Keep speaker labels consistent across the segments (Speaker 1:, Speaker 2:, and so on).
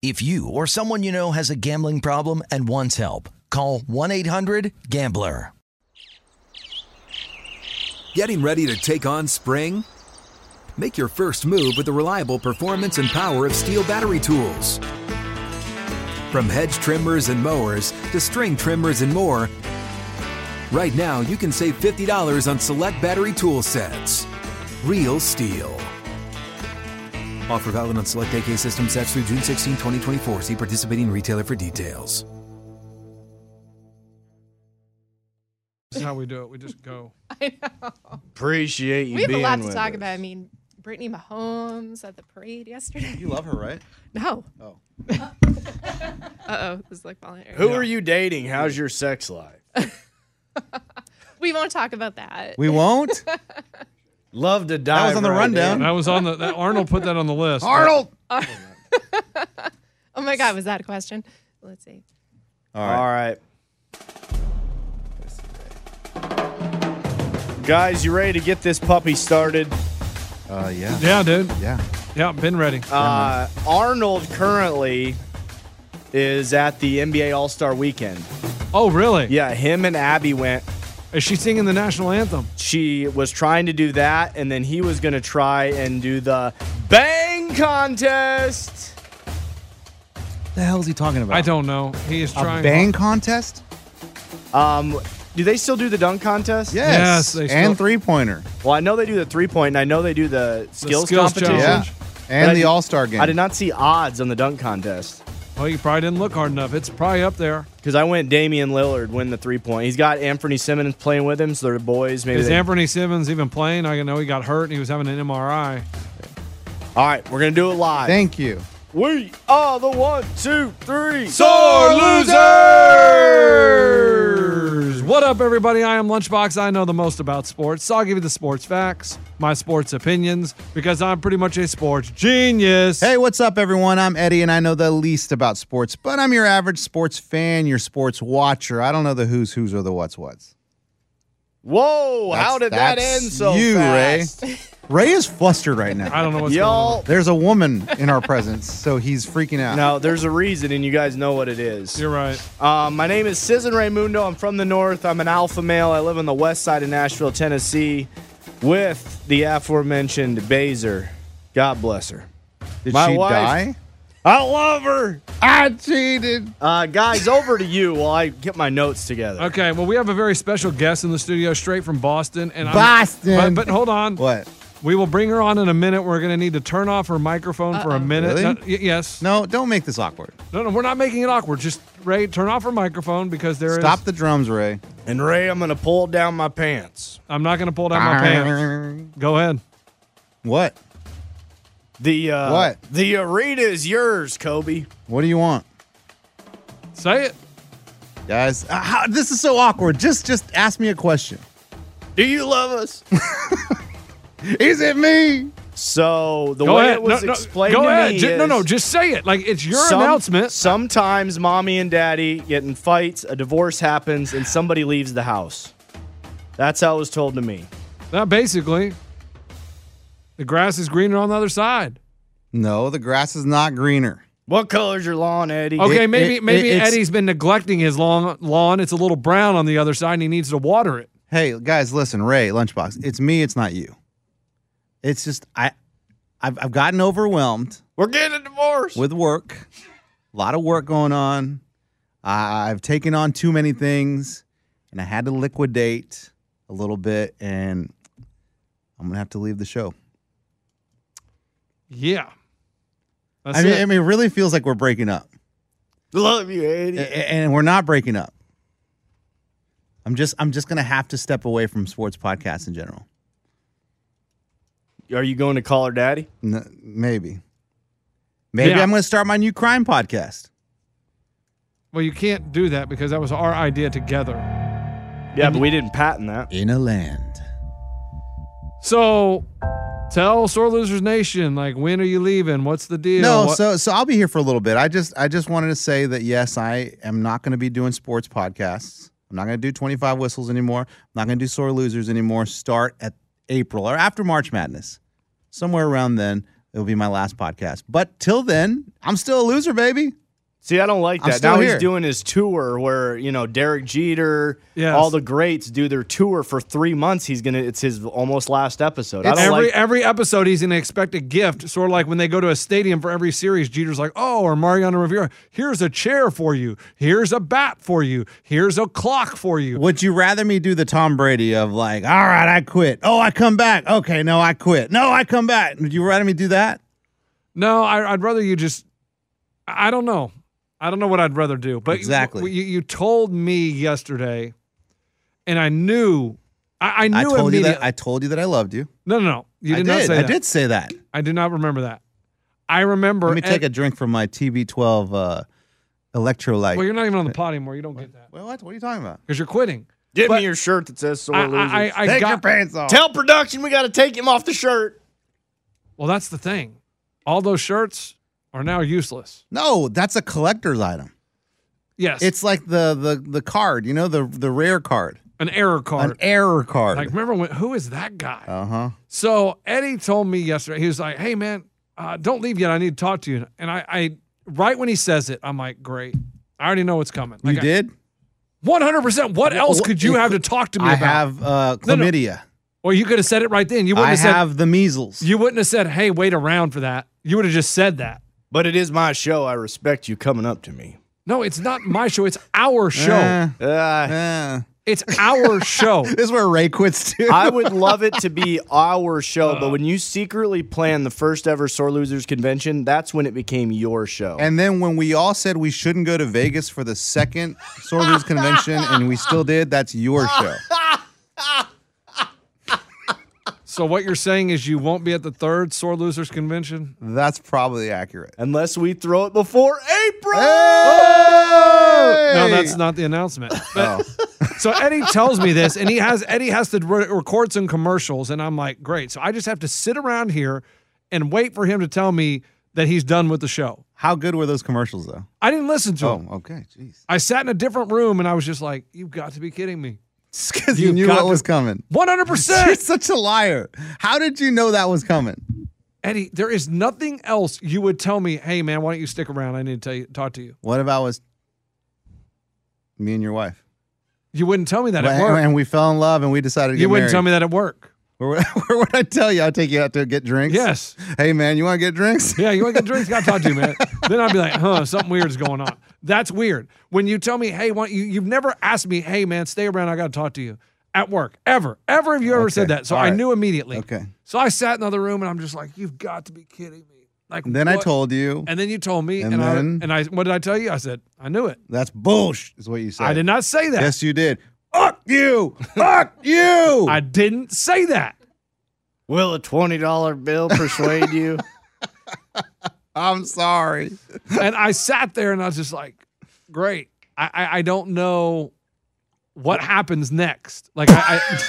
Speaker 1: If you or someone you know has a gambling problem and wants help, call 1-800-GAMBLER.
Speaker 2: Getting ready to take on spring? Make your first move with the reliable performance and power of steel battery tools. From hedge trimmers and mowers to string trimmers and more, Right now, you can save $50 on select battery tool sets. Real steel. Offer valid on select AK system sets through June 16, 2024. See participating retailer for details.
Speaker 3: That's how we do it. We just go.
Speaker 4: I know.
Speaker 5: Appreciate you.
Speaker 4: We have a
Speaker 5: being
Speaker 4: lot to
Speaker 5: with
Speaker 4: talk
Speaker 5: us.
Speaker 4: about. I mean, Brittany Mahomes at the parade yesterday.
Speaker 6: You love her, right?
Speaker 4: No.
Speaker 6: Oh.
Speaker 4: Uh oh. This is like falling. Right.
Speaker 5: Who are you dating? How's your sex life?
Speaker 4: We won't talk about that.
Speaker 6: We won't?
Speaker 5: Love to die.
Speaker 6: was on the rundown.
Speaker 3: That was on the. That Arnold put that on the list.
Speaker 5: Arnold.
Speaker 4: oh my God. Was that a question? Let's see.
Speaker 6: All
Speaker 5: All
Speaker 6: right.
Speaker 5: right. Guys, you ready to get this puppy started?
Speaker 6: Uh, yeah.
Speaker 3: Yeah, dude.
Speaker 6: Yeah.
Speaker 3: Yeah, been ready.
Speaker 5: Uh, Arnold currently is at the NBA All Star Weekend.
Speaker 3: oh, really?
Speaker 5: Yeah, him and Abby went.
Speaker 3: Is she singing the national anthem?
Speaker 5: She was trying to do that, and then he was going to try and do the bang contest.
Speaker 6: the hell is he talking about?
Speaker 3: I don't know. He is trying.
Speaker 6: A bang contest?
Speaker 5: Um, do they still do the dunk contest?
Speaker 3: Yes,
Speaker 6: Yes.
Speaker 3: they still-
Speaker 6: and three pointer.
Speaker 5: Well, I know they do the three point, and I know they do the skills,
Speaker 3: skills
Speaker 5: competition.
Speaker 6: Yeah.
Speaker 3: challenge.
Speaker 5: But I
Speaker 6: And the
Speaker 5: did-
Speaker 6: All Star game.
Speaker 5: I did not see odds on the dunk contest
Speaker 3: Well, you probably didn't look hard enough. It's probably up there.
Speaker 5: because I went Damian Lillard win the three point. He's got Anthony Simmons playing with him, so they're boys. Maybe.
Speaker 3: Is
Speaker 5: they-
Speaker 3: Anthony Simmons even playing? I know he got hurt and he was having an MRI.
Speaker 5: All right, we're gonna do it live.
Speaker 6: Thank you.
Speaker 5: we are the one, two, three.
Speaker 3: Sore losers! What up, everybody? I am Lunchbox. I know the most about sports, so I'll give you the sports facts, my sports opinions, because I'm pretty much a sports genius.
Speaker 6: Hey, what's up, everyone? I'm Eddie, and I know the least about sports, but I'm your average sports fan, your sports watcher. I don't know the who's who's or the what's what's.
Speaker 5: Whoa!
Speaker 6: That's-
Speaker 5: how did that
Speaker 6: that's
Speaker 5: end so
Speaker 6: you, Ray.
Speaker 5: fast?
Speaker 6: Ray is flustered right now.
Speaker 3: I don't know what's
Speaker 5: Y'all.
Speaker 6: There's a woman in our presence, so he's freaking out.
Speaker 5: No, there's a reason, and you guys know what it is.
Speaker 3: going on. You're right.
Speaker 5: Um, my name is Citizen Raymundo. I'm from the north. I'm an alpha male. I live on the west side of Nashville, Tennessee, with the aforementioned Baser. God bless her.
Speaker 6: Did
Speaker 5: My
Speaker 6: she
Speaker 5: wife-
Speaker 6: die?
Speaker 5: I love her.
Speaker 6: I cheated.
Speaker 5: Uh, guys, over to you while I get my notes together.
Speaker 3: Okay, well, we have a very special guest in the studio, straight from Boston. And I'm-
Speaker 6: Boston.
Speaker 3: But, but hold on.
Speaker 6: What?
Speaker 3: We will bring her on in a minute. We're going to need to turn off her microphone for a minute.
Speaker 6: Really?
Speaker 3: No, y- yes.
Speaker 6: No, don't make this awkward.
Speaker 3: No, no, we're not making it awkward. Just Ray, turn off her microphone because there is-
Speaker 6: Stop the drums, Ray.
Speaker 5: And Ray, I'm gonna pull down my pants.
Speaker 3: I'm not going to pull down my pants. Go ahead.
Speaker 6: What?
Speaker 5: The uh,
Speaker 6: What?
Speaker 5: The arena is yours, Kobe.
Speaker 6: What do you want,
Speaker 3: Say it.
Speaker 6: guys? Uh, how, this is so awkward. Just, just ask me a question.
Speaker 5: Do you love us?
Speaker 6: Is it me?
Speaker 5: so the
Speaker 3: Go
Speaker 5: way
Speaker 3: ahead.
Speaker 5: it was
Speaker 3: no, no,
Speaker 5: explained
Speaker 3: go
Speaker 5: to
Speaker 3: ahead.
Speaker 5: me
Speaker 3: Ju-
Speaker 5: is
Speaker 3: no, no, just say it. Like it's your
Speaker 5: some-
Speaker 3: announcement.
Speaker 5: Sometimes mommy and daddy get in fights, a divorce happens, and somebody leaves the house. That's how it was told to me.
Speaker 3: Now, basically, the grass is greener on the other side.
Speaker 6: No, the grass is not greener.
Speaker 5: What color's your lawn, Eddie?
Speaker 3: Okay,
Speaker 6: It-
Speaker 3: maybe
Speaker 6: it-
Speaker 3: maybe
Speaker 6: it- it's-
Speaker 3: Eddie's been neglecting his long lawn. It's a little brown on the other side, and he needs to water it.
Speaker 6: Hey, guys, listen, Ray, Lunchbox. It's me. It's not you. It's just I, I've, I've gotten overwhelmed
Speaker 5: We're getting a divorce.
Speaker 6: with work. A lot of work going on. I- I've taken on too many things, and I had to liquidate a little bit, and I'm gonna have to leave the show.
Speaker 3: Yeah. That's
Speaker 6: I mean,
Speaker 3: it.
Speaker 6: I mean, it really feels like we're breaking up,
Speaker 5: Love you,
Speaker 6: A-
Speaker 5: Eddie.
Speaker 6: a- and we're not breaking up. I'm just, I'm just gonna have to step away from sports podcasts in general. Uh,
Speaker 5: Are you going to call her daddy?
Speaker 6: N- maybe, maybe
Speaker 3: Yeah.
Speaker 6: I'm gonna start my new crime podcast.
Speaker 3: well, you can't do that because that was our idea together.
Speaker 5: Yeah, but we didn't patent that.
Speaker 6: In a land.
Speaker 3: So tell Sore Losers Nation, like, when are you leaving? What's the deal?
Speaker 6: No,
Speaker 3: What-
Speaker 6: so so I'll be here for a little bit. I just I just wanted to say that yes, I am not going to be doing sports podcasts. I'm not going to do 25 whistles anymore. I'm not going to do sore losers anymore. Start at April or after March Madness, somewhere around then. It'll be my last podcast. But till then, I'm still a loser, baby.
Speaker 5: See, I don't like
Speaker 6: I'm
Speaker 5: that.
Speaker 6: still
Speaker 5: Now
Speaker 6: here.
Speaker 5: he's doing his tour where, you know, Derek Jeter,
Speaker 3: Yes.
Speaker 5: all the greats do their tour for three months. He's gonna it's his almost last episode. I
Speaker 6: It's
Speaker 5: don't
Speaker 3: Every
Speaker 5: like
Speaker 3: every episode, he's gonna expect a gift, sort of like when they go to a stadium for every series. Jeter's like, "Oh," or Mariano Rivera, "Here's a chair for you. Here's a bat for you. Here's a clock for you."
Speaker 6: Would you rather me do the Tom Brady of like, all right, I quit. Oh, I come back. Okay, no, I quit. No, I come back. Would you rather me do that?
Speaker 3: No, I, I'd rather you just. I I don't know. I don't know what I'd rather do. But you-
Speaker 6: Exactly.
Speaker 3: you, you told me yesterday, and I knew. I, I knew
Speaker 6: I told you that.
Speaker 3: immediately-
Speaker 6: I told you that I loved you.
Speaker 3: no, no, no. You
Speaker 6: I
Speaker 3: did,
Speaker 6: did.
Speaker 3: not say
Speaker 6: I
Speaker 3: that.
Speaker 6: did say that.
Speaker 3: I do not remember that. I remember.
Speaker 6: Let me take
Speaker 3: and-
Speaker 6: a drink from my TB12 uh, electrolyte.
Speaker 3: Well, you're not even on the pot anymore. You don't get that
Speaker 6: Well, what? What are you talking about?
Speaker 3: because you're quitting.
Speaker 5: Give
Speaker 3: but-
Speaker 5: me your shirt that says sore
Speaker 3: I,
Speaker 5: loser.
Speaker 3: I, I, I
Speaker 6: Take
Speaker 3: got,
Speaker 6: your pants off.
Speaker 5: Tell production we gotta take him off the shirt.
Speaker 3: Well, that's the thing. All those shirts are now useless.
Speaker 6: no, that's a collector's item.
Speaker 3: Yes,
Speaker 6: It's like the the the card, you know, the the rare card,
Speaker 3: an error card.
Speaker 6: an error card.
Speaker 3: like, remember when? Who is that guy?
Speaker 6: uh huh.
Speaker 3: So Eddie told me yesterday. He was like, "Hey, man, uh, don't leave yet. I need to talk to you." And I, I, right when he says it, I'm like, "Great, I already know what's coming."
Speaker 6: You
Speaker 3: Like,
Speaker 6: did.
Speaker 3: 100. percent What else
Speaker 6: Wh-
Speaker 3: could you
Speaker 6: it-
Speaker 3: have to talk to me
Speaker 6: I
Speaker 3: about?
Speaker 6: have uh,
Speaker 3: No, no.
Speaker 6: chlamydia.
Speaker 3: or you could have said it right then. You
Speaker 6: I
Speaker 3: wouldn't have,
Speaker 6: have the measles.
Speaker 3: said. You wouldn't have said, "Hey, wait around for that." You would have just said that.
Speaker 5: But it is my show. I respect you coming up to me.
Speaker 3: No, it's not my show. It's our show.
Speaker 6: Eh,
Speaker 5: Uh,
Speaker 6: eh.
Speaker 3: It's our show.
Speaker 6: This is where Ray quits too.
Speaker 5: I would love it to be our show, but when you secretly plan the first ever Sore Losers convention, that's when it became your show.
Speaker 6: and then when we all said we shouldn't go to Vegas for the second Sorters convention, and we still did, that's your show.
Speaker 3: So what you're saying is you won't be at the third sore losers convention?
Speaker 6: That's probably accurate.
Speaker 5: Unless we throw it before April.
Speaker 3: Oh! No, that's not the announcement. But-
Speaker 6: Oh.
Speaker 3: so Eddie tells me this, and he has Eddie has to re- record some commercials, and I'm like, great. So I just have to sit around here and wait for him to tell me that he's done with the show.
Speaker 6: How good were those commercials though?
Speaker 3: I didn't listen to him.
Speaker 6: Oh, okay. Jeez.
Speaker 3: I sat in a different room, and I was just like, you've got to be kidding me.
Speaker 6: Because you
Speaker 3: You've
Speaker 6: knew
Speaker 3: got
Speaker 6: what
Speaker 3: to-
Speaker 6: was coming.
Speaker 3: One hundred
Speaker 6: You're
Speaker 3: percent,
Speaker 6: such a liar. How did you know that was coming?
Speaker 3: Eddie. There is nothing else you would tell me. Hey, man, why don't you stick around? I need to tell you, talk to you.
Speaker 6: What if I was me and your wife?
Speaker 3: You wouldn't tell me that at
Speaker 6: Well,
Speaker 3: work.
Speaker 6: and we fell in love and we decided to get
Speaker 3: You wouldn't tell me
Speaker 6: married.
Speaker 3: that at work.
Speaker 6: Where would, where would I tell you? I'll take you out to get drinks.
Speaker 3: Yes.
Speaker 6: Hey, man, you want to get drinks?
Speaker 3: Yeah, you want to get drinks? Got to talk to you, man. then I'd be like, huh, something weird's going on. That's weird. When you tell me, hey, why don't you, you've never asked me, hey, man, stay around. I got to talk to you at work. Ever. Ever have you ever said
Speaker 6: Okay.
Speaker 3: that. So
Speaker 6: All
Speaker 3: I
Speaker 6: right.
Speaker 3: knew immediately.
Speaker 6: Okay.
Speaker 3: So I sat in another room and I'm just like, you've got to be kidding me. Like,
Speaker 6: Then I
Speaker 3: what?
Speaker 6: told you
Speaker 3: And then you told me. And,
Speaker 6: And
Speaker 3: I,
Speaker 6: then-
Speaker 3: and I, what did I tell you? I said, I knew it.
Speaker 6: that's bullsh, is what you said.
Speaker 3: I did not say that.
Speaker 6: Yes, you did. Fuck you. Fuck you.
Speaker 3: I didn't say that.
Speaker 5: Will a $20 bill persuade you?
Speaker 6: I'm sorry.
Speaker 3: and I sat there and I was just like, great. I, I, I don't know what happens next. Like, I. I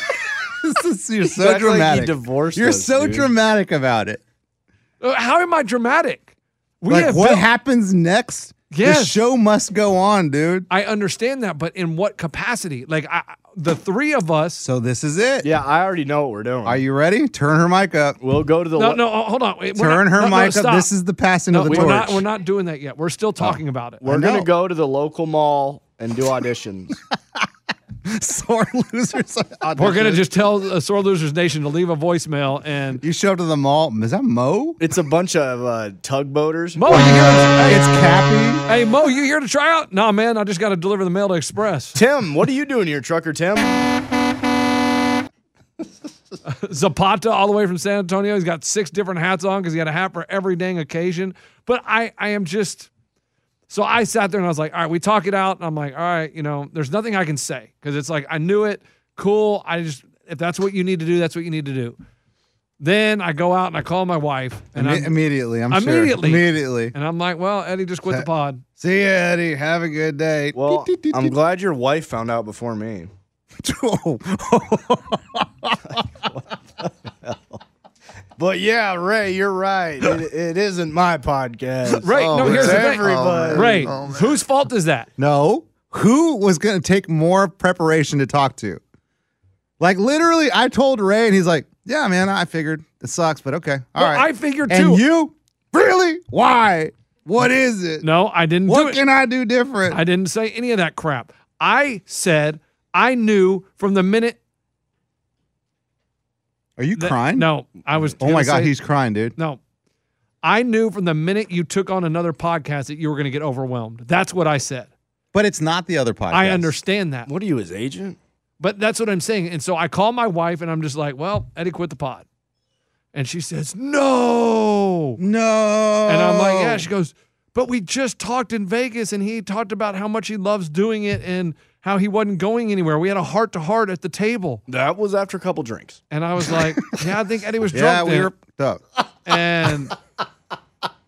Speaker 6: This is- you're so
Speaker 5: You act like you
Speaker 6: dramatic.
Speaker 5: divorced
Speaker 6: you're
Speaker 5: us,
Speaker 6: so
Speaker 5: dude.
Speaker 6: dramatic about it.
Speaker 3: Uh, How am I dramatic? We
Speaker 6: like,
Speaker 3: have
Speaker 6: what
Speaker 3: built-
Speaker 6: happens next? The
Speaker 3: Yes.
Speaker 6: show must go on, dude.
Speaker 3: I understand that, but in what capacity? Like I, I- the three of us.
Speaker 6: So this is it.
Speaker 5: Yeah, I already know what we're doing.
Speaker 6: Are you ready? Turn her mic up.
Speaker 5: we'll go to the.
Speaker 3: no,
Speaker 5: le-
Speaker 3: no, oh, hold on. Wait, we're
Speaker 6: Turn
Speaker 3: not-
Speaker 6: her
Speaker 3: no, no,
Speaker 6: mic up.
Speaker 3: stop.
Speaker 6: This is the passing
Speaker 3: no,
Speaker 6: of the
Speaker 3: we're
Speaker 6: torch.
Speaker 3: not. We're not doing that yet. We're still talking about it.
Speaker 6: I
Speaker 5: We're going
Speaker 6: know.
Speaker 5: to go to the local mall and do auditions.
Speaker 6: Sore losers.
Speaker 3: We're gonna just tell uh, Sore Losers Nation to leave a voicemail and.
Speaker 6: You show up to the mall. Is that Mo?
Speaker 5: it's a bunch of uh, tugboaters.
Speaker 3: Mo, you here?
Speaker 6: It's Cappy.
Speaker 3: Hey, Mo, you here to try out? Nah, man, I just got to deliver the mail to Express.
Speaker 5: Tim, what are you doing here, trucker Tim?
Speaker 3: Zapata all the way from San Antonio. He's got six different hats on because he had a hat for every dang occasion. But I, I am just so I sat there and I was like, all right, we talk it out. And I'm like, all right, you know, there's nothing I can say because it's like I knew it. Cool. I just if that's what you need to do, that's what you need to do. Then I go out and I call my wife and
Speaker 6: Imme-
Speaker 3: I'm-
Speaker 6: immediately, I'm
Speaker 3: Immediately.
Speaker 6: sure. Immediately.
Speaker 3: and I'm like, well, Eddie just quit the pod.
Speaker 6: See ya, Eddie. Have a good day.
Speaker 5: Well, I'm glad your wife found out before me.
Speaker 6: Oh,
Speaker 5: But yeah, Ray, you're right. It, it isn't my podcast.
Speaker 3: Right.
Speaker 6: Oh,
Speaker 3: no,
Speaker 6: it's
Speaker 3: here's the thing.
Speaker 5: everybody.
Speaker 3: Ray, whose fault is that?
Speaker 6: No. Who was going to take more preparation to talk to? Like, literally, I told Ray, and he's like, Yeah, man, I figured it sucks, but okay. all
Speaker 3: Well,
Speaker 6: right."
Speaker 3: I figured
Speaker 6: And
Speaker 3: too.
Speaker 6: you? Really? Why? What is it?
Speaker 3: No, I didn't do
Speaker 6: What
Speaker 3: it.
Speaker 6: can I do different?
Speaker 3: I didn't say any of that crap. I said I knew from the minute.
Speaker 6: Are you
Speaker 3: That,
Speaker 6: crying?
Speaker 3: No, I was.
Speaker 6: Oh my
Speaker 3: gonna
Speaker 6: God,
Speaker 3: say-
Speaker 6: he's crying, dude.
Speaker 3: no. I knew from the minute you took on another podcast that you were going to get overwhelmed. That's what I said.
Speaker 6: But it's not the other podcast.
Speaker 3: I understand that,
Speaker 5: What are you, his agent?
Speaker 3: but that's what I'm saying. And so I call my wife, and I'm just like, "Well, Eddie quit the pod," and she says, "No."
Speaker 6: No.
Speaker 3: And I'm like, yeah. She goes, but we just talked in Vegas and he talked about how much he loves doing it and how he wasn't going anywhere. We had a heart to heart at the table.
Speaker 5: That was after a couple drinks.
Speaker 3: And I was like, yeah, I think Eddie was
Speaker 6: Yeah,
Speaker 3: drunk
Speaker 6: we
Speaker 3: there.
Speaker 6: were fucked up.
Speaker 3: And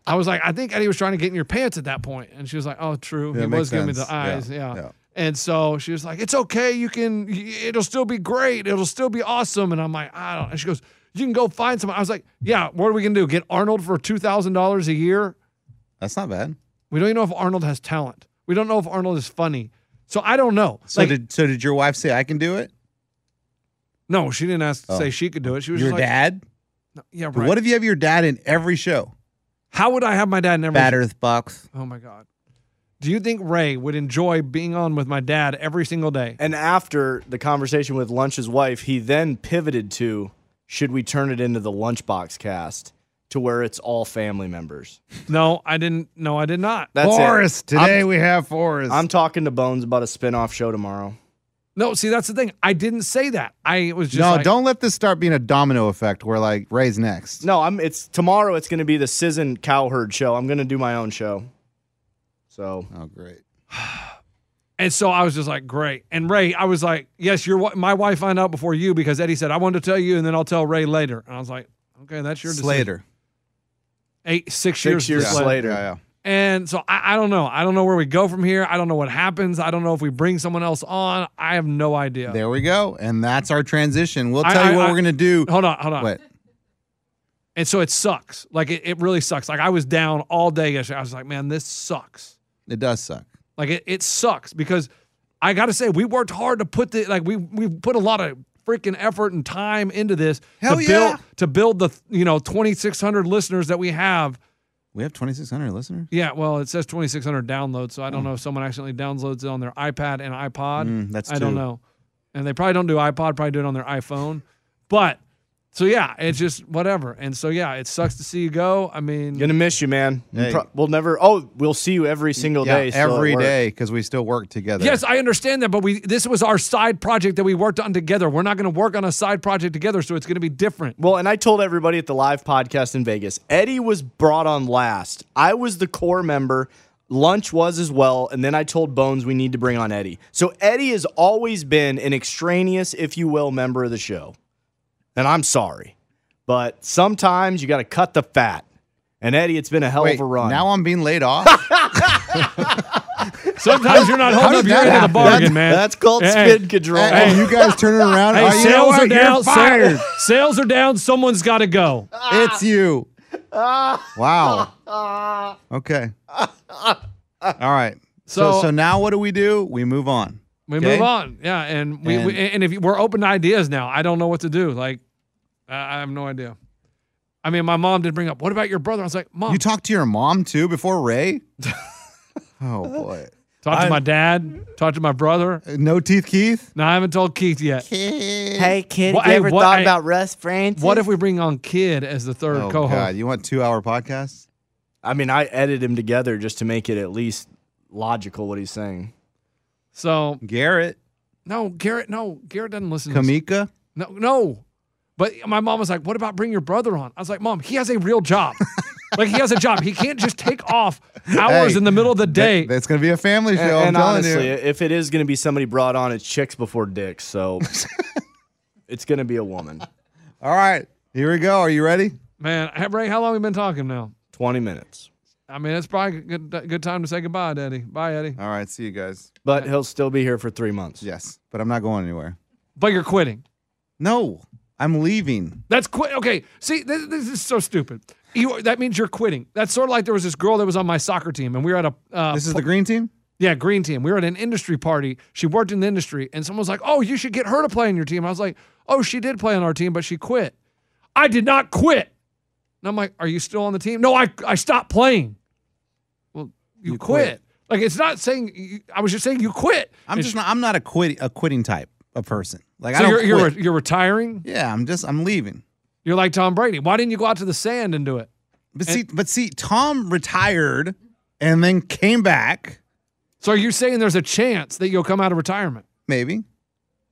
Speaker 3: I was like, I think Eddie was trying to get in your pants at that point. And she was like, oh, true.
Speaker 6: Yeah,
Speaker 3: he
Speaker 6: makes
Speaker 3: was giving me
Speaker 6: sense.
Speaker 3: the
Speaker 6: Yeah,
Speaker 3: eyes. Yeah.
Speaker 6: yeah.
Speaker 3: And so she was like, it's okay. You can, y- it'll still be great. It'll still be awesome. And I'm like, I don't. And she goes, you can go find someone. I was like, yeah, what are we going to do? Get Arnold for $2,000 a year?
Speaker 6: That's not bad.
Speaker 3: We don't even know if Arnold has talent. We don't know if Arnold is funny. So I don't know.
Speaker 6: So
Speaker 3: like,
Speaker 6: did so did your wife say I can do it?
Speaker 3: no, she didn't ask to
Speaker 6: Oh.
Speaker 3: say she could do it. She was
Speaker 6: Your
Speaker 3: just like,
Speaker 6: dad?
Speaker 3: yeah,
Speaker 6: But
Speaker 3: right.
Speaker 6: What if you have your dad in every show?
Speaker 3: How would I have my dad in every?
Speaker 6: Bad Earth Bucks.
Speaker 3: Oh my god. Do you think Ray would enjoy being on with my dad every single day?
Speaker 5: And after the conversation with Lunch's wife, he then pivoted to should we turn it into the Lunchbox cast to where it's all family members?
Speaker 3: No, I didn't. No, I did not.
Speaker 5: That's
Speaker 6: Forrest.
Speaker 5: it. I'm-
Speaker 6: Today we have Forrest.
Speaker 5: I'm talking to Bones about a spin off show tomorrow.
Speaker 3: No, see, that's the thing. I didn't say that. I was just
Speaker 6: no,
Speaker 3: like,
Speaker 6: don't let this start being a domino effect where like Ray's next.
Speaker 5: No, I'm it's tomorrow it's gonna be the Sizzon Cowherd show. I'm gonna do my own show. So
Speaker 6: Oh, great.
Speaker 3: And so I was just like, great. And Ray, I was like, yes, your wi- my wife found out before you because Eddie said I wanted to tell you, and then I'll tell Ray later. And I was like, okay, that's your decision.
Speaker 6: Slater.
Speaker 3: Eight, six,
Speaker 5: six years,
Speaker 3: later.
Speaker 5: later.
Speaker 6: Yeah, yeah.
Speaker 3: And so I, I don't know. I don't know where we go from here. I don't know what happens. I don't know if we bring someone else on. I have no idea.
Speaker 6: There we go. And that's our transition. We'll
Speaker 3: I-
Speaker 6: tell
Speaker 3: I-
Speaker 6: you what
Speaker 3: I-
Speaker 6: we're gonna do.
Speaker 3: Hold on, hold on.
Speaker 6: Wait.
Speaker 3: And so it sucks. Like it, it really sucks. Like I was down all day yesterday. I was like, man, this sucks.
Speaker 6: It does suck.
Speaker 3: Like it, it sucks because I gotta say, we worked hard to put the like we we put a lot of freaking effort and time into this
Speaker 6: Hell
Speaker 3: to
Speaker 6: yeah.
Speaker 3: build to build the you know twenty six hundred listeners that we have.
Speaker 6: We have twenty six hundred listeners?
Speaker 3: Yeah, well, it says 2,600 downloads, so I
Speaker 6: Hmm.
Speaker 3: don't know if someone accidentally downloads it on their iPad and iPod.
Speaker 6: Mm, that's
Speaker 3: I don't
Speaker 6: two.
Speaker 3: know, and they probably don't do iPod, probably do it on their iPhone. But so yeah, it's just whatever. And so yeah, it sucks to see you go. I mean,
Speaker 5: Gonna miss you, man. You
Speaker 6: Hey.
Speaker 5: pro- we'll never. Oh, we'll see you every single
Speaker 6: Yeah,
Speaker 5: day. still at
Speaker 6: every
Speaker 5: work.
Speaker 6: day because we still work together.
Speaker 3: yes, I understand that, but we this was our side project that we worked on together. We're not going to work on a side project together, so it's going to be different.
Speaker 5: Well, and I told everybody at the live podcast in Vegas, Eddie was brought on last. I was the core member. Lunch was as well, and then I told Bones we need to bring on Eddie. So Eddie has always been an extraneous, if you will, member of the show. And I'm sorry, but sometimes you got to cut the fat. And Eddie, it's been a hell
Speaker 6: Wait,
Speaker 5: of a run.
Speaker 6: now I'm being laid off.
Speaker 3: Sometimes you're not
Speaker 6: did that
Speaker 3: holding up your end of the
Speaker 6: happen?
Speaker 3: bargain,
Speaker 6: That's-
Speaker 3: man.
Speaker 5: That's called
Speaker 3: Hey,
Speaker 5: spin control.
Speaker 6: Hey,
Speaker 3: Hey.
Speaker 6: you guys turning around.
Speaker 3: Hey,
Speaker 6: Oh, you know
Speaker 3: sales
Speaker 6: what?
Speaker 3: are down.
Speaker 6: You're
Speaker 3: sa-
Speaker 6: fired.
Speaker 3: sales are down. Someone's got to go.
Speaker 6: it's you. wow. Okay. All right. So, so
Speaker 3: So-
Speaker 6: now what do we do? We move on.
Speaker 3: We
Speaker 6: Okay?
Speaker 3: move on, yeah, and we, we and if you- we're open to ideas now, I don't know what to do. Like, I I have no idea. I mean, my mom did bring up, "What about your brother?" I was like, "Mom,
Speaker 6: You talk to your mom too before Ray. oh boy.
Speaker 3: talk to my dad, talk to my brother."
Speaker 6: No teeth, Keith.
Speaker 3: No, I haven't told Keith yet.
Speaker 5: Hey, kid,
Speaker 3: What- you hey, ever what- thought hey, about
Speaker 5: Russ Francis?
Speaker 3: What if we bring on Kid as the third
Speaker 6: Oh
Speaker 3: co-host?
Speaker 6: god, you want two hour podcasts?
Speaker 5: I mean, I edited him together just to make it at least logical what he's saying.
Speaker 3: So
Speaker 6: Garrett,
Speaker 3: no, Garrett, no, Garrett doesn't listen. to this.
Speaker 6: Kamika,
Speaker 3: No, no. But my mom was like, "What about bring your brother on?" I was like, "Mom, he has a real job. like he has a job. He can't just take off hours
Speaker 6: Hey,
Speaker 3: in the middle of the day."
Speaker 6: That- that's gonna be a family show.
Speaker 5: And,
Speaker 6: I'm
Speaker 5: and
Speaker 6: telling
Speaker 5: honestly,
Speaker 6: you.
Speaker 5: if it is going to be somebody brought on, it's chicks before dicks. So it's going to be a woman.
Speaker 6: All right, here we go. Are you ready?
Speaker 3: Man, hey, Ray, how long we been talking now?
Speaker 5: 20 minutes.
Speaker 3: I mean, it's probably a good, good time to say goodbye, Daddy. Bye, Eddie.
Speaker 6: All right, see you guys.
Speaker 5: But he'll still be here for three months.
Speaker 6: Yes, but I'm not going anywhere.
Speaker 3: But you're quitting.
Speaker 6: No, I'm leaving.
Speaker 3: That's quit. Okay, see, this, this is so stupid. You, that means you're quitting. That's sort of like there was this girl that was on my soccer team, and we were at a uh,
Speaker 6: This is the green team.
Speaker 3: Yeah, green team. We were at an industry party. She worked in the industry, and someone was like, "Oh, you should get her to play on your team." I was like, "Oh, she did play on our team, but she quit." I did not quit. And I'm like, "Are you still on the team?" No, I I stopped playing. Well, you, quit. Like it's not saying. You, I was just saying you quit.
Speaker 6: I'm
Speaker 3: And
Speaker 6: just
Speaker 3: she-
Speaker 6: not. I'm not a quit a quitting type of person. Like I
Speaker 3: So
Speaker 6: don't.
Speaker 3: you're you're,
Speaker 6: quit.
Speaker 3: you're retiring.
Speaker 6: yeah, I'm just. I'm leaving.
Speaker 3: You're like Tom Brady. Why didn't you go out to the sand and do it?
Speaker 6: But see, but see, Tom retired and then came back.
Speaker 3: So are you saying there's a chance that you'll come out of retirement?
Speaker 6: Maybe.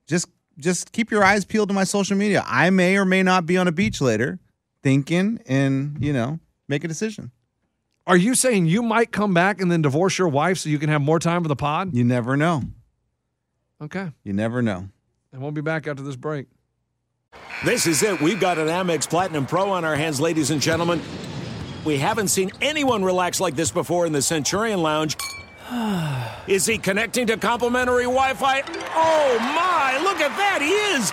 Speaker 6: Just just keep your eyes peeled to my social media. I may or may not be on a beach later, thinking and you know make a decision.
Speaker 3: Are you saying you might come back and then divorce your wife so you can have more time for the pod?
Speaker 6: You never know.
Speaker 3: Okay.
Speaker 6: You never know.
Speaker 3: And we'll be back after this break.
Speaker 7: This is it. We've got an Amex Platinum Pro on our hands, ladies and gentlemen. We haven't seen anyone relax like this before in the Centurion Lounge. Is he connecting to complimentary Wi Fi? Oh my, look at that! He is!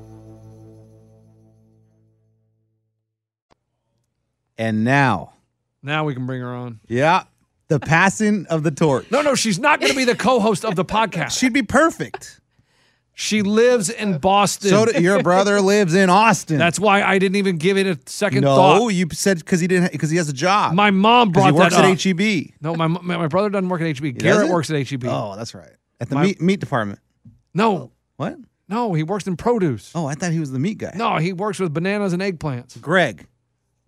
Speaker 6: And now,
Speaker 3: Now we can bring her on.
Speaker 6: yeah, the passing of the torch.
Speaker 3: No, no, she's not going to be the co-host of the podcast. She,
Speaker 6: She'd be perfect.
Speaker 3: lives in Boston.
Speaker 6: So do- your brother lives in Austin.
Speaker 3: That's why I didn't even give it a second
Speaker 6: no.
Speaker 3: thought.
Speaker 6: You said because he didn't because he has a job.
Speaker 3: My mom
Speaker 6: 'Cause
Speaker 3: brought
Speaker 6: he works
Speaker 3: that
Speaker 6: at E
Speaker 3: up.
Speaker 6: HEB.
Speaker 3: No, my my my brother doesn't work at HEB. Garrett
Speaker 6: doesn't?
Speaker 3: works at HEB.
Speaker 6: Oh, that's right. At the
Speaker 3: My-
Speaker 6: meat meat department.
Speaker 3: No,
Speaker 6: What?
Speaker 3: no, he works in produce.
Speaker 6: Oh, I thought he was the meat guy.
Speaker 3: No, he works with bananas and eggplants.
Speaker 6: Greg.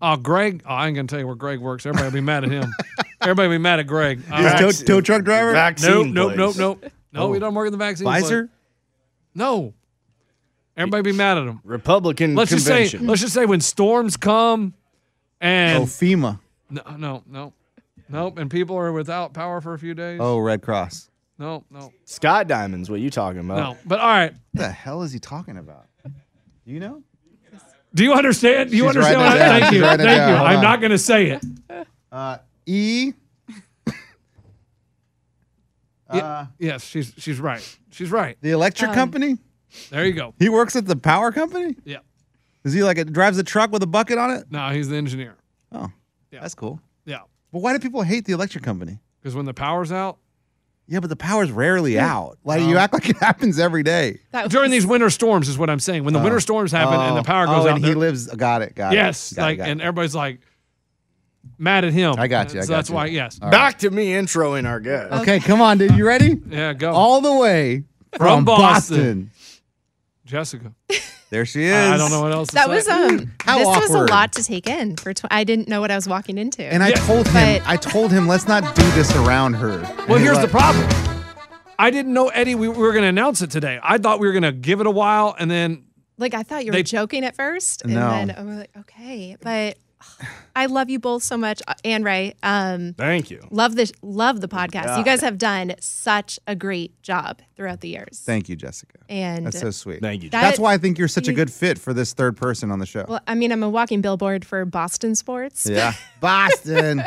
Speaker 3: Oh, Greg. Oh, I ain't gonna tell you where Greg works. Everybody will be mad at him. Everybody will be mad at Greg. All
Speaker 6: His
Speaker 3: right.
Speaker 6: tow, tow truck driver.
Speaker 3: Nope,
Speaker 5: Vaccine
Speaker 3: nope, nope,
Speaker 5: place.
Speaker 3: nope. No,
Speaker 6: Oh.
Speaker 3: he doesn't work in the vaccine. place.
Speaker 6: Visor.
Speaker 3: No. Everybody be mad at him.
Speaker 5: Republican
Speaker 3: Let's just say.
Speaker 5: convention.
Speaker 3: Let's just say when storms come, and
Speaker 6: Oh, FEMA.
Speaker 3: No, no, no. Nope. And people are without power for a few days.
Speaker 6: Oh, Red Cross.
Speaker 3: No, no,
Speaker 5: Sky Diamonds, what you talking
Speaker 6: Uh,
Speaker 5: about?
Speaker 3: no. But all right.
Speaker 6: What the hell is he talking about? Do you know?
Speaker 3: Do you understand? Do you
Speaker 6: She's
Speaker 3: understand
Speaker 6: writing
Speaker 3: what
Speaker 6: it
Speaker 3: I
Speaker 6: down.
Speaker 3: thank
Speaker 6: She's
Speaker 3: you? Thank
Speaker 6: writing it
Speaker 3: you.
Speaker 6: down. Hold
Speaker 3: I'm
Speaker 6: on.
Speaker 3: not gonna say it.
Speaker 6: E.
Speaker 3: Ye- yes, she's she's right. She's right.
Speaker 6: The electric company.
Speaker 3: There you go.
Speaker 6: He works at the power company.
Speaker 3: Yeah.
Speaker 6: Is he like a, drives a truck with a bucket on it?
Speaker 3: No, he's the engineer.
Speaker 6: Oh,
Speaker 3: Yeah.
Speaker 6: that's cool.
Speaker 3: Yeah.
Speaker 6: But why do people hate the electric company?
Speaker 3: Because when the power's out
Speaker 6: Yeah, but the power's rarely out. Like
Speaker 3: Um,
Speaker 6: you act like it happens every day.
Speaker 4: That
Speaker 3: during
Speaker 4: was-
Speaker 3: these winter storms is what I'm saying. When the winter storms happen and the power
Speaker 6: Oh,
Speaker 3: goes
Speaker 6: and
Speaker 3: out,
Speaker 6: he
Speaker 3: they're-
Speaker 6: lives. Got it. Got
Speaker 3: yes,
Speaker 6: it. Got it,
Speaker 3: like
Speaker 6: got
Speaker 3: and
Speaker 6: it.
Speaker 3: everybody's like mad at him.
Speaker 6: I got you, I
Speaker 3: So
Speaker 6: got
Speaker 3: that's
Speaker 6: you.
Speaker 3: why. Yes.
Speaker 5: Back to me introing our guest.
Speaker 3: Uh,
Speaker 6: Okay, come on, dude. You ready?
Speaker 3: Yeah. Go.
Speaker 6: All the way
Speaker 3: From
Speaker 6: from,
Speaker 3: Boston.
Speaker 6: Boston.
Speaker 3: Jessica.
Speaker 6: There she is.
Speaker 3: I I don't know what else. to
Speaker 4: that
Speaker 3: say.
Speaker 4: was um.
Speaker 6: How
Speaker 4: this was
Speaker 6: awkward.
Speaker 4: a lot to take in. For tw- I didn't know what I was walking into.
Speaker 6: And I told him, I told him, let's not do this around her.
Speaker 3: Well, here's the problem. I didn't know Eddie. We, we were going to announce it today. I thought we were going to give it a while, and then
Speaker 4: Like I thought you were
Speaker 3: They-
Speaker 4: joking at first, and
Speaker 6: No.
Speaker 4: then I'm like, okay, but I love you both so much, uh, and Ray. Um,
Speaker 5: Thank you.
Speaker 4: love the love the podcast.
Speaker 5: God.
Speaker 4: You guys have done such a great job throughout the years.
Speaker 6: Thank you, Jessica.
Speaker 4: and
Speaker 6: That's so sweet.
Speaker 5: Thank you.
Speaker 4: That-
Speaker 6: That's why I think you're such a
Speaker 4: you-
Speaker 6: good fit for this third person on the show.
Speaker 4: well, I mean, I'm a walking billboard for Boston sports.
Speaker 6: yeah. Boston.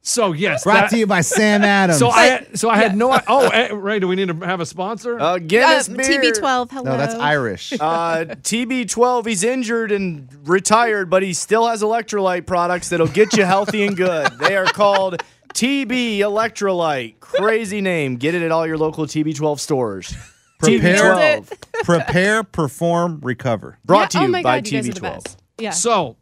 Speaker 3: So yes,
Speaker 6: Brought
Speaker 3: that-
Speaker 6: to you by Sam Adams.
Speaker 3: So I so I had no. i- Oh, eh, Ray, do we need to have a sponsor?
Speaker 5: Uh,
Speaker 4: Uh,
Speaker 5: Guinness beer.
Speaker 4: TB12. Hello.
Speaker 6: no, that's Irish.
Speaker 5: Uh, TB12. He's injured and retired, but he still has electrolyte products that'll get you healthy and good. They are called TB Electrolyte. Crazy name. Get it at all your local TB12 stores.
Speaker 6: Prepare,
Speaker 5: TB12.
Speaker 6: prepare, perform, recover.
Speaker 5: Brought
Speaker 4: Yeah,
Speaker 5: to
Speaker 4: oh
Speaker 5: you
Speaker 4: my
Speaker 5: by
Speaker 4: God, you guys are the
Speaker 5: TB12.
Speaker 4: best. Yeah.
Speaker 3: So,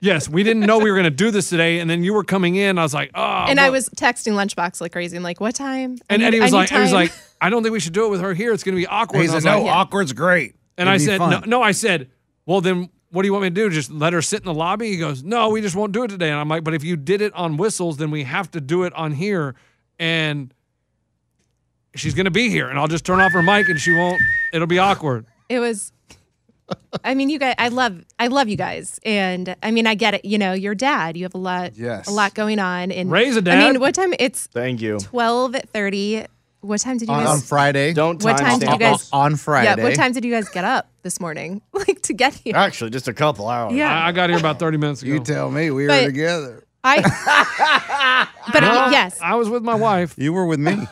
Speaker 3: yes, we didn't know we were going to do this today, and then you were coming in. I was like, oh,
Speaker 4: and I
Speaker 3: well-
Speaker 4: was texting Lunchbox like crazy. I'm like, what time? I
Speaker 3: and
Speaker 4: need-
Speaker 3: Eddie
Speaker 4: I
Speaker 3: was
Speaker 4: need
Speaker 3: like, Eddie was
Speaker 4: time.
Speaker 3: like, I don't think we should do it with her here. It's going to be awkward.
Speaker 6: He's
Speaker 3: and I
Speaker 6: like,
Speaker 3: was
Speaker 6: no,
Speaker 3: like,
Speaker 6: awkward's great.
Speaker 3: and
Speaker 6: It'd
Speaker 3: I
Speaker 6: be
Speaker 3: said,
Speaker 6: fun.
Speaker 3: no, no, I said, well, then what do you want me to do? Just let her sit in the lobby? He goes, no, we just won't do it today. And I'm like, but if you did it on whistles, then we have to do it on here, and she's going to be here, and I'll just turn off her mic, and she won't. It'll be awkward.
Speaker 4: it was. I mean, you guys. I love, I love you guys, and I mean, I get it. You know, your dad. You have a lot,
Speaker 6: Yes.
Speaker 4: a lot going on. And
Speaker 3: Ray's a
Speaker 4: I
Speaker 3: dad.
Speaker 4: mean, what time? It's
Speaker 5: Thank you.
Speaker 4: twelve thirty. What time did you
Speaker 6: On,
Speaker 4: guys?
Speaker 6: on Friday.
Speaker 5: Don't
Speaker 4: What time did you
Speaker 5: timestamp
Speaker 4: guys-
Speaker 5: us.
Speaker 6: on Friday. Uh,
Speaker 4: Yeah. What time did you guys get up this morning, like to get here?
Speaker 5: Oh, Actually, just a couple hours.
Speaker 4: yeah.
Speaker 3: I, I got here about 30 minutes ago.
Speaker 6: You tell me we were
Speaker 4: But-
Speaker 6: together.
Speaker 4: I. but I, yes.
Speaker 3: I was with my wife.
Speaker 6: You were with me.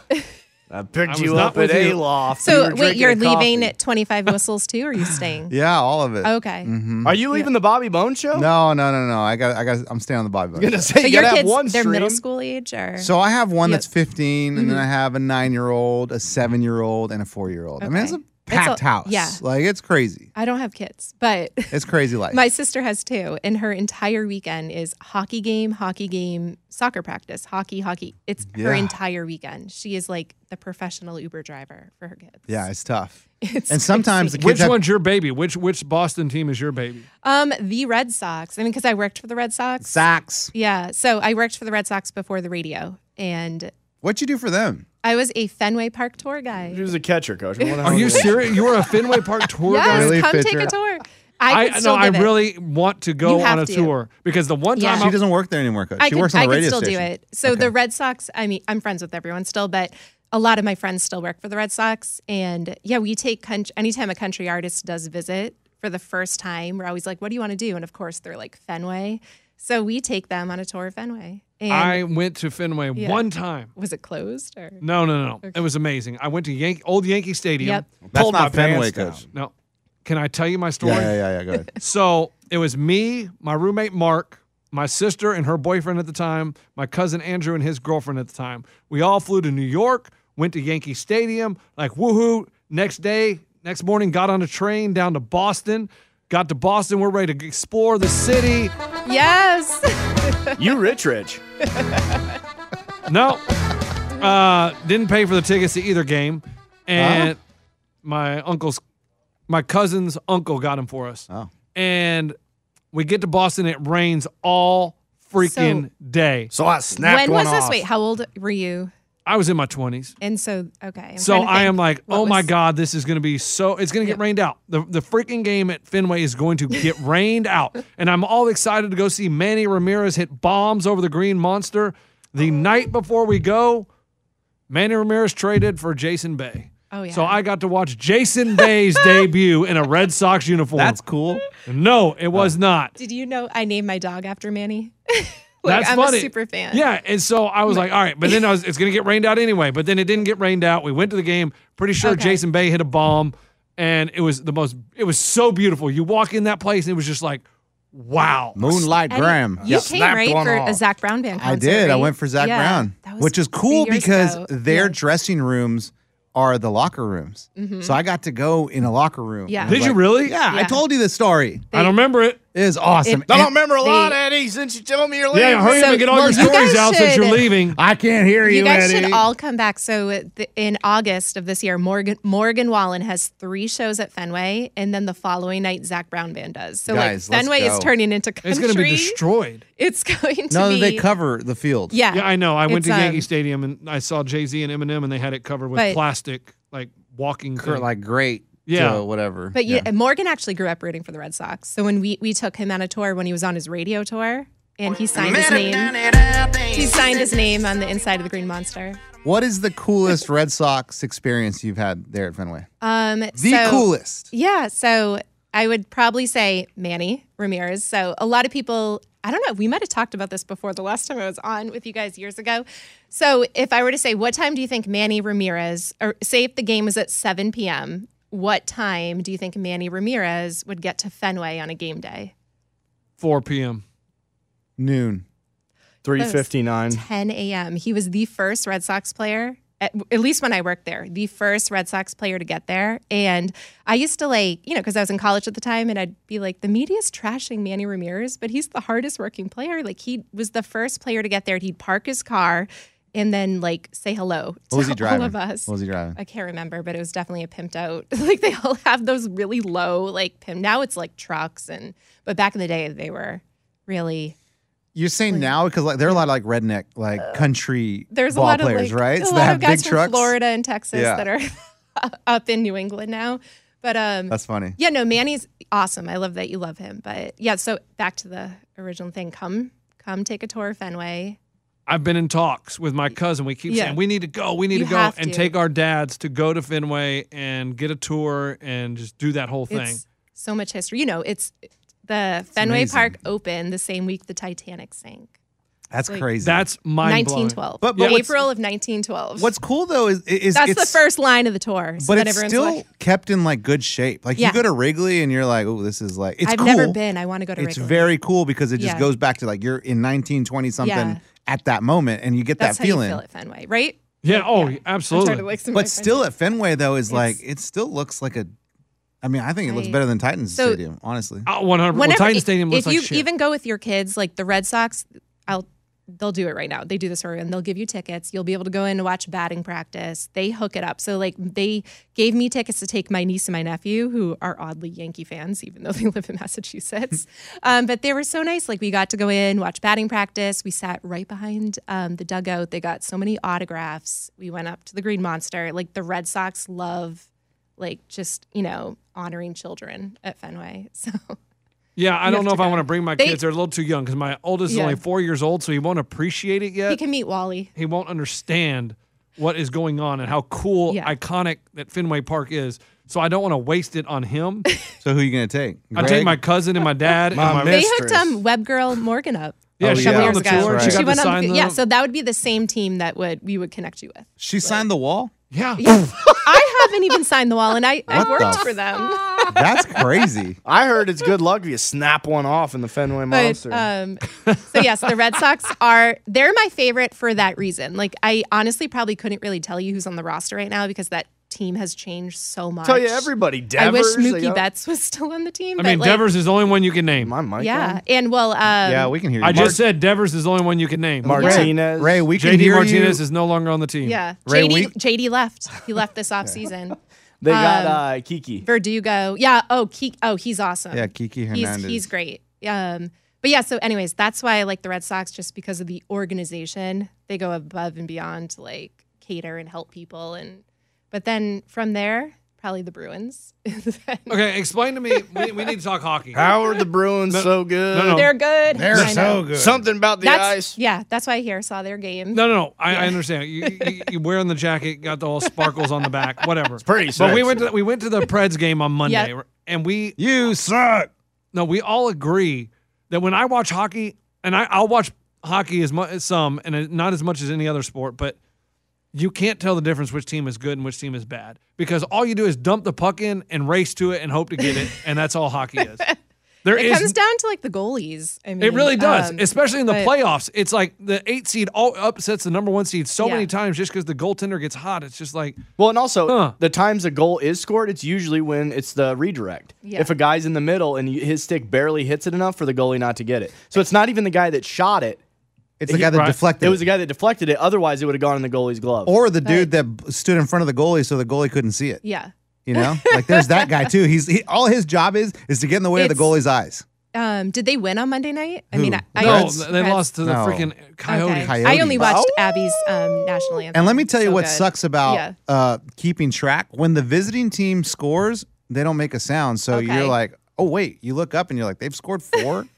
Speaker 5: I
Speaker 3: I
Speaker 5: picked
Speaker 3: was
Speaker 5: you
Speaker 3: not
Speaker 5: up at
Speaker 3: with you.
Speaker 5: A Loft.
Speaker 4: So wait, you're leaving at 25 whistles too, or are you staying?
Speaker 6: yeah, Mm-hmm. all of it.
Speaker 4: Okay.
Speaker 5: Are you leaving the Bobby Bone show?
Speaker 6: No, no, no, no. I got, I got. I'm staying on the Bobby Bones.
Speaker 5: gonna say
Speaker 4: But
Speaker 5: you
Speaker 4: your
Speaker 5: gotta have
Speaker 4: kids,
Speaker 5: one
Speaker 4: they're
Speaker 5: stream.
Speaker 4: middle school age, or
Speaker 6: So I have one
Speaker 4: Yeah. Mm-hmm.
Speaker 6: that's 15, and then I have a nine-year-old, a seven-year-old, and a four-year-old. I mean, it's a
Speaker 4: Okay. It's
Speaker 6: packed
Speaker 4: a-
Speaker 6: house.
Speaker 4: yeah.
Speaker 6: like it's crazy.
Speaker 4: I don't have kids, but
Speaker 6: It's crazy life.
Speaker 4: my sister has two, and her entire weekend is hockey game, hockey game, soccer practice, hockey, hockey. It's
Speaker 6: Yeah.
Speaker 4: her entire weekend. She is like the professional Uber driver for her kids.
Speaker 6: yeah, it's tough.
Speaker 4: It's
Speaker 6: and sometimes the
Speaker 4: crazy.
Speaker 6: kids
Speaker 3: Which
Speaker 6: have,
Speaker 3: one's your baby? Which which Boston team is your baby?
Speaker 4: Um, the Red Sox. I mean, because I worked for the Red Sox.
Speaker 6: socks.
Speaker 4: Yeah, so I worked for the Red Sox before the radio, and
Speaker 6: What you do for them?
Speaker 4: I was a Fenway Park tour guide.
Speaker 5: He was a catcher, coach.
Speaker 6: Oh,
Speaker 3: Are you serious? You were a Fenway Park tour
Speaker 4: Yes,
Speaker 3: guide?
Speaker 6: Really,
Speaker 4: come
Speaker 6: Pitcher?
Speaker 4: take a tour. I, could still
Speaker 3: no, I
Speaker 4: give it.
Speaker 3: really want to go
Speaker 4: You
Speaker 3: on
Speaker 4: have
Speaker 3: a
Speaker 4: to.
Speaker 3: tour because the one
Speaker 4: Yeah.
Speaker 3: time
Speaker 6: She
Speaker 3: I,
Speaker 6: doesn't work there anymore, coach.
Speaker 4: I
Speaker 6: she
Speaker 4: could,
Speaker 6: works on
Speaker 4: I
Speaker 6: the
Speaker 4: could
Speaker 6: radio
Speaker 4: still
Speaker 6: station.
Speaker 4: do it. So the Red Sox, I mean, I'm friends with everyone still, but a lot of my friends still work for the Red Sox. And yeah, we take country, anytime a country artist does visit for the first time, we're always like, what do you want to do? And of course, they're like Fenway. So we take them on a tour of Fenway. And
Speaker 3: I went to Fenway one time.
Speaker 4: was it closed or?
Speaker 3: No, no, no. It was amazing. I went to Yankee old Yankee Stadium.
Speaker 4: Yep.
Speaker 6: That's
Speaker 5: Pulled my
Speaker 6: not Fenway,
Speaker 5: pants down.
Speaker 6: coach.
Speaker 3: No. Can I tell you my story?
Speaker 6: Yeah, yeah, yeah, yeah. Go ahead.
Speaker 3: So it was me, my roommate Mark, my sister and her boyfriend at the time, my cousin Andrew and his girlfriend at the time. We all flew to New York, went to Yankee Stadium, like woohoo. Next day, next morning, got on a train down to Boston. Got to Boston, we're ready to explore the city.
Speaker 4: Yes.
Speaker 5: You rich, rich.
Speaker 3: No, uh, didn't pay for the tickets to either game, and my uncle's, my cousin's uncle got them for us.
Speaker 6: Oh.
Speaker 3: And we get to Boston, it rains all freaking day.
Speaker 5: So I snapped
Speaker 4: when was
Speaker 5: one
Speaker 4: this?
Speaker 5: off.
Speaker 4: Wait, how old were you?
Speaker 3: I was in my 20s.
Speaker 4: And so, okay. I'm
Speaker 3: So
Speaker 4: trying to
Speaker 3: I
Speaker 4: think
Speaker 3: am like,
Speaker 4: what
Speaker 3: oh my
Speaker 4: was-
Speaker 3: God, this is going to be so, it's going to get rained out. The, the freaking game at Fenway is going to get rained out. And I'm all excited to go see Manny Ramirez hit bombs over the Green Monster. The
Speaker 4: Oh.
Speaker 3: night before we go, Manny Ramirez traded for Jason Bay.
Speaker 4: Oh, yeah.
Speaker 3: So I got to watch Jason Bay's debut in a Red Sox uniform.
Speaker 6: That's cool.
Speaker 3: no, it was
Speaker 4: Oh.
Speaker 3: not.
Speaker 4: Did you know I named my dog after Manny? like,
Speaker 3: That's
Speaker 4: I'm
Speaker 3: funny.
Speaker 4: a super fan.
Speaker 3: Yeah, and so I was like, all right, but then I was, it's going to get rained out anyway. But then it didn't get rained out. We went to the game. Pretty sure
Speaker 4: Okay.
Speaker 3: Jason Bay hit a bomb, and it was the most. It was so beautiful. You walk in that place, and it was just like, wow.
Speaker 6: Moonlight
Speaker 4: Eddie,
Speaker 6: Graham.
Speaker 4: You came
Speaker 5: Snapped
Speaker 4: right
Speaker 5: one
Speaker 4: for a
Speaker 5: off.
Speaker 4: Zach Brown band.
Speaker 6: I
Speaker 4: concert,
Speaker 6: did. I
Speaker 4: right?
Speaker 6: went for Zach
Speaker 4: Yeah,
Speaker 6: Brown,
Speaker 4: that was
Speaker 6: which is
Speaker 4: a few
Speaker 6: cool
Speaker 4: years
Speaker 6: because
Speaker 4: ago.
Speaker 6: their
Speaker 4: Yeah. Mm-hmm.
Speaker 6: dressing rooms are the locker rooms. So I got to go in a locker room.
Speaker 4: Yeah.
Speaker 6: I was
Speaker 3: Did you
Speaker 6: like,
Speaker 3: really?
Speaker 6: Yeah, I
Speaker 4: Yeah.
Speaker 6: told you this story.
Speaker 3: I don't remember it.
Speaker 6: It is awesome.
Speaker 5: I
Speaker 6: And-
Speaker 5: don't remember a lot,
Speaker 4: They-
Speaker 5: Eddie, since you told me you're leaving.
Speaker 3: Yeah, hurry up
Speaker 4: So-
Speaker 3: and get all
Speaker 4: well,
Speaker 3: your
Speaker 4: you guys
Speaker 3: stories out since you're
Speaker 4: should-
Speaker 3: leaving.
Speaker 6: I can't hear you,
Speaker 4: You guys
Speaker 6: Eddie.
Speaker 4: should all come back. So uh, th- in August of this year, Morgan Morgan Wallen has three shows at Fenway, and then the following night, Zach Brown band does. So
Speaker 6: Guys,
Speaker 4: like
Speaker 6: let's
Speaker 4: Fenway is
Speaker 6: go.
Speaker 4: turning into country.
Speaker 3: It's going to be destroyed.
Speaker 4: It's going to
Speaker 6: no,
Speaker 4: be.
Speaker 6: they cover the field.
Speaker 4: yeah,
Speaker 3: Yeah, I know. I went
Speaker 4: It's,
Speaker 3: to Yankee
Speaker 4: um,
Speaker 3: Stadium and I saw Jay Z and Eminem, and they had it covered with
Speaker 4: But-
Speaker 3: plastic, like walking.
Speaker 6: Cur-
Speaker 3: thing.
Speaker 6: like great
Speaker 3: Yeah.
Speaker 6: to whatever.
Speaker 4: But yeah,
Speaker 6: yeah.
Speaker 4: Morgan actually grew up rooting for the Red Sox. So when we, we took him on a tour when he was on his radio tour and he signed his name. He signed his name on the inside of the Green Monster.
Speaker 6: What is the coolest Red Sox experience you've had there at Fenway?
Speaker 4: Um,
Speaker 6: The
Speaker 4: so-
Speaker 6: coolest.
Speaker 4: Yeah. So I would probably say Manny Ramirez. So a lot of people, I don't know, we might have talked about this before the last time I was on with you guys years ago. So if I were to say, what time do you think Manny Ramirez, or say if the game was at 7 p.m., what time do you think Manny Ramirez would get to Fenway on a game day?
Speaker 3: 4 p.m.
Speaker 6: Noon.
Speaker 5: 359.
Speaker 4: 10 a.m. He was the first Red Sox player, at, at least when I worked there, the first Red Sox player to get there. And I used to like, you know, because I was in college at the time, and I'd be like, the media's trashing Manny Ramirez, but he's the hardest working player. Like, he was the first player to get there. He'd park his car and then, like, say hello to
Speaker 6: What was he driving?
Speaker 4: all of us.
Speaker 6: What was he driving?
Speaker 4: I can't remember, but it was definitely a pimped out. like they all have those really low, like pimp. Now it's like trucks, and but back in the day they were really
Speaker 6: You're saying now because like there are a lot of like redneck, like country
Speaker 4: uh, there's
Speaker 6: ball
Speaker 4: a lot
Speaker 6: players,
Speaker 4: of like,
Speaker 6: right?
Speaker 4: A
Speaker 6: So
Speaker 4: lot
Speaker 6: they have
Speaker 4: of guys
Speaker 6: big
Speaker 4: from
Speaker 6: trucks.
Speaker 4: Florida and Texas
Speaker 6: Yeah.
Speaker 4: that are up in New England now. But um,
Speaker 6: That's funny.
Speaker 4: yeah, no, Manny's awesome. I love that you love him. But yeah, so back to the original thing. Come, come, take a tour of Fenway.
Speaker 3: I've been in talks with my cousin. We keep
Speaker 4: Yeah.
Speaker 3: saying we need to go, we need
Speaker 4: You
Speaker 3: to go,
Speaker 4: have
Speaker 3: and
Speaker 4: to.
Speaker 3: take our dads to go to Fenway and get a tour and just do that whole thing.
Speaker 4: It's so much history. You know, it's the Fenway
Speaker 6: amazing.
Speaker 4: Park opened the same week the Titanic sank,
Speaker 6: That's
Speaker 4: like-
Speaker 6: crazy.
Speaker 3: That's mind blowing.
Speaker 4: 1912.
Speaker 6: But- but what's-
Speaker 4: April of 1912.
Speaker 6: what's cool though is is
Speaker 4: that's
Speaker 6: it's,
Speaker 4: the first line of the tour. So
Speaker 6: but
Speaker 4: then
Speaker 6: it's
Speaker 4: everyone's
Speaker 6: still
Speaker 4: like,
Speaker 6: kept in like good shape. Like
Speaker 4: Yeah.
Speaker 6: you go to Wrigley and you're like, oh, this is like it's
Speaker 4: I've
Speaker 6: cool.
Speaker 4: never been. I want to go to
Speaker 6: It's
Speaker 4: Wrigley.
Speaker 6: very cool because it just
Speaker 4: Yeah.
Speaker 6: goes back to like you're in 1920 something
Speaker 4: Yeah.
Speaker 6: at that moment, and you get
Speaker 4: That's
Speaker 6: that
Speaker 4: how you
Speaker 6: feeling.
Speaker 4: feel at Fenway, right?
Speaker 3: Yeah. Oh,
Speaker 4: I'm trying
Speaker 3: absolutely.
Speaker 4: to, like, some of my
Speaker 6: But
Speaker 4: friends
Speaker 6: still, at Fenway though, is like
Speaker 4: It's-
Speaker 6: it still looks like a. I mean, I think it looks
Speaker 4: Right.
Speaker 6: better than Titans
Speaker 4: So-
Speaker 6: Stadium, honestly.
Speaker 3: Oh, 100. Well,
Speaker 4: Whenever-
Speaker 3: Titan
Speaker 4: if-
Speaker 3: Stadium looks
Speaker 4: if you
Speaker 3: like shit.
Speaker 4: even go with your kids, like the Red Sox, I'll they'll do it right now. They do this for you, and they'll give you tickets. You'll be able to go in and watch batting practice. They hook it up. So like they gave me tickets to take my niece and my nephew, who are oddly Yankee fans, even though they live in Massachusetts. um, but they were so nice. Like we got to go in, watch batting practice. We sat right behind um, the dugout. They got so many autographs. We went up to the Green Monster. Like the Red Sox love. Like just you know, honoring children at Fenway. So
Speaker 3: yeah, I don't
Speaker 4: have
Speaker 3: know
Speaker 4: to
Speaker 3: if I
Speaker 4: go.
Speaker 3: want to bring my
Speaker 4: They-
Speaker 3: kids. They're a little too young because my oldest is
Speaker 4: Yeah.
Speaker 3: only four years old, so he won't appreciate it yet.
Speaker 4: he can meet Wally.
Speaker 3: he won't understand what is going on and how cool,
Speaker 4: Yeah.
Speaker 3: iconic that Fenway Park is. So I don't want to waste it on him.
Speaker 6: So who you gonna take?
Speaker 3: I take
Speaker 6: Greg?
Speaker 3: my cousin and my dad. and my,
Speaker 4: They hooked um web girl Morgan up.
Speaker 3: yeah,
Speaker 6: Oh,
Speaker 3: she
Speaker 6: yeah.
Speaker 3: went on
Speaker 4: years
Speaker 3: the
Speaker 4: ago.
Speaker 3: tour. and
Speaker 6: That's
Speaker 3: She
Speaker 6: right.
Speaker 3: got
Speaker 4: went
Speaker 3: to
Speaker 4: on
Speaker 3: sign
Speaker 4: the-
Speaker 3: the,
Speaker 4: yeah, so that would be the same team that would we would connect you with.
Speaker 6: She signed the wall.
Speaker 3: yeah.
Speaker 4: I haven't even signed the wall, and I, I
Speaker 6: What
Speaker 4: worked
Speaker 6: the
Speaker 4: for them.
Speaker 6: That's crazy.
Speaker 5: I heard it's good luck if you snap one off in the Fenway
Speaker 4: But
Speaker 5: Monster.
Speaker 4: um, so yes, the Red Sox are they're my favorite for that reason. Like I honestly probably couldn't really tell you who's on the roster right now because that team has changed so much.
Speaker 5: Tell you everybody,
Speaker 4: I wish
Speaker 5: Devers. they
Speaker 4: Mookie
Speaker 5: got-
Speaker 4: Betts was still on the team.
Speaker 3: I
Speaker 4: but
Speaker 3: mean,
Speaker 4: like,
Speaker 3: Devers is the only one you can name.
Speaker 5: My mic.
Speaker 4: Yeah,
Speaker 5: on?
Speaker 4: and well, um,
Speaker 6: yeah, we can hear you.
Speaker 3: I just said Devers is the only one you can name.
Speaker 5: Martinez.
Speaker 6: Ray, we can
Speaker 3: JD
Speaker 6: hear
Speaker 3: Martinez
Speaker 6: you.
Speaker 3: is no longer on the team.
Speaker 4: yeah.
Speaker 6: Ray,
Speaker 4: JD
Speaker 6: we-
Speaker 4: JD left. He left this offseason.
Speaker 5: They got
Speaker 4: um,
Speaker 5: uh, Kiki.
Speaker 4: Verdugo. Yeah. Oh, Ke- oh, he's awesome.
Speaker 6: Yeah, Kiki Hernandez.
Speaker 4: He's, he's great. Um, but yeah, so anyways, that's why I like the Red Sox just because of the organization. They go above and beyond to like cater and help people and but then from there, probably the Bruins.
Speaker 3: Okay, explain to me. We, we need to talk hockey.
Speaker 5: How are the Bruins so good?
Speaker 3: No, no.
Speaker 4: They're good. They're so good.
Speaker 5: Something about the
Speaker 4: That's
Speaker 5: ice.
Speaker 4: yeah, that's why I here saw their game.
Speaker 3: No, no, no. I, I understand. You, you, you wearing the jacket, got the all sparkles on the back, whatever. It's
Speaker 5: pretty
Speaker 3: But we
Speaker 5: sexy.
Speaker 3: went to we went to the Preds game on Monday,
Speaker 4: Yeah.
Speaker 3: and we
Speaker 6: You suck.
Speaker 3: no, we all agree that when I watch hockey, and I, I'll watch hockey as much as some, and uh, not as much as any other sport, but you can't tell the difference which team is good and which team is bad because all you do is dump the puck in and race to it and hope to get it, and that's all hockey is. There
Speaker 4: It
Speaker 3: is
Speaker 4: comes down to like the goalies. I mean,
Speaker 3: It really does,
Speaker 4: um,
Speaker 3: especially in the
Speaker 4: but-
Speaker 3: playoffs. It's like the eight seed all upsets the number one seed so
Speaker 4: Yeah.
Speaker 3: many times just because the goaltender gets hot. It's just like
Speaker 5: Well, and also
Speaker 3: Huh.
Speaker 5: the times a goal is scored, it's usually when it's the redirect.
Speaker 4: Yeah.
Speaker 5: If a guy's in the middle and you- his stick barely hits it enough for the goalie not to get it, so it's not even the guy that shot it.
Speaker 6: It's the guy that
Speaker 3: Right.
Speaker 6: deflected.
Speaker 5: It was the guy that deflected it. Otherwise, it would have gone in the goalie's glove.
Speaker 6: or the dude that b- stood in front of the goalie so the goalie couldn't see it.
Speaker 4: Yeah.
Speaker 6: You know, like there's that guy too. He's he, all his job is is to get in the way of the
Speaker 4: It's-
Speaker 6: goalie's eyes.
Speaker 4: Um, did they win on Monday night? I
Speaker 6: Who?
Speaker 4: mean, I, I
Speaker 3: no,
Speaker 6: Reds?
Speaker 3: they
Speaker 4: Reds.
Speaker 3: lost to the
Speaker 6: No.
Speaker 3: freaking Coyotes.
Speaker 4: Okay.
Speaker 6: Coyotes.
Speaker 4: I only watched
Speaker 6: Oh.
Speaker 4: Abby's um, national anthem.
Speaker 6: And let me tell you
Speaker 4: So
Speaker 6: what
Speaker 4: good.
Speaker 6: sucks about
Speaker 4: Yeah.
Speaker 6: uh, keeping track. When the visiting team scores, They don't make a sound. So
Speaker 4: Okay.
Speaker 6: you're like, oh wait, you look up and you're like, they've scored four.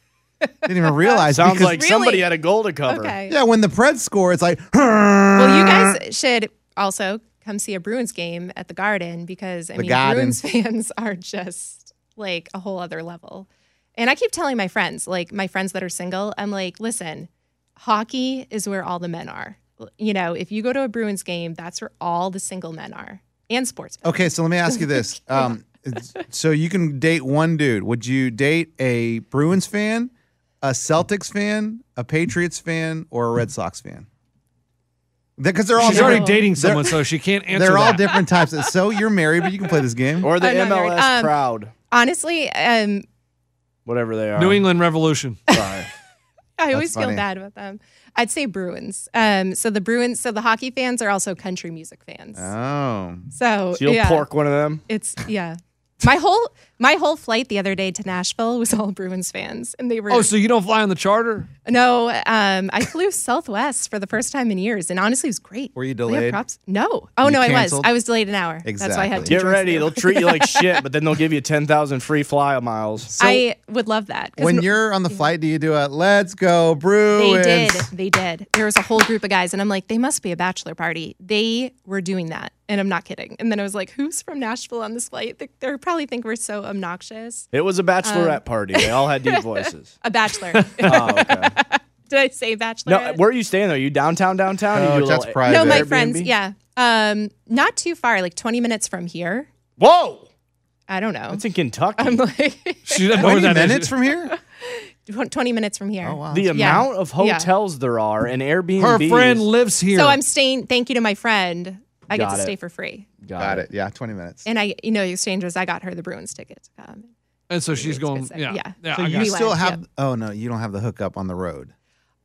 Speaker 6: Didn't even realize.
Speaker 5: Sounds
Speaker 6: because-
Speaker 5: like somebody
Speaker 4: Really?
Speaker 5: had a goal to cover.
Speaker 4: Okay.
Speaker 6: yeah, when the Preds score, it's like.
Speaker 4: Well, you guys should also come see a Bruins game at the Garden because I mean,
Speaker 6: Garden.
Speaker 4: Bruins fans are just like a whole other level. And I keep telling my friends, like my friends that are single, I'm like, listen, hockey is where all the men are. You know, if you go to a Bruins game, that's where all the single men are and sports.
Speaker 6: Okay, so let me ask you this. Um, it's- so you can date one dude. Would you date a Bruins fan, a Celtics fan, a Patriots fan, or a Red Sox fan? Because they're all
Speaker 3: She's already
Speaker 6: different,
Speaker 3: dating someone,
Speaker 6: They're-
Speaker 3: so she can't answer.
Speaker 6: they're all
Speaker 3: that.
Speaker 6: different types. So you're married, but you can play this game.
Speaker 5: Or the
Speaker 4: I'm not married.
Speaker 5: MLS
Speaker 4: Um,
Speaker 5: crowd,
Speaker 4: Honestly, um,
Speaker 5: whatever they are.
Speaker 3: New England Revolution.
Speaker 5: Sorry.
Speaker 4: I always
Speaker 6: funny.
Speaker 4: feel bad about them. I'd say Bruins. Um, so the Bruins, so the hockey fans are also country music fans.
Speaker 6: Oh,
Speaker 4: so,
Speaker 5: So you'll
Speaker 4: yeah.
Speaker 5: pork one of them.
Speaker 4: It's yeah. My whole my whole flight the other day to Nashville was all Bruins fans, and they were
Speaker 3: Oh, so you don't fly on the charter?
Speaker 4: no. Um, I flew Southwest for the first time in years, and honestly, it was great.
Speaker 6: Were you
Speaker 4: We have
Speaker 6: delayed?
Speaker 4: props. No. Oh no,
Speaker 6: canceled?
Speaker 4: I was. I was delayed an hour. That's why I had
Speaker 6: Exactly.
Speaker 4: to
Speaker 5: Get
Speaker 4: dress
Speaker 5: ready.
Speaker 4: there.
Speaker 5: They'll treat you like shit, but then they'll give you 10,000 free fly miles.
Speaker 4: I would love that. 'cause
Speaker 6: when
Speaker 4: no-
Speaker 6: you're on the flight, do you do a "Let's go
Speaker 4: they
Speaker 6: Bruins"?
Speaker 4: did. They did. There was a whole group of guys, and I'm like, they must be a bachelor party. They were doing that, and I'm not kidding. And then I was like, who's from Nashville on this flight? They, they probably think we're so obnoxious.
Speaker 5: It was a bachelorette
Speaker 4: Um.
Speaker 5: party. They all had deep voices.
Speaker 4: A bachelor.
Speaker 5: Oh, okay.
Speaker 4: did I say bachelor?
Speaker 5: No, where are you staying though? You downtown, downtown? or
Speaker 6: Oh,
Speaker 5: you
Speaker 6: that's
Speaker 5: little-
Speaker 6: private.
Speaker 4: No, my
Speaker 5: Airbnb?
Speaker 4: friends. Yeah. Um, not too far, like 20 minutes from here.
Speaker 5: Whoa,
Speaker 4: I don't know.
Speaker 5: it's in Kentucky.
Speaker 4: I'm like
Speaker 3: She doesn't know where
Speaker 6: Twenty
Speaker 3: that is.
Speaker 6: minutes from here.
Speaker 4: 20 minutes from here.
Speaker 6: Oh wow.
Speaker 5: the amount of
Speaker 4: Yeah.
Speaker 5: hotels there are and Airbnb.
Speaker 3: Her friend lives here.
Speaker 4: So I'm staying. Thank you to my friend. I
Speaker 5: Got
Speaker 4: get to
Speaker 5: it.
Speaker 4: stay for free.
Speaker 6: Got it. Yeah, twenty minutes.
Speaker 4: And I, you know, the exchanges, I got her the Bruins ticket to come.
Speaker 3: and so she's going. Yeah,
Speaker 4: expensive. Yeah.
Speaker 3: yeah.
Speaker 4: So
Speaker 3: I
Speaker 6: you
Speaker 3: got
Speaker 4: we
Speaker 3: it.
Speaker 4: went,
Speaker 6: still have?
Speaker 4: yep.
Speaker 6: Oh no, you don't have the hookup on the road.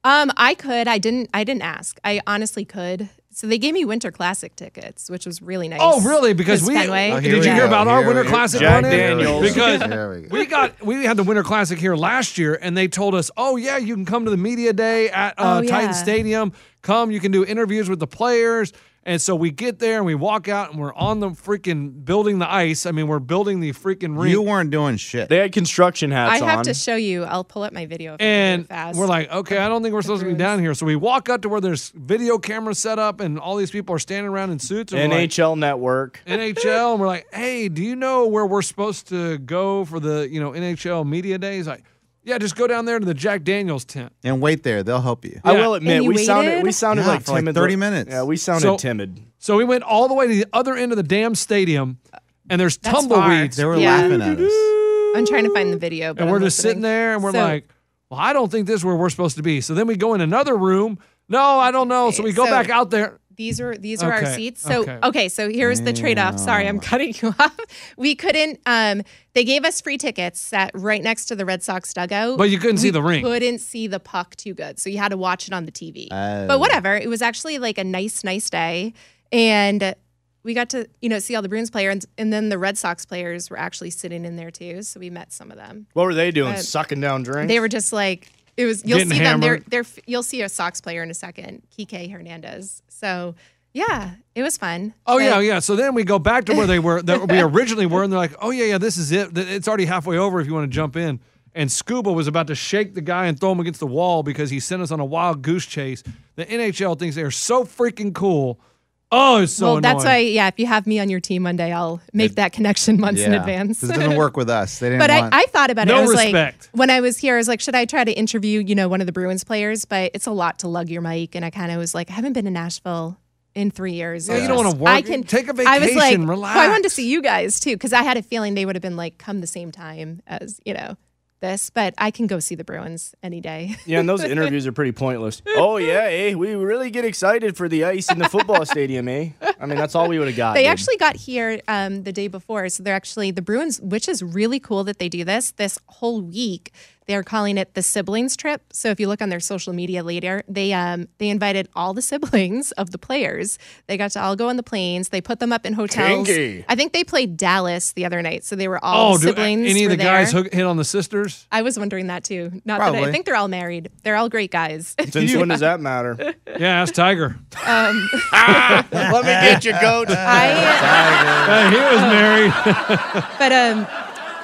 Speaker 4: Um, I could. I didn't. I didn't ask. I honestly could. So they gave me Winter Classic tickets, which was really nice.
Speaker 3: Oh, really? Because
Speaker 4: It's
Speaker 3: we
Speaker 4: Fenway.
Speaker 6: Oh, here
Speaker 3: did
Speaker 6: we
Speaker 3: you hear
Speaker 6: go.
Speaker 3: about our
Speaker 6: Here
Speaker 3: Winter
Speaker 6: we-
Speaker 3: Classic
Speaker 5: Jack
Speaker 3: run-in?
Speaker 5: Daniels.
Speaker 6: There we
Speaker 3: Because
Speaker 6: go.
Speaker 3: we got we had the Winter Classic here last year, and they told us, "Oh yeah, you can come to the media day at uh,
Speaker 4: Oh, yeah.
Speaker 3: Titan Stadium. Come, you can do interviews with the players." And so we get there and we walk out and we're on the freaking building the ice. I mean, we're building the freaking rink.
Speaker 6: You weren't doing shit.
Speaker 5: They had construction
Speaker 4: I
Speaker 5: hats
Speaker 4: have
Speaker 5: on.
Speaker 4: to show you. I'll pull up my video. If I can do it
Speaker 3: And
Speaker 4: fast.
Speaker 3: we're like, okay, I don't think we're supposed to be down here. So we walk up to where there's video cameras set up, and all these people are standing around in suits. And we're like,
Speaker 5: NHL Network.
Speaker 3: NHL, and we're like, hey, do you know where we're supposed to go for the you know NHL media day? He's like, yeah, just go down there to the Jack Daniels tent.
Speaker 6: and wait there. They'll help you.
Speaker 5: I
Speaker 3: Yeah.
Speaker 5: will admit,
Speaker 4: And you
Speaker 5: we sounded
Speaker 4: waited?
Speaker 5: we sounded
Speaker 6: Yeah,
Speaker 5: like
Speaker 6: for like
Speaker 5: timid.
Speaker 6: 30 minutes.
Speaker 5: Yeah, we sounded
Speaker 3: So-
Speaker 5: timid.
Speaker 3: So we went all the way to the other end of the damn stadium, and there's
Speaker 4: That's
Speaker 3: tumbleweeds,
Speaker 6: They were
Speaker 4: Yeah.
Speaker 6: laughing at us.
Speaker 4: I'm trying to find the video, but
Speaker 3: and we're
Speaker 4: I'm
Speaker 3: just sitting
Speaker 4: listening.
Speaker 3: there, and we're
Speaker 4: So-
Speaker 3: like, well, I don't think this is where we're supposed to be. So then we go in another room. No, I don't know. So we go
Speaker 4: So-
Speaker 3: back out there.
Speaker 4: These are these are
Speaker 3: Okay,
Speaker 4: our seats. So
Speaker 3: okay.
Speaker 4: okay, so here's the trade-off. Sorry, I'm cutting you off. We couldn't um they gave us free tickets sat right next to the Red Sox dugout.
Speaker 3: But you couldn't see
Speaker 4: We
Speaker 3: the ring.
Speaker 4: Couldn't see the puck too good. So you had to watch it on the TV. But whatever, it was actually like a nice nice day and we got to, you know, see all the Bruins players and then the Red Sox players were actually sitting in there too, so we met some of them.
Speaker 5: What were they doing?
Speaker 4: Uh,
Speaker 5: Sucking down drinks.
Speaker 4: They were just like it was. You'll
Speaker 3: Getting
Speaker 4: see them.
Speaker 3: hammered.
Speaker 4: They're they're. You'll see a Sox player in a second, Kike Hernandez. So yeah, it was fun.
Speaker 3: Oh
Speaker 4: But-
Speaker 3: yeah, yeah. So then we go back to where they were that we originally were, and they're like, "Oh yeah, yeah, this is it. Th- It's already halfway over. If you want to jump in." And Scuba was about to shake the guy and throw him against the wall because he sent us on a wild goose chase. The NHL thinks they are so freaking cool. Oh, it's so
Speaker 4: well,
Speaker 3: annoying.
Speaker 4: that's why. Yeah, if you have me on your team one day, I'll make that connection months in
Speaker 6: Yeah.
Speaker 4: advance.
Speaker 6: 'Cause It doesn't work with us. They didn't
Speaker 4: But I,
Speaker 6: want.
Speaker 4: I thought about it.
Speaker 3: No
Speaker 4: I was
Speaker 3: respect.
Speaker 4: like, when I was here, I was like, should I try to interview, you know, one of the Bruins players? But it's a lot to lug your mic, and I kind of was like, I haven't been to Nashville in three years.
Speaker 3: Yeah,
Speaker 4: I
Speaker 3: you don't wanna
Speaker 4: just-
Speaker 3: work.
Speaker 4: I can
Speaker 3: Take a
Speaker 4: I was like,
Speaker 3: vacation,
Speaker 4: well, I wanted to
Speaker 3: relax.
Speaker 4: see you guys too, because I had a feeling they would have been like, come the same time as you know this. But I can go see the Bruins any day.
Speaker 5: yeah, and those interviews are pretty pointless. Oh yeah, eh? We really get excited for the ice in the football stadium, eh? I mean, that's all we would have got.
Speaker 4: They
Speaker 5: dude.
Speaker 4: actually got here um, the day before, so they're actually the Bruins, which is really cool that they do this. This whole week, They're calling it the siblings trip. So if you look on their social media later, they um, they invited all the siblings of the players. They got to all go on the planes. They put them up in hotels.
Speaker 7: Kinky.
Speaker 4: I think they played Dallas the other night, so they were all
Speaker 3: do
Speaker 4: siblings.
Speaker 3: Oh, any of
Speaker 4: were
Speaker 3: the guys
Speaker 4: there.
Speaker 3: hook, hit on the sisters?
Speaker 4: I was wondering that too. Not that
Speaker 6: Probably.
Speaker 4: I, I think they're all married. They're all great guys.
Speaker 5: Since when does that matter?
Speaker 3: Yeah, ask Tiger.
Speaker 5: Let me get you, coach.
Speaker 3: uh,
Speaker 4: I,
Speaker 3: Hey, he was married.
Speaker 4: but um,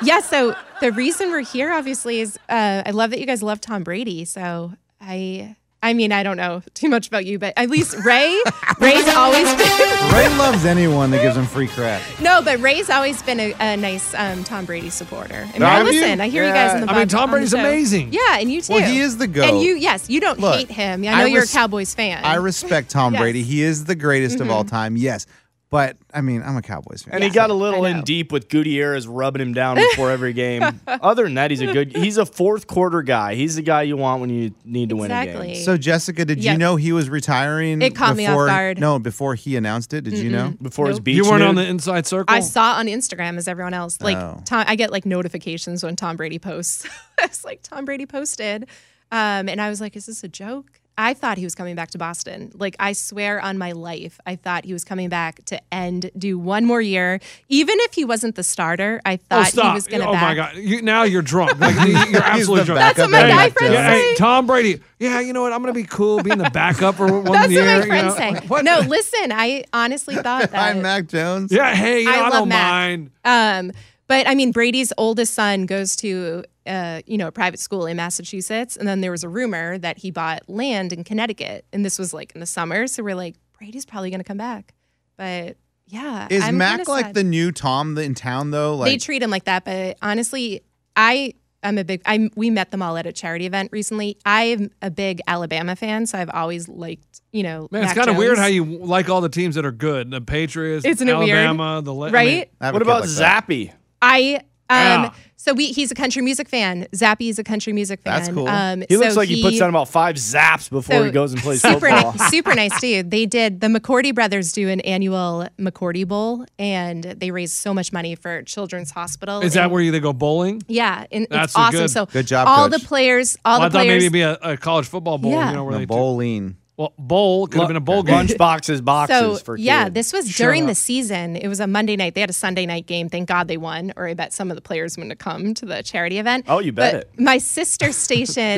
Speaker 4: yeah. So the reason we're here, obviously, is uh, I love that you guys love Tom Brady. So I, I mean, I don't know too much about you, but at least Ray, Ray's always been
Speaker 6: Ray loves anyone that gives him free crap.
Speaker 4: no, but Ray's always been a, a nice um, Tom Brady supporter. I mean, I
Speaker 6: have you?
Speaker 4: listen. I hear you guys in the.
Speaker 3: I mean,
Speaker 4: pod-
Speaker 3: Tom
Speaker 4: on the
Speaker 3: Brady's
Speaker 4: show.
Speaker 3: amazing.
Speaker 4: Yeah, and you too.
Speaker 6: Well, he is the GOAT.
Speaker 4: And you, yes, you don't
Speaker 6: Look,
Speaker 4: hate him. I
Speaker 6: I
Speaker 4: know you're a
Speaker 6: res-
Speaker 4: Cowboys fan.
Speaker 6: I respect Tom
Speaker 4: Yes. Mm-hmm.
Speaker 6: Brady. He is the greatest of all time. Yes. But I mean, I'm a Cowboys fan.
Speaker 5: And he got a little
Speaker 4: I
Speaker 5: in
Speaker 4: know.
Speaker 5: deep with Gutierrez rubbing him down before every game. Other than that, he's a good. He's a fourth quarter guy. He's the guy you want when you need to win a
Speaker 4: exactly.
Speaker 5: game.
Speaker 6: so Jessica, did you
Speaker 4: Yeah.
Speaker 6: know he was retiring?
Speaker 4: It caught me off
Speaker 6: before-
Speaker 4: guard.
Speaker 6: No, before he announced it, did you know?
Speaker 5: Before his beach,
Speaker 3: You weren't on
Speaker 5: nude.
Speaker 3: the inside circle.
Speaker 4: I saw on Instagram as everyone else. Like
Speaker 6: Oh.
Speaker 4: Tom, I get like notifications when Tom Brady posts. it's like Tom Brady posted, um, and I was like, "Is this a joke?" I thought he was coming back to Boston. Like I swear on my life, I thought he was coming back to end, do one more year. Even if he wasn't the starter, I
Speaker 3: Oh,
Speaker 4: thought
Speaker 3: stop.
Speaker 4: he was going to.
Speaker 3: oh
Speaker 4: back.
Speaker 3: my God! You, now you're drunk. Like, you- you're absolutely drunk.
Speaker 4: That's what my guy
Speaker 6: backup
Speaker 4: friend
Speaker 6: actor.
Speaker 3: Yeah,
Speaker 4: said.
Speaker 3: hey, Tom Brady. Yeah, you know what? I'm gonna be cool, being the backup for one
Speaker 4: That's
Speaker 3: year.
Speaker 4: what my
Speaker 3: you
Speaker 4: friends
Speaker 3: know?
Speaker 4: say.
Speaker 3: Like, what?
Speaker 4: No, listen, I honestly thought that.
Speaker 6: I'm Mac Jones.
Speaker 3: Yeah, hey, you know,
Speaker 4: I
Speaker 3: I,
Speaker 4: love
Speaker 3: don't
Speaker 4: Mac.
Speaker 3: mind.
Speaker 4: Um, but I mean, Brady's oldest son goes to uh, you know a private school in Massachusetts, and then there was a rumor that he bought land in Connecticut, and this was like in the summer. So we're like, Brady's probably going to come back, but yeah,
Speaker 6: Is
Speaker 4: I'm
Speaker 6: Mac
Speaker 4: kinda
Speaker 6: like
Speaker 4: sad.
Speaker 6: the new Tom in town though? Like
Speaker 4: they treat him like that, but honestly, I. I'm a big. I we met them all at a charity event recently. I'm a big Alabama fan, so I've always liked you know.
Speaker 3: Man, it's
Speaker 4: kind of
Speaker 3: weird how you like all the teams that are good. The Patriots,
Speaker 4: Isn't it weird?
Speaker 3: Alabama, the Le- I mean,
Speaker 4: right.
Speaker 6: I have a
Speaker 5: What
Speaker 6: kid
Speaker 5: about
Speaker 6: like that.
Speaker 5: Zappy?
Speaker 4: I um
Speaker 3: Yeah.
Speaker 4: so we he's a country music fan. Zappy is a country music fan.
Speaker 6: That's cool.
Speaker 4: Um,
Speaker 5: He looks
Speaker 4: so
Speaker 5: like he, puts on about five zaps before
Speaker 4: so
Speaker 5: he goes and plays
Speaker 4: super ni-
Speaker 5: football.
Speaker 4: super nice dude. They did the McCordy brothers do an annual McCordy Bowl, and they raise so much money for Children's Hospital.
Speaker 3: Is that
Speaker 4: And-
Speaker 3: where you, they go bowling?
Speaker 4: Yeah, and
Speaker 3: That's
Speaker 4: it's awesome.
Speaker 3: good.
Speaker 4: So
Speaker 6: Good job,
Speaker 4: all
Speaker 6: Coach.
Speaker 4: the players, all
Speaker 3: Well, I
Speaker 4: the
Speaker 3: thought
Speaker 4: players.
Speaker 3: maybe it'd be a, a college football bowl.
Speaker 4: Yeah.
Speaker 3: You know, where
Speaker 6: The
Speaker 3: they
Speaker 6: bowling.
Speaker 3: well, bowl could have been a bowl game.
Speaker 5: Lunch boxes, boxes
Speaker 4: so
Speaker 5: for kids.
Speaker 4: yeah, this was during
Speaker 3: up.
Speaker 4: the season. It was a Monday night. They had a Sunday night game. Thank God they won, or I bet some of the players wouldn't have come to the charity event.
Speaker 5: Oh, you bet
Speaker 4: But
Speaker 5: it.
Speaker 4: My sister's station.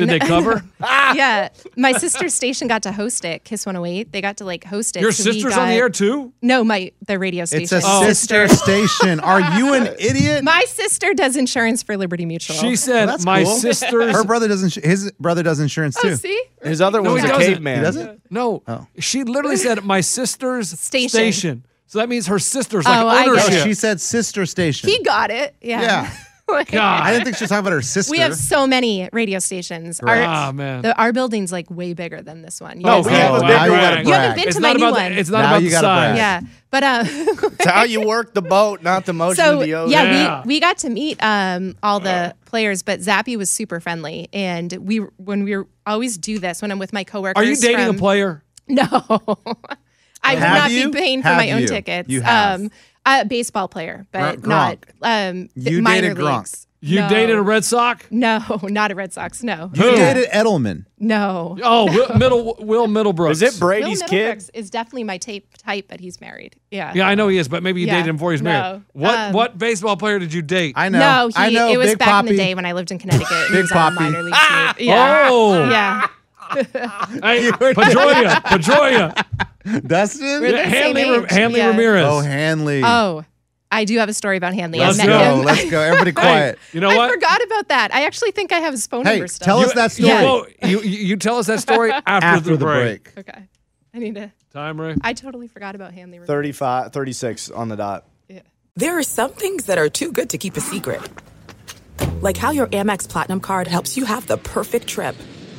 Speaker 3: Did they cover?
Speaker 4: yeah, my sister's station got to host it. Kiss 108. They got to like host it.
Speaker 3: Your
Speaker 4: so we
Speaker 3: sister's on the
Speaker 4: got-
Speaker 3: air Oh. too.
Speaker 4: No, my the radio station. Oh,
Speaker 6: It's a sister station. Are you an idiot?
Speaker 4: My sister does insurance for Liberty Mutual.
Speaker 3: She said,
Speaker 6: that's
Speaker 3: "My
Speaker 6: cool.
Speaker 3: sister's."
Speaker 6: Her brother doesn't. sh- His brother does insurance too.
Speaker 4: oh, see,
Speaker 5: His other
Speaker 3: No,
Speaker 5: one's
Speaker 3: he
Speaker 5: a
Speaker 3: doesn't.
Speaker 5: caveman.
Speaker 6: He doesn't.
Speaker 3: no,
Speaker 6: Oh.
Speaker 3: she literally said, "My sister's
Speaker 4: Station.
Speaker 3: station." So that means her sister's like
Speaker 4: Oh, I get it.
Speaker 6: No,
Speaker 3: ownership.
Speaker 6: she said sister station.
Speaker 4: he got it. Yeah.
Speaker 6: Yeah.
Speaker 4: Like,
Speaker 6: I
Speaker 3: God.
Speaker 6: didn't think she was talking about her sister.
Speaker 4: We have so many radio stations. Our,
Speaker 3: Ah, man. Oh,
Speaker 4: the, our building's like way bigger than this one. You
Speaker 5: No,
Speaker 4: guys
Speaker 5: we
Speaker 4: have-
Speaker 5: have a
Speaker 6: "Oh, now
Speaker 5: big
Speaker 6: you gotta
Speaker 3: brag.
Speaker 4: You haven't
Speaker 6: brag.
Speaker 4: been
Speaker 3: It's
Speaker 4: to
Speaker 3: not
Speaker 4: my new
Speaker 3: about
Speaker 4: one.
Speaker 3: the, it's not
Speaker 6: Now
Speaker 3: about
Speaker 6: you
Speaker 3: the
Speaker 6: gotta
Speaker 3: size.
Speaker 6: brag.
Speaker 4: yeah, but um,
Speaker 5: It's how you work the boat, not the motion
Speaker 4: so
Speaker 5: of the ocean.
Speaker 4: yeah,
Speaker 3: Yeah.
Speaker 4: we we got to meet um all
Speaker 3: Uh.
Speaker 4: the players, but Zappy was super friendly, and we when we were, always do this when I'm with my coworkers.
Speaker 3: Are you dating a
Speaker 4: from-
Speaker 3: player?
Speaker 4: No, I will
Speaker 6: Have
Speaker 4: not
Speaker 6: you?
Speaker 4: be paying for
Speaker 6: Have
Speaker 4: my own
Speaker 6: you?
Speaker 4: tickets. Um,
Speaker 6: You have.
Speaker 4: a baseball player, but
Speaker 6: Gronk.
Speaker 4: not um th-
Speaker 6: You
Speaker 4: minor
Speaker 6: dated Gronk.
Speaker 4: leagues.
Speaker 3: You
Speaker 4: No.
Speaker 3: dated a Red Sox?
Speaker 4: No, not a Red Sox. No,
Speaker 6: You dated Edelman.
Speaker 4: no.
Speaker 3: Oh, Will, Middle Will Middlebrooks.
Speaker 5: Is it
Speaker 4: Will
Speaker 5: Brady's kid?
Speaker 4: Middlebrooks is definitely my tape type, but he's married. Yeah.
Speaker 3: Yeah, I know he is, but maybe you
Speaker 4: Yeah,
Speaker 3: dated him before he was married.
Speaker 4: no.
Speaker 3: What
Speaker 4: Um,
Speaker 3: what baseball player did you date?
Speaker 6: I know.
Speaker 4: No, he,
Speaker 6: I know.
Speaker 4: it was
Speaker 6: Big
Speaker 4: back
Speaker 6: Poppy.
Speaker 4: in the day when I lived in Connecticut. and he
Speaker 6: Big
Speaker 4: was on the
Speaker 6: Poppy. Ah!
Speaker 4: minor league team. Yeah.
Speaker 3: Oh.
Speaker 4: Yeah.
Speaker 3: Hey, Pedroia, Pedroia,
Speaker 6: Dustin.
Speaker 4: Really? Same
Speaker 3: Hanley,
Speaker 4: age,
Speaker 3: Ra- Hanley
Speaker 4: yeah.
Speaker 3: Ramirez.
Speaker 6: Oh, Hanley.
Speaker 4: Oh, I do have a story about Hanley.
Speaker 3: Let's
Speaker 4: I met
Speaker 3: go.
Speaker 4: him.
Speaker 6: Let's go. Everybody
Speaker 3: hey,
Speaker 6: quiet.
Speaker 3: you know
Speaker 4: I
Speaker 3: what?
Speaker 4: forgot about that. I actually think I have his phone
Speaker 6: Hey,
Speaker 4: number still.
Speaker 6: tell us
Speaker 3: You-
Speaker 6: that
Speaker 3: you-
Speaker 6: story
Speaker 3: well, You, you, you tell us that story after,
Speaker 6: after
Speaker 3: the, break.
Speaker 4: Okay. I need to.
Speaker 3: Time, Ray.
Speaker 4: I totally forgot about Hanley.
Speaker 5: 35, 36 on the dot.
Speaker 8: There are some things that are too good to keep a secret. Like how your Amex Platinum card helps you have the perfect trip.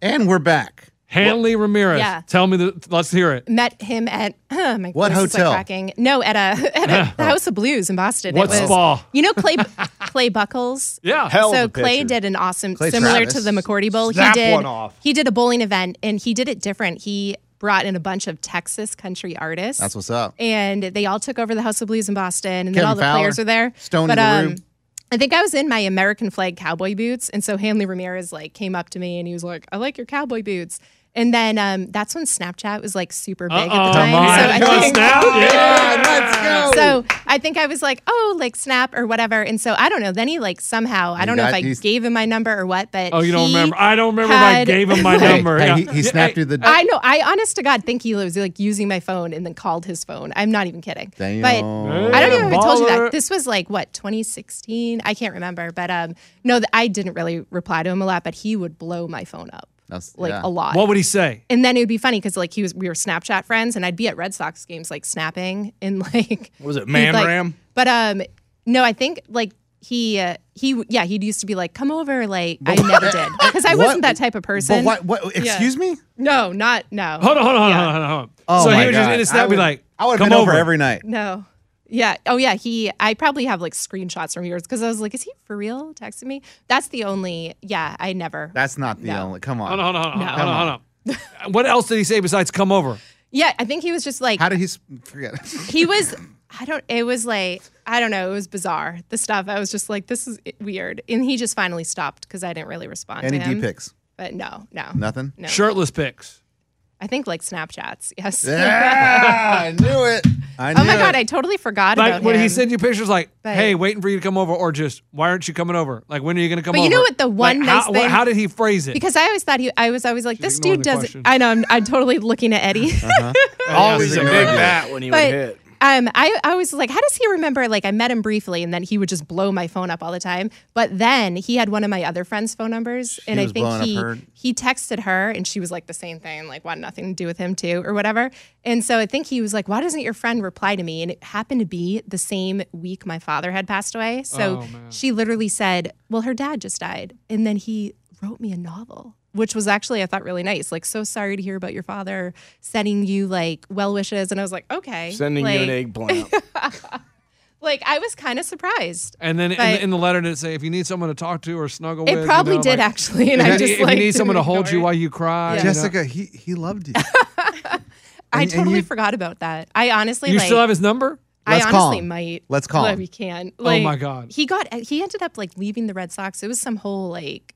Speaker 6: And we're back.
Speaker 3: Hanley Ramirez.
Speaker 4: Yeah.
Speaker 3: Tell me the. Let's hear it.
Speaker 4: Met him at my
Speaker 6: What
Speaker 4: voice is, like,
Speaker 6: hotel?
Speaker 4: cracking. no, at a at a the House of Blues in Boston.
Speaker 3: What
Speaker 4: it was,
Speaker 3: spa?
Speaker 4: You know Clay Clay Buckles.
Speaker 3: Yeah.
Speaker 5: Hell
Speaker 4: so
Speaker 5: of a
Speaker 4: Clay
Speaker 5: pitcher.
Speaker 4: did an awesome,
Speaker 6: Clay
Speaker 4: similar
Speaker 6: Travis.
Speaker 4: to the McCordy Bowl.
Speaker 5: Snap
Speaker 4: he did
Speaker 5: one off.
Speaker 4: he did a bowling event and he did it different. He brought in a bunch of Texas country artists.
Speaker 6: That's what's up.
Speaker 4: and they all took over the House of Blues in Boston, and then
Speaker 6: Kevin
Speaker 4: all the
Speaker 6: Fowler,
Speaker 4: players were there.
Speaker 6: Stone in
Speaker 4: but
Speaker 6: the
Speaker 4: um,
Speaker 6: room.
Speaker 4: I think I was in my American flag cowboy boots, and so Hanley Ramirez like came up to me and he was like, "I like your cowboy boots." And then um, that's when Snapchat was like super big at
Speaker 3: Uh-oh.
Speaker 4: the time.
Speaker 3: Come
Speaker 4: so
Speaker 3: on,
Speaker 4: I think,
Speaker 3: Snap, yeah.
Speaker 6: let's
Speaker 4: so I think I was like, "Oh, like Snap or whatever." And so I don't know. Then he like somehow I don't know if
Speaker 6: got-
Speaker 4: I
Speaker 6: he's-
Speaker 4: gave him my number or what, but
Speaker 3: Oh, you don't
Speaker 4: he
Speaker 3: remember? I don't remember if I
Speaker 4: had-
Speaker 3: gave him my
Speaker 6: Hey,
Speaker 3: number.
Speaker 6: hey,
Speaker 3: Yeah.
Speaker 6: he, he
Speaker 3: Yeah,
Speaker 6: snapped
Speaker 3: hey,
Speaker 6: you the.
Speaker 4: I know. I honest to God think he was like using my phone and then called his phone. I'm not even kidding.
Speaker 6: Damn.
Speaker 4: But I don't even know if I told you
Speaker 3: Baller.
Speaker 4: that. This was like what 2016. I can't remember, but um, no, th- I didn't really reply to him a lot. But he would blow my phone up
Speaker 6: That's-
Speaker 4: like
Speaker 6: yeah.
Speaker 4: a lot.
Speaker 3: What would he say?
Speaker 4: and then it would be funny because like he was, we were Snapchat friends, and I'd be at Red Sox games like snapping and like
Speaker 5: What was it,
Speaker 4: he'd,
Speaker 5: Man
Speaker 4: like-
Speaker 5: Ram?
Speaker 4: But um, no, I think like. He uh, he yeah he used to be like come over like I never did because I
Speaker 6: What-
Speaker 4: wasn't that type of person.
Speaker 6: But what? What? Excuse me.
Speaker 4: No, not no.
Speaker 3: Hold on, hold on, hold on, hold on, hold on.
Speaker 6: Oh
Speaker 3: so
Speaker 6: my
Speaker 3: he would
Speaker 6: God.
Speaker 3: just in his
Speaker 6: I
Speaker 3: snap be
Speaker 6: would-
Speaker 3: like,
Speaker 6: I would have
Speaker 3: "Come
Speaker 6: been over
Speaker 3: over
Speaker 6: every night.
Speaker 4: No. Yeah. Oh, yeah. He, I probably have like screenshots from yours because I was like, is he for real texting me? That's the only, yeah, I never.
Speaker 6: That's not the
Speaker 4: No.
Speaker 6: only. Come on.
Speaker 3: Hold on, hold on, hold on,
Speaker 4: No.
Speaker 3: hold on, hold on. What else did he say besides "come over"?
Speaker 4: yeah. I think he was just like,
Speaker 6: How did he s- forget?
Speaker 4: he was, I don't, it was like, I don't know. It was bizarre. The stuff I was just like, this is weird. And he just finally stopped because I didn't really respond
Speaker 6: Any
Speaker 4: to him.
Speaker 6: D pics?
Speaker 4: But no, no.
Speaker 6: Nothing.
Speaker 4: No.
Speaker 3: Shirtless pics.
Speaker 4: I think like Snapchats. Yes.
Speaker 6: Yeah, I knew it. I knew
Speaker 4: oh my
Speaker 6: it.
Speaker 4: God. I totally forgot
Speaker 3: Like
Speaker 4: about
Speaker 3: when
Speaker 4: him.
Speaker 3: he sent you pictures, like,
Speaker 4: But-
Speaker 3: "Hey, waiting for you to come over," or just, "Why aren't you coming over?" Like, when are you going to come
Speaker 4: But
Speaker 3: over?
Speaker 4: you know what the one
Speaker 3: Like,
Speaker 4: nice
Speaker 3: how,
Speaker 4: thing-
Speaker 3: How did he phrase it?
Speaker 4: because I always thought he, I was always like, this
Speaker 3: ignoring
Speaker 4: dude
Speaker 3: the
Speaker 4: does.
Speaker 3: question.
Speaker 4: I know. I'm, I'm totally looking at Eddie.
Speaker 6: Uh-huh.
Speaker 5: Always Oh, a
Speaker 6: Yeah.
Speaker 5: big bat when he would
Speaker 4: But-
Speaker 5: hit.
Speaker 4: Um, I, I was like, how does he remember? Like, I met him briefly, and then he would just blow my phone up all the time. But then he had one of my other friends' phone numbers, and I
Speaker 6: was blowing
Speaker 4: think
Speaker 6: up
Speaker 4: he
Speaker 6: her-
Speaker 4: he texted her, and she was like the same thing, like wanted nothing to do with him too, or whatever. And so I think he was like, why doesn't your friend reply to me? And it happened to be the same week my father had passed away.
Speaker 3: Oh,
Speaker 4: So she literally said, well, her dad just died, and then he wrote me a novel. Which was actually, I thought, really nice. Like, so sorry to hear about your father sending you like well wishes. And I was like, okay.
Speaker 5: Sending you an
Speaker 4: like-
Speaker 5: eggplant.
Speaker 4: like I was kind of surprised.
Speaker 3: and then in,
Speaker 4: But-
Speaker 3: the, in the letter, did it say, "If you need someone to talk to or snuggle with,"
Speaker 4: It
Speaker 3: you
Speaker 4: probably
Speaker 3: know,
Speaker 4: did
Speaker 3: like,
Speaker 4: actually, and
Speaker 3: If,
Speaker 4: I
Speaker 3: you-
Speaker 4: just
Speaker 3: if
Speaker 4: like
Speaker 3: you need someone to hold you
Speaker 4: ignored
Speaker 3: while
Speaker 4: it.
Speaker 3: you cry, you know?
Speaker 6: Jessica, he he loved you.
Speaker 4: I
Speaker 6: and- and
Speaker 4: totally
Speaker 6: you-
Speaker 4: forgot about that. I honestly
Speaker 3: you
Speaker 4: like.
Speaker 3: still have his number?
Speaker 4: I
Speaker 6: Let's call
Speaker 4: honestly
Speaker 6: him.
Speaker 4: might.
Speaker 6: Let's call
Speaker 4: but
Speaker 6: him.
Speaker 4: We can't.
Speaker 3: Oh my
Speaker 4: Like,
Speaker 3: God.
Speaker 4: He got. He ended up like leaving the Red Sox. It was some whole like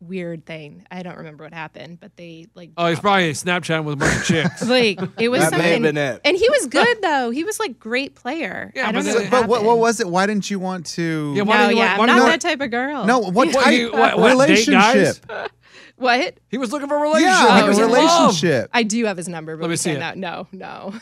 Speaker 4: weird thing. I don't remember what happened, but they like.
Speaker 3: Oh, he's
Speaker 4: dropped-
Speaker 3: probably Snapchatting with a bunch of chicks.
Speaker 4: like it was
Speaker 5: That may have
Speaker 4: something.
Speaker 5: been it.
Speaker 4: And he was good though. He was like great player.
Speaker 3: Yeah,
Speaker 4: I
Speaker 3: but
Speaker 4: don't know.
Speaker 6: So-
Speaker 3: then-
Speaker 4: what
Speaker 6: but what, what
Speaker 4: happened.
Speaker 6: was it? Why didn't you want to?
Speaker 3: Yeah, why
Speaker 4: No,
Speaker 3: did he-
Speaker 4: yeah,
Speaker 3: why
Speaker 4: I'm
Speaker 3: did
Speaker 4: not
Speaker 3: he-
Speaker 4: that type of girl.
Speaker 6: no, what
Speaker 3: What,
Speaker 6: type
Speaker 3: you- what- what, date guys?
Speaker 6: relationship?
Speaker 4: What?
Speaker 3: He was looking for a relationship.
Speaker 6: Yeah,
Speaker 3: he
Speaker 6: like
Speaker 3: was
Speaker 6: a
Speaker 3: in Oh, love.
Speaker 6: relationship.
Speaker 4: I do have his number, but
Speaker 3: Let me
Speaker 4: we
Speaker 3: see it.
Speaker 4: cannot. No, no.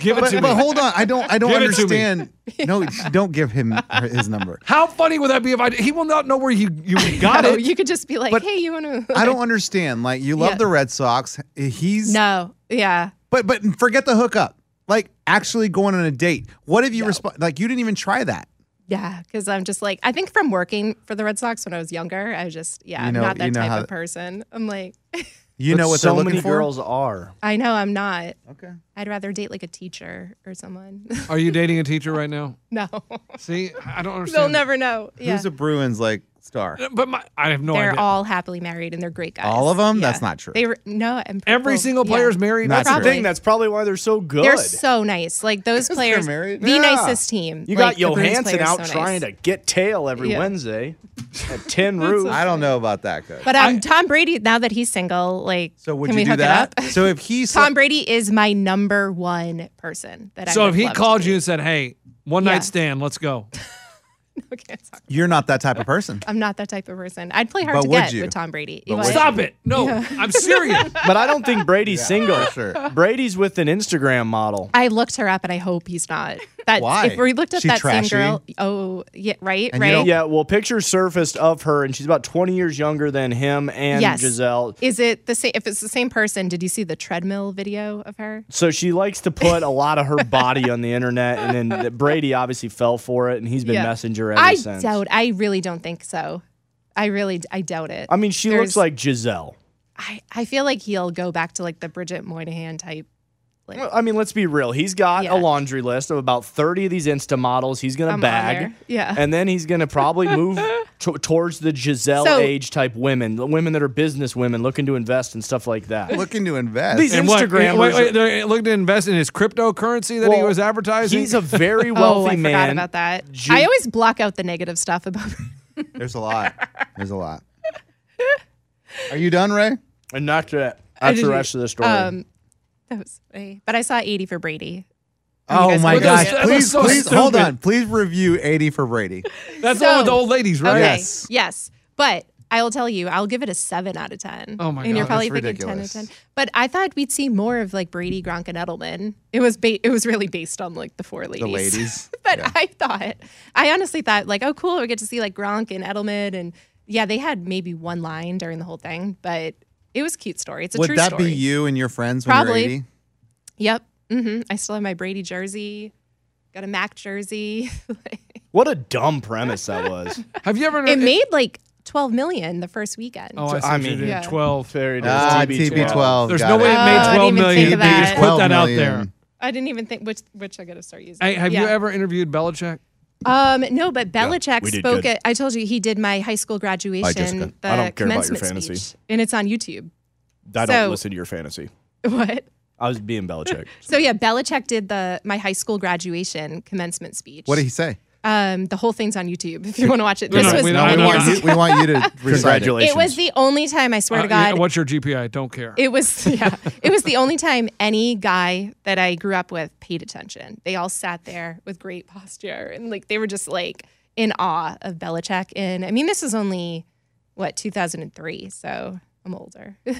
Speaker 3: Give it
Speaker 6: But,
Speaker 3: to
Speaker 6: but
Speaker 3: me.
Speaker 6: hold on, I don't I don't
Speaker 3: Give it to me.
Speaker 6: understand. No, don't give him her- his number.
Speaker 3: How funny would that be if I? He will not know where you you got
Speaker 4: No,
Speaker 3: it.
Speaker 4: you could just be like,
Speaker 6: But
Speaker 4: hey, you want to?
Speaker 6: I don't understand. Like you love
Speaker 4: Yeah.
Speaker 6: the Red Sox. He's
Speaker 4: No, yeah.
Speaker 6: but but forget the hookup. Like actually going on a date. What if you respond? Like you didn't even try that.
Speaker 4: Yeah, because I'm just like, I think from working for the Red Sox when I was younger, I was just, yeah,
Speaker 6: You know-
Speaker 4: I'm not
Speaker 6: you
Speaker 4: that
Speaker 6: know
Speaker 4: type
Speaker 6: how
Speaker 4: of
Speaker 6: that-
Speaker 4: person. I'm like,
Speaker 6: You know what
Speaker 5: so
Speaker 6: they're looking
Speaker 5: many
Speaker 6: for.
Speaker 5: girls are.
Speaker 4: I know I'm not.
Speaker 6: Okay.
Speaker 4: I'd rather date like a teacher or someone.
Speaker 3: Are you dating a teacher right now?
Speaker 4: no,
Speaker 3: See, I don't understand.
Speaker 4: they'll never know. Yeah.
Speaker 6: Who's a Bruins like star.
Speaker 3: But my, I have no
Speaker 4: they're
Speaker 3: idea.
Speaker 4: all happily married and they're great guys.
Speaker 6: All of 'em? That's not true.
Speaker 4: They were no. I'm,
Speaker 3: Every
Speaker 4: well,
Speaker 3: single
Speaker 4: yeah.
Speaker 3: player is married.
Speaker 6: Not
Speaker 3: That's the
Speaker 6: true.
Speaker 3: thing.
Speaker 5: Dang, that's probably why they're so good.
Speaker 4: They're so nice. Like those players, the
Speaker 6: married?
Speaker 4: nicest team.
Speaker 5: you
Speaker 4: Like,
Speaker 5: got
Speaker 4: the Bruins
Speaker 5: Johansson
Speaker 4: players are
Speaker 5: out
Speaker 4: so
Speaker 5: trying
Speaker 4: nice.
Speaker 5: to get tail every
Speaker 4: Yeah.
Speaker 5: Wednesday at Tin Roof.
Speaker 6: I don't know about that, guy.
Speaker 4: But um, Tom Brady, now that he's single, like
Speaker 6: So would
Speaker 4: can
Speaker 6: you
Speaker 4: we
Speaker 6: do
Speaker 4: hook
Speaker 6: that?
Speaker 4: it up?
Speaker 6: So if he
Speaker 4: Tom Brady is my number one person that I.
Speaker 3: So
Speaker 4: would
Speaker 3: if he
Speaker 4: love to
Speaker 3: called
Speaker 4: be.
Speaker 3: you and said, "Hey, one night
Speaker 4: Yeah.
Speaker 3: stand, let's go,"
Speaker 4: okay, sorry.
Speaker 6: you're not that type of person.
Speaker 4: I'm not that type of person. I'd play hard
Speaker 6: But
Speaker 4: to
Speaker 6: would
Speaker 4: get
Speaker 6: you?
Speaker 4: with Tom Brady.
Speaker 6: But
Speaker 4: Well,
Speaker 6: would
Speaker 3: stop it. No, I'm serious.
Speaker 5: but I don't think Brady's single.
Speaker 6: sure.
Speaker 5: Brady's with an Instagram model.
Speaker 4: I looked her up and I hope he's not. That
Speaker 6: Why?
Speaker 4: if we looked up
Speaker 6: She
Speaker 4: that
Speaker 6: trashy?
Speaker 4: same girl. Oh yeah, right,
Speaker 6: And you
Speaker 4: right.
Speaker 6: don't-
Speaker 5: Yeah, well, pictures surfaced of her, and she's about 20 years younger than him and
Speaker 4: Yes.
Speaker 5: Giselle.
Speaker 4: Is it the same? If it's the same person, did you see the treadmill video of her?
Speaker 5: So she likes to put a lot of her body on the internet, and then th- Brady obviously fell for it, and he's been
Speaker 4: Yeah.
Speaker 5: messenger ever
Speaker 4: I
Speaker 5: since.
Speaker 4: doubt. I really don't think so. I really, I doubt it.
Speaker 5: I mean, she looks
Speaker 4: There's-
Speaker 5: like Giselle.
Speaker 4: I, I feel like he'll go back to like the Bridget Moynihan type. Like,
Speaker 5: Well, I mean, let's be real. He's got
Speaker 4: Yeah.
Speaker 5: a laundry list of about 30 of these Insta models he's going
Speaker 4: I'm
Speaker 5: to
Speaker 4: on
Speaker 5: bag.
Speaker 4: there. Yeah.
Speaker 5: And then he's going to probably move to towards the Giselle
Speaker 4: So-
Speaker 5: age type women, the women that are business women looking to invest and stuff like that.
Speaker 6: Looking to invest.
Speaker 5: These-
Speaker 3: And what-
Speaker 5: Instagram
Speaker 3: Wait,
Speaker 5: was-
Speaker 3: wait, they're looking to invest in his cryptocurrency that he
Speaker 5: Well,
Speaker 3: was advertising.
Speaker 5: He's a very
Speaker 4: oh,
Speaker 5: wealthy
Speaker 4: I
Speaker 5: man.
Speaker 4: forgot about that.
Speaker 5: Ju-
Speaker 4: I always block out the negative stuff about.
Speaker 6: There's a lot. There's a lot. Are you done, Ray?
Speaker 5: And not that. That's the
Speaker 4: did-
Speaker 5: rest of the story.
Speaker 4: Um, that was, but I saw eighty for Brady.
Speaker 6: Oh
Speaker 4: guys
Speaker 6: my
Speaker 4: look
Speaker 6: gosh.
Speaker 3: at it.
Speaker 6: Please,
Speaker 3: That was so
Speaker 6: please hold
Speaker 3: stupid.
Speaker 6: on. Please review 80 for Brady.
Speaker 3: That's the one with the
Speaker 4: So-
Speaker 3: old ladies, right?
Speaker 4: Okay.
Speaker 6: Yes.
Speaker 4: Yes. But I'll tell you, I'll give it a seven out of ten.
Speaker 3: Oh my
Speaker 4: And you're
Speaker 3: God,
Speaker 4: probably
Speaker 6: that's
Speaker 4: thinking
Speaker 6: ridiculous.
Speaker 4: ten out of ten. But I thought we'd see more of like Brady, Gronk, and Edelman. It was ba- it was really based on like the four ladies.
Speaker 6: The ladies.
Speaker 4: but
Speaker 6: Yeah.
Speaker 4: I thought I honestly thought like, oh cool, we get to see like Gronk and Edelman and yeah, they had maybe one line during the whole thing, but it was a cute story. It's a
Speaker 6: Would
Speaker 4: true
Speaker 6: that
Speaker 4: story.
Speaker 6: be you and your friends when
Speaker 4: Probably.
Speaker 6: you're 80?
Speaker 4: Yep. hmm I still have my Brady jersey. Got a Mac jersey.
Speaker 5: what a dumb premise that was.
Speaker 3: Have you ever?
Speaker 4: it made like twelve million the first weekend.
Speaker 3: Oh, I, see
Speaker 5: I
Speaker 3: mean,
Speaker 5: mean-
Speaker 4: Yeah.
Speaker 3: twelve.
Speaker 5: Very nice.
Speaker 6: Ah,
Speaker 5: TB12.
Speaker 6: TB12.
Speaker 3: There's
Speaker 6: Got Uh,
Speaker 3: no way it made
Speaker 4: Oh, I didn't
Speaker 3: twelve
Speaker 4: even
Speaker 3: million.
Speaker 4: think of
Speaker 3: You can just
Speaker 4: that.
Speaker 3: put
Speaker 6: 12
Speaker 3: that out there.
Speaker 6: million.
Speaker 4: I didn't even think which which I gotta start using.
Speaker 3: Hey, have you
Speaker 4: Yeah.
Speaker 3: ever interviewed Belichick?
Speaker 4: Um, no, but Belichick
Speaker 5: we did
Speaker 4: spoke
Speaker 5: good.
Speaker 4: at. I told you he did my high school graduation.
Speaker 5: Jessica,
Speaker 4: the
Speaker 5: I don't care about your
Speaker 4: commencement
Speaker 5: fantasy.
Speaker 4: speech, and it's on YouTube.
Speaker 5: I
Speaker 4: So-
Speaker 5: don't listen to your fantasy.
Speaker 4: What?
Speaker 5: I was being Belichick.
Speaker 4: So yeah, Belichick did the my high school graduation commencement speech.
Speaker 6: What did he say?
Speaker 4: Um, the whole thing's on YouTube if you want to watch it.
Speaker 3: No,
Speaker 4: This
Speaker 3: no,
Speaker 4: was
Speaker 3: we- no, we
Speaker 6: We
Speaker 3: No,
Speaker 6: want
Speaker 3: no.
Speaker 6: you, we want you to recite it.
Speaker 4: it was the only time I swear
Speaker 3: Uh,
Speaker 4: to God.
Speaker 3: What's your GPA? Don't care.
Speaker 4: It was yeah. it was the only time any guy that I grew up with paid attention. They all sat there with great posture and like they were just like in awe of Belichick. And I mean, this was only what 2003, so I'm older.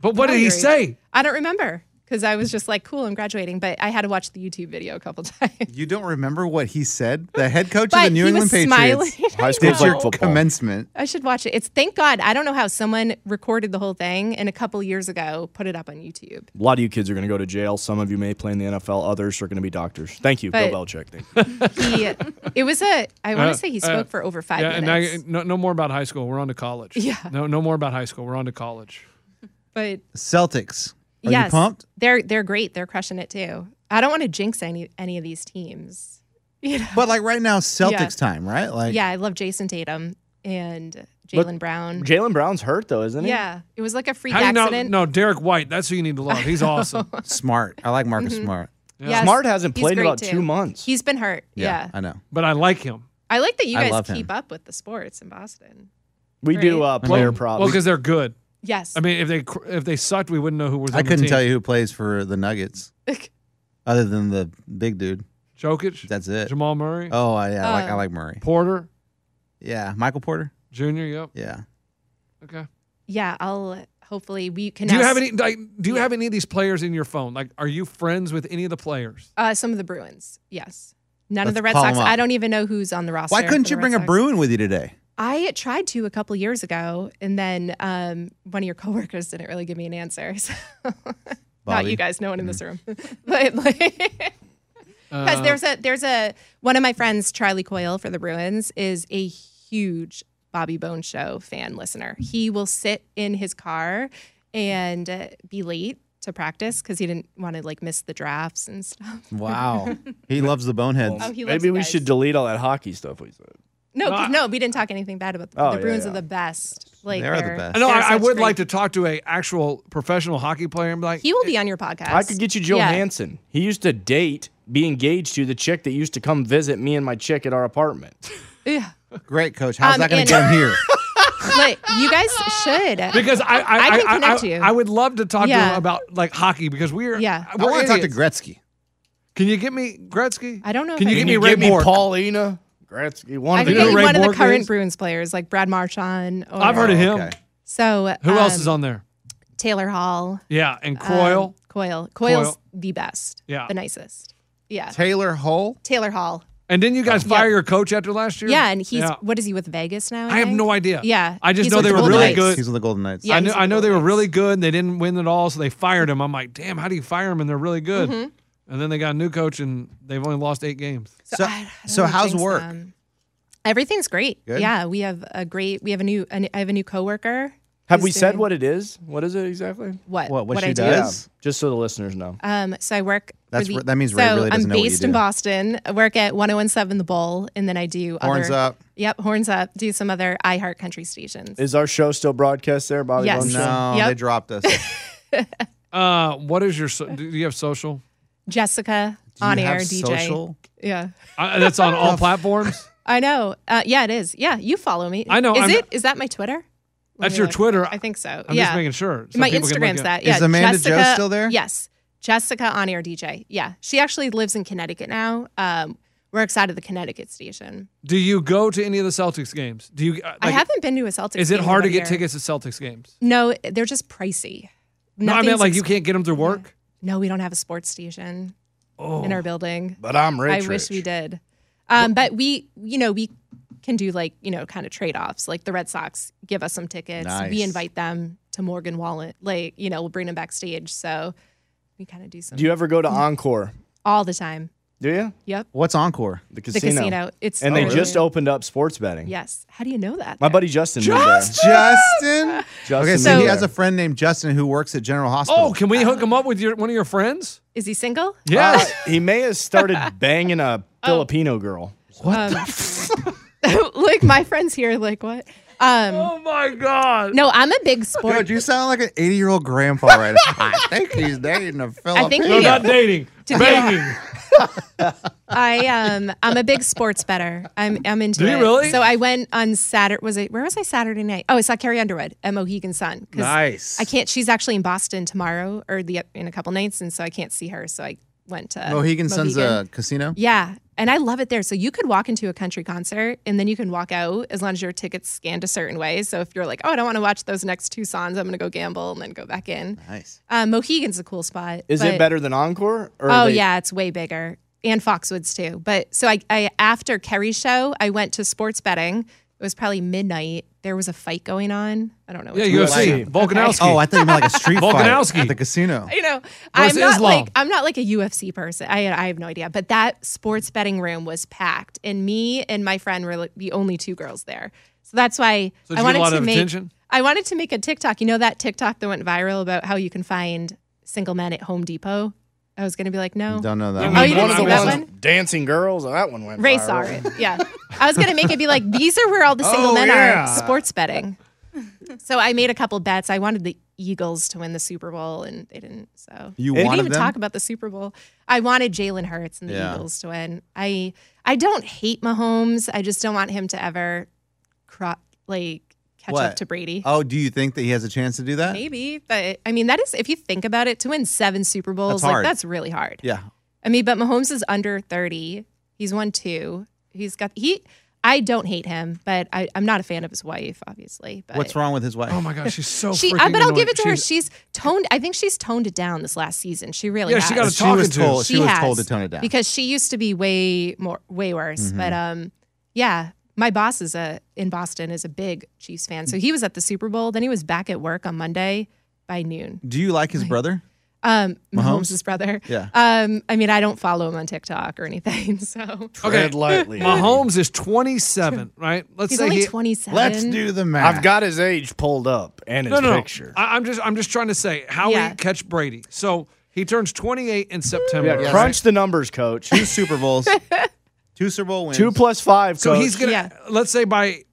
Speaker 3: but what did he
Speaker 4: Hungry.
Speaker 3: say?
Speaker 4: I don't remember because I was just like, cool, I'm graduating. But I had to watch the YouTube video a couple times.
Speaker 6: You don't remember what he said? The head coach of
Speaker 4: But
Speaker 6: the New
Speaker 4: he
Speaker 6: England
Speaker 4: was
Speaker 6: Patriots
Speaker 4: smiling.
Speaker 5: high
Speaker 6: did
Speaker 5: school
Speaker 6: your
Speaker 5: football.
Speaker 6: commencement.
Speaker 4: I should watch it. It's thank God. I don't know how someone recorded the whole thing and a couple years ago put it up on YouTube.
Speaker 5: A lot of you kids are going to go to jail. Some of you may play in the NFL. Others are going to be doctors. Thank you, Bill
Speaker 4: But-
Speaker 5: Belichick. Thank you.
Speaker 4: He, it was a. I want
Speaker 3: Uh,
Speaker 4: to say he spoke
Speaker 3: uh,
Speaker 4: for over five
Speaker 3: Yeah, and
Speaker 4: minutes.
Speaker 3: I, no, no more about high school. We're on to college.
Speaker 4: Yeah.
Speaker 3: No, no more about high school. We're on to college.
Speaker 4: but
Speaker 6: Celtics. Are
Speaker 4: yes,
Speaker 6: you pumped?
Speaker 4: They're they're great. They're crushing it too. I don't want to jinx any any of these teams. You know?
Speaker 6: But like right now, Celtics time, right? Like
Speaker 4: yeah, I love Jason Tatum and Jalen Brown.
Speaker 5: Jalen Brown's hurt though, isn't he?
Speaker 4: yeah, it was like a freak
Speaker 3: How do you not?
Speaker 4: accident.
Speaker 3: No, Derek White. That's who you need to love. He's awesome.
Speaker 6: smart. I like Marcus Smart.
Speaker 4: Yes,
Speaker 5: Smart hasn't
Speaker 4: he's
Speaker 5: played in
Speaker 4: great,
Speaker 5: about two months.
Speaker 4: He's been hurt. Yeah.
Speaker 6: I know.
Speaker 3: But I like him.
Speaker 4: I like that you
Speaker 6: I
Speaker 4: guys
Speaker 6: love him.
Speaker 4: keep up with the sports in Boston.
Speaker 5: We do uh, player props.
Speaker 3: Well, because they're good.
Speaker 4: Yes.
Speaker 3: I mean, if they cr- if they sucked, we wouldn't know who was.
Speaker 6: I
Speaker 3: on the
Speaker 6: couldn't
Speaker 3: team.
Speaker 6: tell you who plays for the Nuggets other than the big dude.
Speaker 3: Jokic.
Speaker 6: That's it.
Speaker 3: Jamal Murray.
Speaker 6: Oh, I- yeah, I
Speaker 4: Um,
Speaker 6: like I like Murray.
Speaker 3: Porter
Speaker 6: Yeah, Michael Porter.
Speaker 3: Jr. Yep.
Speaker 6: Yeah.
Speaker 3: Okay.
Speaker 4: yeah, I'll hopefully we can
Speaker 3: Do you
Speaker 4: ask,
Speaker 3: have any? Like, do you have any of these players in your phone? Like, are you friends with any of the players?
Speaker 4: uh, some of the Bruins. Yes. None
Speaker 6: Let's
Speaker 4: of the Red
Speaker 6: call 'em
Speaker 4: Sox.
Speaker 6: up.
Speaker 4: I don't even know who's on the roster.
Speaker 6: Why couldn't
Speaker 4: for
Speaker 6: you
Speaker 4: the
Speaker 6: bring
Speaker 4: Red
Speaker 6: a
Speaker 4: Sox.
Speaker 6: Bruin with you today?
Speaker 4: I tried to a couple years ago, and then um, one of your coworkers didn't really give me an answer. So. Not
Speaker 6: Bobby. Mm-hmm.
Speaker 4: you guys, no one in this room, but like,
Speaker 6: Uh,
Speaker 4: because
Speaker 3: Uh,
Speaker 4: there's a there's a one of my friends, Charlie Coyle for the Bruins, is a huge Bobby Bone Show fan listener. He will sit in his car and uh, be late to practice because he didn't want to like miss the drafts and stuff.
Speaker 6: Wow. he loves the boneheads.
Speaker 4: Oh, he loves
Speaker 5: Maybe
Speaker 4: you
Speaker 5: we
Speaker 4: guys.
Speaker 5: should delete all that hockey stuff we said.
Speaker 4: No,
Speaker 3: No,
Speaker 6: Ah.
Speaker 4: 'cause-
Speaker 3: I-
Speaker 4: no, we didn't talk anything bad about the,
Speaker 5: Oh,
Speaker 4: the
Speaker 5: yeah,
Speaker 4: Bruins
Speaker 5: yeah.
Speaker 4: are the best. Like
Speaker 6: They're the best.
Speaker 3: No,
Speaker 4: they're
Speaker 3: I, I
Speaker 4: such
Speaker 3: would
Speaker 4: great-
Speaker 3: like to talk to a actual professional hockey player and be like,
Speaker 4: He will be on your podcast.
Speaker 5: I could get you Jill
Speaker 4: Yeah.
Speaker 5: Hansen. He used to date, be engaged to the chick that used to come visit me and my chick at our apartment.
Speaker 4: Yeah.
Speaker 6: Great, coach. How's
Speaker 4: Um,
Speaker 6: that going
Speaker 4: and-
Speaker 6: to get him here?
Speaker 4: But you guys should.
Speaker 3: because I, I,
Speaker 4: I can connect
Speaker 3: I,
Speaker 4: you.
Speaker 3: I would love to talk to
Speaker 4: Yeah.
Speaker 3: him about like hockey because we're
Speaker 4: Yeah. I
Speaker 6: I
Speaker 3: we're
Speaker 6: want to talk to
Speaker 3: idiots.
Speaker 6: Gretzky.
Speaker 3: Can you get me Gretzky?
Speaker 4: I don't know if
Speaker 3: Can
Speaker 4: I
Speaker 3: you
Speaker 4: can.
Speaker 3: get me
Speaker 5: Can you
Speaker 3: Ray
Speaker 5: give me
Speaker 3: Bork?
Speaker 5: Paulina Gretzky? One
Speaker 4: I
Speaker 5: of
Speaker 4: could
Speaker 3: know
Speaker 4: get
Speaker 3: who
Speaker 4: you
Speaker 3: Ray
Speaker 5: you.
Speaker 4: one of the
Speaker 3: Borg
Speaker 4: current
Speaker 3: is?
Speaker 4: Bruins players, like Brad Marchand. Or,
Speaker 3: I've heard of him.
Speaker 6: Oh, okay.
Speaker 4: So
Speaker 3: Who else
Speaker 4: um,
Speaker 3: is on there?
Speaker 4: Taylor Hall,
Speaker 3: Yeah, and
Speaker 4: um,
Speaker 3: Croyle.
Speaker 4: Coyle, Coyle's
Speaker 3: Coyle.
Speaker 4: the best.
Speaker 3: Yeah.
Speaker 4: the nicest. Yeah,
Speaker 6: Taylor Hole.
Speaker 4: Taylor Hall.
Speaker 3: and didn't you guys fire your coach after last year?
Speaker 4: Yeah, and he's
Speaker 3: Yeah.
Speaker 4: what is he with Vegas now?
Speaker 3: I have
Speaker 4: think?
Speaker 3: no idea.
Speaker 4: Yeah,
Speaker 3: I just
Speaker 4: he's
Speaker 3: know
Speaker 4: with
Speaker 3: they
Speaker 4: the
Speaker 3: were
Speaker 4: Golden
Speaker 3: really
Speaker 4: Knights.
Speaker 3: good.
Speaker 6: He's on the Golden Knights.
Speaker 4: Yeah,
Speaker 3: I knew
Speaker 4: he's with
Speaker 3: I know
Speaker 4: the
Speaker 3: they were
Speaker 4: Golden
Speaker 3: really
Speaker 4: Knights.
Speaker 3: good and they didn't win at all, so they fired him. I'm like, damn, how do you fire him and they're really good?
Speaker 4: Mm-hmm.
Speaker 3: And then they got a new coach and they've only lost eight games.
Speaker 6: So,
Speaker 4: I- I don't
Speaker 6: so
Speaker 4: wanna
Speaker 6: how's
Speaker 4: jinx
Speaker 6: work?
Speaker 4: them. Everything's great.
Speaker 6: Good?
Speaker 4: Yeah, we have a great. We have a new. a new- I have a new coworker.
Speaker 5: Have
Speaker 4: who's
Speaker 5: we said
Speaker 4: doing-
Speaker 5: what it is? What is it exactly?
Speaker 4: What
Speaker 6: What, what
Speaker 4: what
Speaker 6: she
Speaker 4: I do?
Speaker 6: does? Yes.
Speaker 5: Just so the listeners know.
Speaker 4: Um, so I work.
Speaker 6: That's
Speaker 4: for the,
Speaker 6: re- that means
Speaker 4: so
Speaker 6: Ray really doesn't
Speaker 4: I'm
Speaker 6: know what you
Speaker 4: based in
Speaker 6: do.
Speaker 4: Boston. I work at 101.7 The Bull, and then I do
Speaker 6: Horns
Speaker 4: other,
Speaker 6: Up.
Speaker 4: Yep, horns up. Do some other iHeart country stations.
Speaker 5: Is our show still broadcast there, Bobby?
Speaker 4: Yes.
Speaker 5: Bones Show?
Speaker 6: No,
Speaker 4: Yep.
Speaker 6: they dropped us.
Speaker 3: Uh, what is your so- do you have social?
Speaker 4: Jessica
Speaker 6: Do you
Speaker 4: on
Speaker 6: have
Speaker 4: air DJ.
Speaker 6: social?
Speaker 4: Yeah,
Speaker 3: Uh, that's on all platforms.
Speaker 4: I know. Uh, yeah, it is. Yeah, you follow me.
Speaker 3: I know,
Speaker 4: Is
Speaker 3: I'm-
Speaker 4: it? Is that my Twitter? Let
Speaker 3: That's
Speaker 4: me
Speaker 3: your
Speaker 4: look.
Speaker 3: Twitter.
Speaker 4: I think so.
Speaker 3: I'm
Speaker 4: yeah.
Speaker 3: just making sure. so
Speaker 4: my
Speaker 3: people can look
Speaker 4: Instagram's
Speaker 3: at-
Speaker 4: that. Yeah.
Speaker 6: Is Amanda Jo
Speaker 4: Jessica,
Speaker 6: still there?
Speaker 4: Yes. Jessica on air DJ. Yeah. She actually lives in Connecticut now. Um, works out of the Connecticut station.
Speaker 3: Do you go to any of the Celtics games? Do you? uh,
Speaker 4: I
Speaker 3: like,
Speaker 4: haven't been to a Celtics.
Speaker 3: Is it
Speaker 4: game
Speaker 3: hard to
Speaker 4: over
Speaker 3: get
Speaker 4: here.
Speaker 3: tickets to Celtics games?
Speaker 4: No, they're just pricey.
Speaker 3: No, I meant
Speaker 4: Nothing's
Speaker 3: like you
Speaker 4: ex-
Speaker 3: can't get them through work.
Speaker 4: No, we don't have a sports station in our building.
Speaker 5: But I'm rich.
Speaker 4: I wish
Speaker 5: rich.
Speaker 4: we did. Um, but we, you know, we can do like, you know, kind of trade offs. Like the Red Sox give us some tickets.
Speaker 6: Nice.
Speaker 4: We invite them to Morgan Wallen. Like, you know, we'll bring them backstage. So we kind of do some
Speaker 5: Do you ever go to
Speaker 4: Mm-hmm.
Speaker 5: Encore?
Speaker 4: all the time.
Speaker 5: Do you? Oh,
Speaker 4: Yep.
Speaker 6: What's Encore?
Speaker 5: The
Speaker 4: The
Speaker 5: casino.
Speaker 4: casino. It's
Speaker 5: And they
Speaker 4: over
Speaker 5: just
Speaker 4: there.
Speaker 5: opened up sports betting.
Speaker 4: Yes. How do you know that?
Speaker 5: My
Speaker 4: there?
Speaker 5: buddy Justin. lived there.
Speaker 6: Justin.
Speaker 5: Justin
Speaker 6: okay, so
Speaker 5: lived
Speaker 6: he
Speaker 5: there. Uh,
Speaker 6: has a friend named Justin who works at General Hospital.
Speaker 3: Oh, can
Speaker 4: Uh,
Speaker 3: we hook them up with your one of your friends?
Speaker 4: Is he single?
Speaker 3: Yes.
Speaker 5: Uh, he may have started banging a
Speaker 4: Oh.
Speaker 5: Filipino girl.
Speaker 4: like my friends here, like what? Um,
Speaker 3: oh my God.
Speaker 4: no, I'm a big sport.
Speaker 6: Dude, you sound like an 80 year old grandpa right now. I think he's dating a Filipino.
Speaker 4: think
Speaker 3: No,
Speaker 4: he-
Speaker 3: not dating. Banging.
Speaker 4: I um I'm a big sports better. I'm I'm into
Speaker 3: Do you
Speaker 4: it.
Speaker 3: really?
Speaker 4: So I went on Saturday. Was it where was I Saturday night? Oh, I saw Carrie Underwood at Mohegan Sun. 'cause
Speaker 6: Nice.
Speaker 4: I can't. She's actually in Boston tomorrow or the in a couple nights, and so I can't see her. So I went to
Speaker 6: Mohegan Sun's
Speaker 4: Mohegan.
Speaker 6: a casino.
Speaker 4: Yeah, and I love it there. So you could walk into a country concert, and then you can walk out as long as your ticket's scanned a certain way. So if you're like, oh, I don't want to watch those next two songs, I'm gonna go gamble and then go back in.
Speaker 6: Nice.
Speaker 4: Um, Mohegan's a cool spot.
Speaker 5: Is it
Speaker 4: but-
Speaker 5: better than Encore? Or
Speaker 4: Oh
Speaker 5: they-
Speaker 4: yeah, it's way bigger. And Foxwoods too. But so I, I after Kerry's show, I went to sports betting. It was probably midnight. There was a fight going on. I don't know.
Speaker 3: Yeah,
Speaker 4: which one.
Speaker 3: UFC. Volkanovski.
Speaker 6: Oh, I thought you meant like a street fight
Speaker 3: Volkanovski.
Speaker 6: at the casino.
Speaker 4: you know, I'm
Speaker 3: Versus
Speaker 4: not
Speaker 3: Islam.
Speaker 4: like I'm not like a UFC person. I I have no idea. But that sports betting room was packed, and me and my friend were like the only two girls there. So that's why
Speaker 3: So did you get
Speaker 4: I
Speaker 3: a
Speaker 4: wanted
Speaker 3: lot
Speaker 4: to
Speaker 3: of
Speaker 4: make
Speaker 3: attention?
Speaker 4: I wanted to make a TikTok. You know that TikTok that went viral about how you can find single men at Home Depot. I was gonna be like, no,
Speaker 6: Don't know that.
Speaker 3: Yeah,
Speaker 6: one.
Speaker 4: Oh, you
Speaker 5: one
Speaker 4: didn't
Speaker 5: of
Speaker 4: see
Speaker 5: the
Speaker 4: that
Speaker 5: ones
Speaker 4: one?
Speaker 5: dancing girls. Oh, that one went.
Speaker 4: Ray
Speaker 5: viral.
Speaker 4: saw it. Yeah. I was going to make it be like, these are where all the single
Speaker 5: Oh,
Speaker 4: men
Speaker 5: yeah.
Speaker 4: are sports betting. So I made a couple bets. I wanted the Eagles to win the Super Bowl, and they didn't. So
Speaker 6: You
Speaker 4: we didn't
Speaker 6: wanted
Speaker 4: even
Speaker 6: them?
Speaker 4: talk about the Super Bowl. I wanted Jalen Hurts and the
Speaker 6: Yeah.
Speaker 4: Eagles to win. I I don't hate Mahomes. I just don't want him to ever cro- like catch
Speaker 6: What?
Speaker 4: up to Brady.
Speaker 6: Oh, do you think that he has a chance to do that?
Speaker 4: Maybe, but I mean, that is if you think about it, to win seven Super Bowls, like
Speaker 6: hard.
Speaker 4: that's really hard.
Speaker 6: Yeah.
Speaker 4: I mean, but Mahomes is under 30. He's won two. He's got he I don't hate him, but I, I'm not a fan of his wife, obviously. But
Speaker 6: What's wrong with his wife?
Speaker 3: Oh my gosh, she's so.
Speaker 4: She,
Speaker 3: freaking
Speaker 4: I, but I'll
Speaker 3: annoying.
Speaker 4: give it to her.
Speaker 3: She's-
Speaker 4: She's toned. I think she's toned it down this last season. She really
Speaker 3: Yeah,
Speaker 4: has.
Speaker 3: she got a
Speaker 6: she was
Speaker 3: talking to.
Speaker 6: told. She, was
Speaker 4: has,
Speaker 6: told to tone it down. Mm-hmm.
Speaker 4: because she used to be way more, way worse. But um, yeah, my boss is a in Boston is a big Chiefs fan, so he was at the Super Bowl. Then he was back at work on Monday by noon.
Speaker 6: do you like his brother?
Speaker 4: Um,
Speaker 6: Mahomes?
Speaker 4: Mahomes' brother.
Speaker 6: Yeah.
Speaker 4: Um, I mean, I don't follow him on TikTok or anything, so
Speaker 5: Tread lightly.
Speaker 3: Mahomes is 27, right? Let's
Speaker 4: he's
Speaker 3: say
Speaker 4: only
Speaker 3: he.
Speaker 4: 27.
Speaker 6: Let's do the math.
Speaker 5: I've got his age pulled up and his
Speaker 3: no, no, no.
Speaker 5: picture.
Speaker 3: I, am just, I'm just trying to say how
Speaker 4: Yeah.
Speaker 3: we catch Brady. So he turns 28 in September.
Speaker 5: Yeah,
Speaker 3: right?
Speaker 5: crunch the numbers, coach.
Speaker 6: two Super Bowls. Two Super Bowl wins.
Speaker 5: Two plus five.
Speaker 3: So
Speaker 5: coach.
Speaker 3: he's gonna
Speaker 4: Yeah.
Speaker 3: let's say by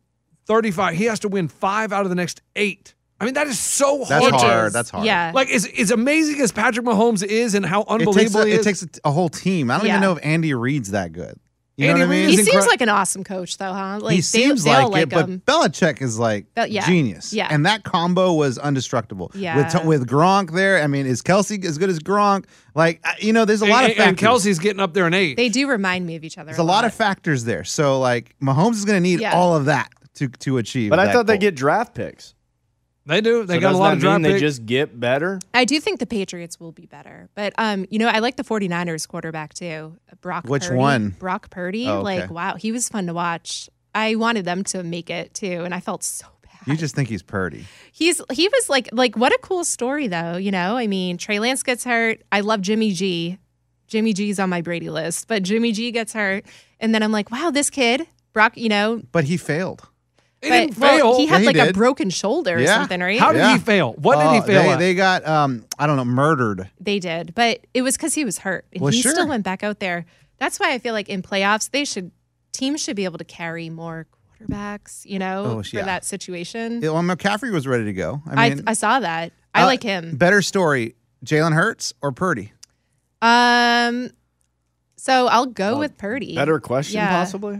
Speaker 3: thirty five, he has to win five out of the next eight. I mean, that is so hard.
Speaker 6: That's
Speaker 4: It
Speaker 6: hard.
Speaker 4: is.
Speaker 6: That's hard.
Speaker 4: Yeah.
Speaker 3: Like as, as amazing as Patrick Mahomes is and how
Speaker 6: It takes,
Speaker 3: unbelievable
Speaker 6: a,
Speaker 3: he
Speaker 6: it
Speaker 3: is.
Speaker 6: takes a, a whole team. I don't
Speaker 4: Yeah.
Speaker 6: even know if Andy Reid's that good. You
Speaker 3: Andy
Speaker 6: know what I mean?
Speaker 3: Reid
Speaker 4: he
Speaker 3: is
Speaker 4: seems
Speaker 3: incre-
Speaker 4: like an awesome coach, though, huh? Like
Speaker 6: he seems
Speaker 4: they,
Speaker 6: like,
Speaker 4: they'll like um,
Speaker 6: it,
Speaker 4: him.
Speaker 6: but Belichick is like
Speaker 4: Be- yeah.
Speaker 6: genius.
Speaker 4: Yeah.
Speaker 6: and that combo was indestructible. with
Speaker 4: Yeah.
Speaker 6: T- with Gronk there. I mean, is Kelsey as good as Gronk? Like I- you know, there's a lot
Speaker 3: and,
Speaker 6: of
Speaker 3: and
Speaker 6: factors.
Speaker 3: Kelsey's getting up there in eight.
Speaker 4: They do remind me of each other.
Speaker 6: There's a lot of factors there. So like Mahomes is going to need
Speaker 4: Yeah.
Speaker 6: all of that to to achieve.
Speaker 5: but I
Speaker 6: that
Speaker 5: thought they
Speaker 6: goal.
Speaker 5: get draft picks.
Speaker 3: They do. They
Speaker 5: So
Speaker 3: got a
Speaker 5: doesn't
Speaker 3: lot
Speaker 5: that
Speaker 3: of draft
Speaker 5: mean they
Speaker 3: picks.
Speaker 5: just get better.
Speaker 4: I do think the Patriots will be better. But um, you know, I like the 49ers quarterback too. Brock
Speaker 6: Which
Speaker 4: Purdy.
Speaker 6: one?
Speaker 4: Brock Purdy.
Speaker 6: Oh, okay.
Speaker 4: Like, wow, he was fun to watch. I wanted them to make it too, and I felt so bad.
Speaker 6: You just think he's Purdy.
Speaker 4: He's he was like like what a cool story though, you know? I mean, Trey Lance gets hurt. I love Jimmy G. Jimmy G's on my Brady list, but Jimmy G gets hurt. And then I'm like, wow, this kid, Brock, you know,
Speaker 6: But he failed.
Speaker 3: He
Speaker 4: but-
Speaker 3: didn't
Speaker 4: well,
Speaker 3: fail.
Speaker 4: he had
Speaker 6: Yeah, he
Speaker 4: like a
Speaker 6: did.
Speaker 4: broken shoulder or
Speaker 6: Yeah.
Speaker 4: something, right?
Speaker 3: How did
Speaker 6: Yeah.
Speaker 3: he fail? What did he
Speaker 6: Uh,
Speaker 3: fail?
Speaker 6: They,
Speaker 3: at?
Speaker 6: they got um I don't know murdered.
Speaker 4: They did, but it was because he was hurt, and
Speaker 6: Well,
Speaker 4: he
Speaker 6: sure.
Speaker 4: still went back out there. That's why I feel like in playoffs, they should teams should be able to carry more quarterbacks, you know,
Speaker 6: Oh,
Speaker 4: for
Speaker 6: yeah.
Speaker 4: that situation.
Speaker 6: Yeah, Well, McCaffrey was ready to go. I
Speaker 4: I,
Speaker 6: mean,
Speaker 4: I saw that. I
Speaker 6: uh,
Speaker 4: like him.
Speaker 6: Better story: Jalen Hurts or Purdy?
Speaker 4: Um, so I'll go with Purdy.
Speaker 5: Better question,
Speaker 4: Yeah. Um,
Speaker 5: possibly.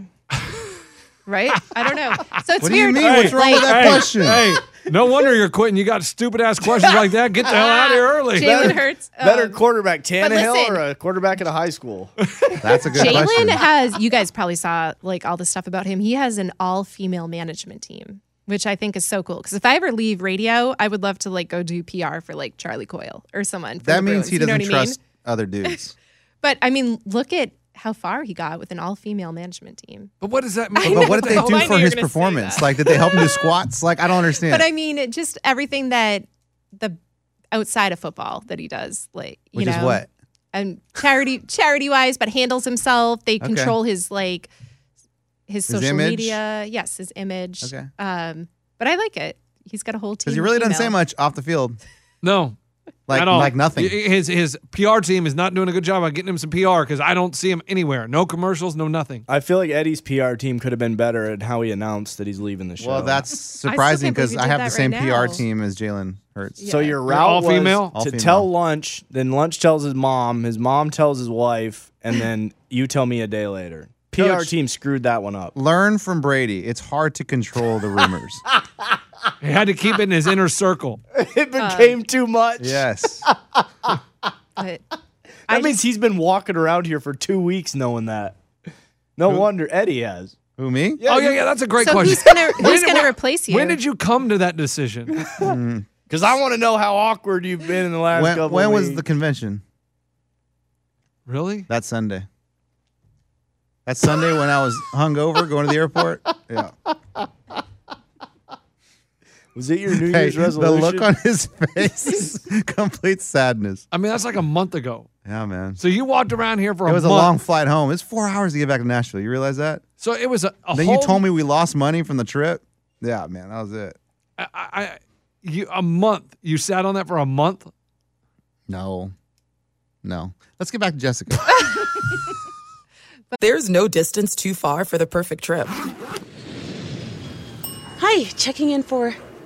Speaker 4: right? I don't know. So it's
Speaker 6: What do you
Speaker 4: weird.
Speaker 6: mean? What's wrong with
Speaker 4: like,
Speaker 6: that
Speaker 3: hey,
Speaker 6: question?
Speaker 3: Hey, no wonder you're quitting. You got stupid ass questions like that. Get the hell out of here early.
Speaker 4: Jalen Hurts.
Speaker 5: better
Speaker 4: um,
Speaker 5: quarterback Tannehill
Speaker 4: listen-
Speaker 5: or a quarterback at a high school?
Speaker 6: That's a good question.
Speaker 4: Jalen has. You guys probably saw like all the stuff about him. He has an all-female management team, which I think is so cool. Because if I ever leave radio, I would love to like go do PR for like Charlie Coyle or someone. for the
Speaker 6: that means
Speaker 4: Bruins,
Speaker 6: he
Speaker 4: you know
Speaker 6: doesn't
Speaker 4: what I mean?
Speaker 6: trust other dudes.
Speaker 4: But I mean, look at how far he got with an all-female management team.
Speaker 3: But what does that mean?
Speaker 4: I know.
Speaker 6: But what did they
Speaker 4: Oh, I
Speaker 6: do
Speaker 4: knew
Speaker 6: for
Speaker 4: you
Speaker 6: his
Speaker 4: were gonna say
Speaker 6: performance?
Speaker 4: that.
Speaker 6: Like, did they help him do squats? Like, I don't understand.
Speaker 4: But I mean, it just everything that the outside of football that he does, like you
Speaker 6: Which
Speaker 4: know,
Speaker 6: is what?
Speaker 4: and charity charity wise, but handles himself. They control his like
Speaker 6: His
Speaker 4: his, social
Speaker 6: image?
Speaker 4: media. Yes, his image.
Speaker 6: Okay.
Speaker 4: Um, but I like it. He's got a whole team.
Speaker 6: Because he really doesn't say
Speaker 4: female.
Speaker 6: much off the field.
Speaker 3: No,
Speaker 6: Like,
Speaker 3: at all.
Speaker 6: like nothing.
Speaker 3: His his PR team is not doing a good job on getting him some PR because I don't see him anywhere. No commercials, no nothing.
Speaker 5: I feel like Eddie's PR team could have been better at how he announced that he's leaving the show.
Speaker 6: Well, that's
Speaker 4: can't
Speaker 6: surprising
Speaker 4: believe
Speaker 6: because
Speaker 4: you
Speaker 6: I
Speaker 4: did
Speaker 6: have the
Speaker 4: that
Speaker 6: same
Speaker 4: right
Speaker 6: PR
Speaker 4: now.
Speaker 6: team as Jalen Hurts.
Speaker 5: so your route
Speaker 3: all
Speaker 5: was
Speaker 3: female?
Speaker 5: to
Speaker 6: All female.
Speaker 5: tell lunch, then lunch tells his mom, his mom tells his wife, and then you tell me a day later. PR
Speaker 3: Coach.
Speaker 5: team screwed that one up.
Speaker 6: Learn from Brady. It's hard to control the rumors.
Speaker 3: He had to keep it in his inner circle.
Speaker 5: It
Speaker 4: Uh,
Speaker 5: became too much.
Speaker 6: yes.
Speaker 4: But
Speaker 5: that
Speaker 4: I
Speaker 5: means
Speaker 4: just-
Speaker 5: he's been walking around here for two weeks knowing that. No wonder Eddie has.
Speaker 6: Who, me?
Speaker 3: oh yeah, yeah, that's a great
Speaker 4: so
Speaker 3: question.
Speaker 4: who's gonna who's
Speaker 3: When-
Speaker 4: gonna
Speaker 3: when-
Speaker 4: replace you?
Speaker 3: When did you come to that decision?
Speaker 5: Because I want to know how awkward you've been in the last
Speaker 6: When,
Speaker 5: couple.
Speaker 6: when was the
Speaker 5: weeks.
Speaker 6: convention?
Speaker 3: Really?
Speaker 6: That Sunday. That Sunday when I was hungover going to the airport. Yeah.
Speaker 5: was it your New
Speaker 6: Hey,
Speaker 5: Year's
Speaker 6: the
Speaker 5: resolution?
Speaker 6: look on his face is complete sadness.
Speaker 3: I mean, that's like a month ago.
Speaker 6: Yeah, man.
Speaker 3: So you walked around here for
Speaker 6: It
Speaker 3: a
Speaker 6: was a
Speaker 3: month.
Speaker 6: long flight home. It's four hours to get back to Nashville. You realize that?
Speaker 3: so it was a, a
Speaker 6: then
Speaker 3: whole.
Speaker 6: you told me we lost money from the trip. Yeah, man, that was it.
Speaker 3: I, I, I- you a month. You sat on that for a month.
Speaker 6: No, no. Let's get back to Jessica.
Speaker 8: There's no distance too far for the perfect trip
Speaker 9: Hi, checking in for.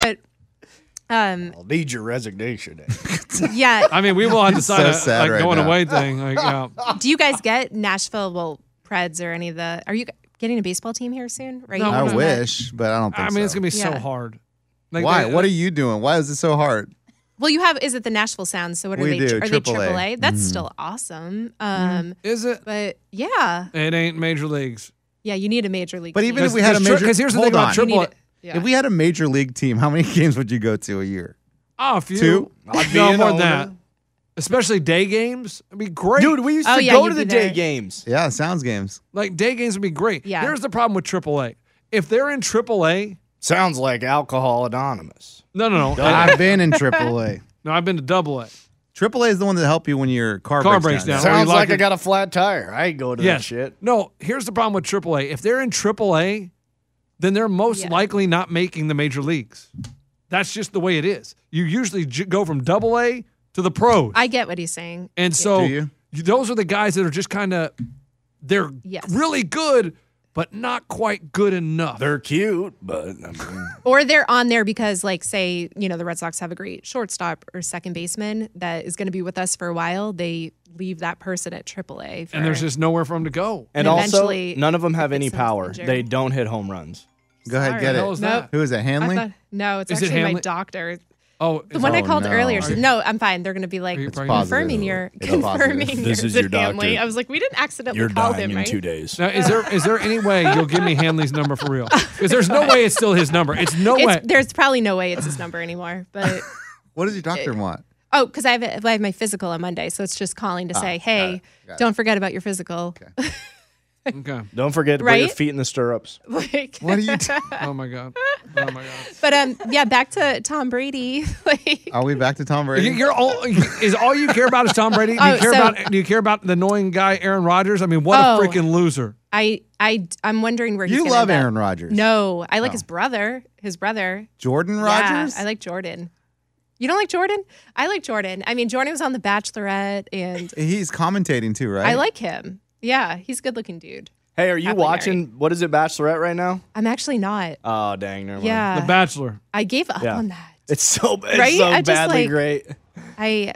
Speaker 4: But um,
Speaker 5: I'll need your resignation.
Speaker 4: yeah,
Speaker 3: I mean, we will have to
Speaker 6: so
Speaker 3: sign a
Speaker 6: sad
Speaker 3: like,
Speaker 6: right
Speaker 3: going
Speaker 6: now.
Speaker 3: away thing. Like, yeah.
Speaker 4: do you guys get Nashville well Preds or any of the? Are you getting a baseball team here soon? Right?
Speaker 3: No,
Speaker 6: I
Speaker 3: we're not.
Speaker 6: wish, but I don't think
Speaker 3: I mean,
Speaker 6: so.
Speaker 3: it's gonna be so
Speaker 4: Yeah.
Speaker 3: hard. Like, uh,
Speaker 6: Why?
Speaker 3: they-
Speaker 6: what are you doing? Why is it so hard?
Speaker 4: Well, you have. Is it the Nashville Sound? So what are
Speaker 6: We
Speaker 4: they?
Speaker 6: do, Mm-hmm.
Speaker 4: Are they
Speaker 6: AAA.
Speaker 4: AAA? That's still awesome.
Speaker 6: Mm-hmm.
Speaker 4: Um,
Speaker 3: Is it?
Speaker 4: but yeah,
Speaker 3: It ain't major leagues.
Speaker 4: yeah, you need a major league.
Speaker 6: But
Speaker 4: team.
Speaker 6: even if we had a
Speaker 3: Because tri-
Speaker 6: major,
Speaker 3: 'cause here's the
Speaker 6: hold
Speaker 3: thing about
Speaker 6: on.
Speaker 3: triple-
Speaker 4: You need it. Yeah.
Speaker 6: If we had a major league team, how many games would you go to a year?
Speaker 3: Oh, a few.
Speaker 6: Two?
Speaker 5: I'd be
Speaker 3: No
Speaker 5: in
Speaker 3: more than
Speaker 5: on
Speaker 3: that.
Speaker 5: it.
Speaker 3: Especially day games. It'd be great.
Speaker 5: Dude, we used
Speaker 4: Oh,
Speaker 5: to
Speaker 4: yeah,
Speaker 5: go
Speaker 4: you'd
Speaker 5: to the
Speaker 4: be
Speaker 5: day
Speaker 4: there.
Speaker 5: games.
Speaker 6: Yeah, sounds games.
Speaker 3: Like day games would be great.
Speaker 4: Yeah.
Speaker 3: Here's the problem with AAA. If they're in AAA,
Speaker 5: Sounds like Alcohol Anonymous.
Speaker 3: no, no, no. I,
Speaker 6: I've been in AAA.
Speaker 3: no, I've been to Double A.
Speaker 6: AAA is the one that help you when your car,
Speaker 3: Car
Speaker 6: breaks
Speaker 3: breaks
Speaker 6: down.
Speaker 3: down. Sounds
Speaker 5: Sounds
Speaker 3: like
Speaker 5: like
Speaker 3: it-
Speaker 5: I got a flat tire. I ain't going to that
Speaker 3: Yes.
Speaker 5: shit.
Speaker 3: No, here's the problem with AAA. If they're in AAA, then they're most
Speaker 4: Yeah.
Speaker 3: likely not making the major leagues. That's just the way it is. You usually j- go from Double A to the pros.
Speaker 4: I get what he's saying.
Speaker 3: And so
Speaker 6: Do you?
Speaker 3: you- those are the guys that are just kind of they're
Speaker 4: Yes.
Speaker 3: really good, but not quite good enough.
Speaker 5: They're cute, but I mean,
Speaker 4: Or they're on there because, like, say, you know, the Red Sox have a great shortstop or second baseman that is going to be with us for a while. They leave that person at AAA. For,
Speaker 3: and there's just nowhere for them to go.
Speaker 5: and
Speaker 4: And
Speaker 5: also
Speaker 4: eventually,
Speaker 5: none of them have
Speaker 4: if
Speaker 5: any
Speaker 4: someone's
Speaker 5: power.
Speaker 4: injured-
Speaker 5: They don't hit home runs.
Speaker 6: Go ahead, get
Speaker 3: The hell is
Speaker 6: it.
Speaker 3: that?
Speaker 6: Who is it?
Speaker 4: I
Speaker 6: Hanley?
Speaker 4: thought- no, it's
Speaker 3: Is it
Speaker 4: actually my
Speaker 3: Hamlet?
Speaker 4: doctor.
Speaker 3: Oh,
Speaker 4: The one I
Speaker 6: Oh,
Speaker 4: called
Speaker 6: no.
Speaker 4: earlier.
Speaker 6: Are
Speaker 4: said,
Speaker 3: you-
Speaker 4: no, I'm fine. They're going to be like
Speaker 3: Are you It's pregnant?
Speaker 4: confirming
Speaker 6: positive.
Speaker 4: your
Speaker 6: It's
Speaker 4: confirming
Speaker 6: positive.
Speaker 4: your
Speaker 5: This is your
Speaker 4: family.
Speaker 5: doctor.
Speaker 4: I was like, we didn't accidentally call him, right?
Speaker 5: days.
Speaker 3: now, is there is there any way you'll give me Hanley's number for real? Because there's no way it's still his number. It's no
Speaker 4: It's,
Speaker 3: way.
Speaker 4: there's probably no way it's his number anymore, but
Speaker 6: What does your doctor want?
Speaker 4: oh, because I have a, I have my physical on Monday, so it's just calling
Speaker 6: Ah,
Speaker 4: to say, hey, don't forget about your physical.
Speaker 3: Okay.
Speaker 5: Don't forget to put your
Speaker 4: Right?
Speaker 5: feet in the stirrups.
Speaker 4: Like,
Speaker 6: What do you? do?
Speaker 3: Oh my god. Oh my god.
Speaker 4: but um, yeah, back to Tom Brady. like,
Speaker 6: Are we back to Tom Brady?
Speaker 3: You- You're all is all you care about is Tom Brady. Do you
Speaker 4: Oh,
Speaker 3: care
Speaker 4: so-
Speaker 3: about do you care about the annoying guy Aaron Rodgers? I mean, what
Speaker 4: Oh.
Speaker 3: a freaking loser!
Speaker 4: I I I'm wondering where he's
Speaker 6: You
Speaker 4: gonna
Speaker 6: love
Speaker 4: end up.
Speaker 6: Aaron Rodgers.
Speaker 4: No, I like his brother. His brother.
Speaker 6: Jordan Rodgers.
Speaker 4: Yeah, I like Jordan. You don't like Jordan? I like Jordan. I mean, Jordan was on The Bachelorette, and
Speaker 6: He's commentating too, right?
Speaker 4: I like him. Yeah, he's a good-looking dude.
Speaker 5: Hey, are you
Speaker 4: Happily
Speaker 5: watching what is it, Bachelorette right now?
Speaker 4: I'm actually not.
Speaker 5: Oh dang, never mind.
Speaker 4: Yeah,
Speaker 3: The Bachelor.
Speaker 4: I gave up
Speaker 5: Yeah.
Speaker 4: on that.
Speaker 5: It's so it's
Speaker 4: Right?
Speaker 5: so
Speaker 4: I just,
Speaker 5: badly
Speaker 4: like,
Speaker 5: great.
Speaker 4: I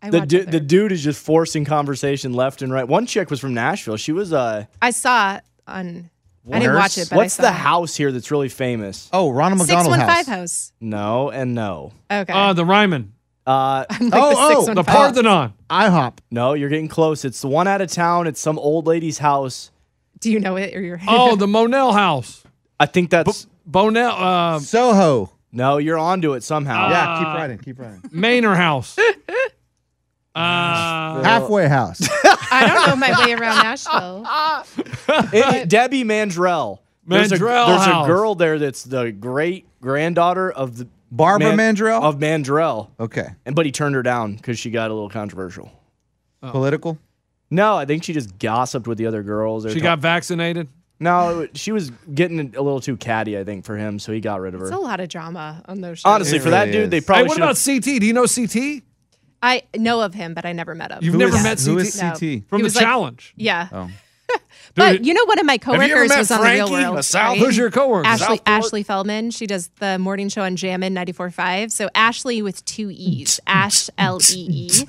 Speaker 4: I
Speaker 5: The
Speaker 4: watch
Speaker 5: du-
Speaker 4: other-
Speaker 5: the dude is just forcing conversation left and right. One chick was from Nashville. She was uh
Speaker 4: I saw on. I didn't watch it, but
Speaker 5: what's
Speaker 4: I saw
Speaker 5: the house here that's really famous?
Speaker 6: Oh, Ronald
Speaker 4: Six
Speaker 6: McDonald
Speaker 4: one five
Speaker 6: House.
Speaker 4: house.
Speaker 5: No and no.
Speaker 4: Okay.
Speaker 3: Uh, the Ryman.
Speaker 5: Uh
Speaker 6: Oh, oh,
Speaker 3: The Parthenon.
Speaker 6: IHOP.
Speaker 5: no, you're getting close. It's the one out of town. It's some old lady's house.
Speaker 4: Do you know it or your
Speaker 3: Oh, the Monell House.
Speaker 5: I think that's
Speaker 3: Bonell. Uh,
Speaker 6: Soho.
Speaker 5: no, you're onto it somehow.
Speaker 6: Yeah, keep riding, keep riding.
Speaker 3: Manor House. Uh,
Speaker 6: Halfway house.
Speaker 4: I don't know my way around Nashville.
Speaker 5: It- Debbie Mandrell. There's a,
Speaker 3: Mandrell
Speaker 5: there's
Speaker 3: House.
Speaker 5: a girl there that's the great granddaughter of the
Speaker 6: Barbara Mandrell?
Speaker 5: of Mandrell,
Speaker 6: Okay.
Speaker 5: and but he turned her down because she got a little controversial.
Speaker 6: Oh. Political.
Speaker 5: No, I think she just gossiped with the other girls. They were
Speaker 3: she got vaccinated.
Speaker 5: talk- no, it- she was getting a little too catty, I think, for him, so he got rid of
Speaker 4: It's a
Speaker 5: her.
Speaker 4: lot of drama on those shows.
Speaker 5: Honestly,
Speaker 6: It
Speaker 5: for that
Speaker 6: really
Speaker 5: dude, they
Speaker 6: is.
Speaker 3: Hey,
Speaker 5: probably
Speaker 3: what
Speaker 5: should've-
Speaker 3: about CT? Do you know CT
Speaker 4: I know of him, but I never met him.
Speaker 3: You've never
Speaker 6: is-
Speaker 3: met
Speaker 6: who
Speaker 3: CT?
Speaker 6: is CT?
Speaker 3: from
Speaker 4: He
Speaker 3: the
Speaker 4: was like-
Speaker 3: challenge?
Speaker 4: Yeah. but you know, one of my
Speaker 5: you ever
Speaker 4: coworkers
Speaker 5: met
Speaker 4: was on the Real
Speaker 5: Frankie
Speaker 4: World.
Speaker 5: LaSalle?
Speaker 4: right?
Speaker 3: Who's your coworker?
Speaker 4: Ashley Ashley Feldman. She does the morning show on Jammin' 94.5. So Ashley with two E's. Ash L E E.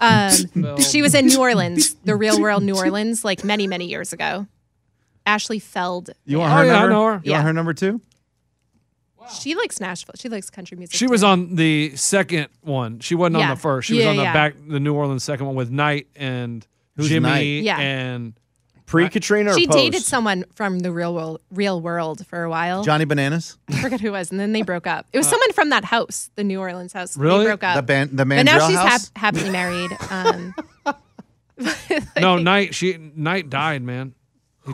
Speaker 4: Um, she was in New Orleans, the Real World New Orleans, like many many years ago. Ashley Feld.
Speaker 6: You want
Speaker 3: Oh,
Speaker 6: her
Speaker 3: yeah, I
Speaker 6: number?
Speaker 3: know her.
Speaker 6: You
Speaker 4: Yeah.
Speaker 6: want her number two?
Speaker 4: She likes Nashville. She likes country music.
Speaker 3: She
Speaker 4: too.
Speaker 3: was on the second one. She wasn't on
Speaker 4: Yeah.
Speaker 3: the first. She was
Speaker 4: Yeah,
Speaker 3: on the
Speaker 4: yeah.
Speaker 3: back, the New Orleans second one with Knight and Jimmy
Speaker 6: Knight?
Speaker 4: Yeah.
Speaker 3: and
Speaker 5: pre Katrina?
Speaker 4: She
Speaker 5: or post?
Speaker 4: dated someone from the real world, real world for a while.
Speaker 6: Johnny Bananas.
Speaker 4: I forget who it was, and then they broke up.
Speaker 3: Uh,
Speaker 4: It was someone from that house, the New Orleans house.
Speaker 3: Really?
Speaker 4: They broke up.
Speaker 6: The ban- the
Speaker 4: But now
Speaker 6: Mandrell
Speaker 4: she's
Speaker 6: house?
Speaker 4: hap- happily married. Um,
Speaker 3: no Knight. She Knight died, man.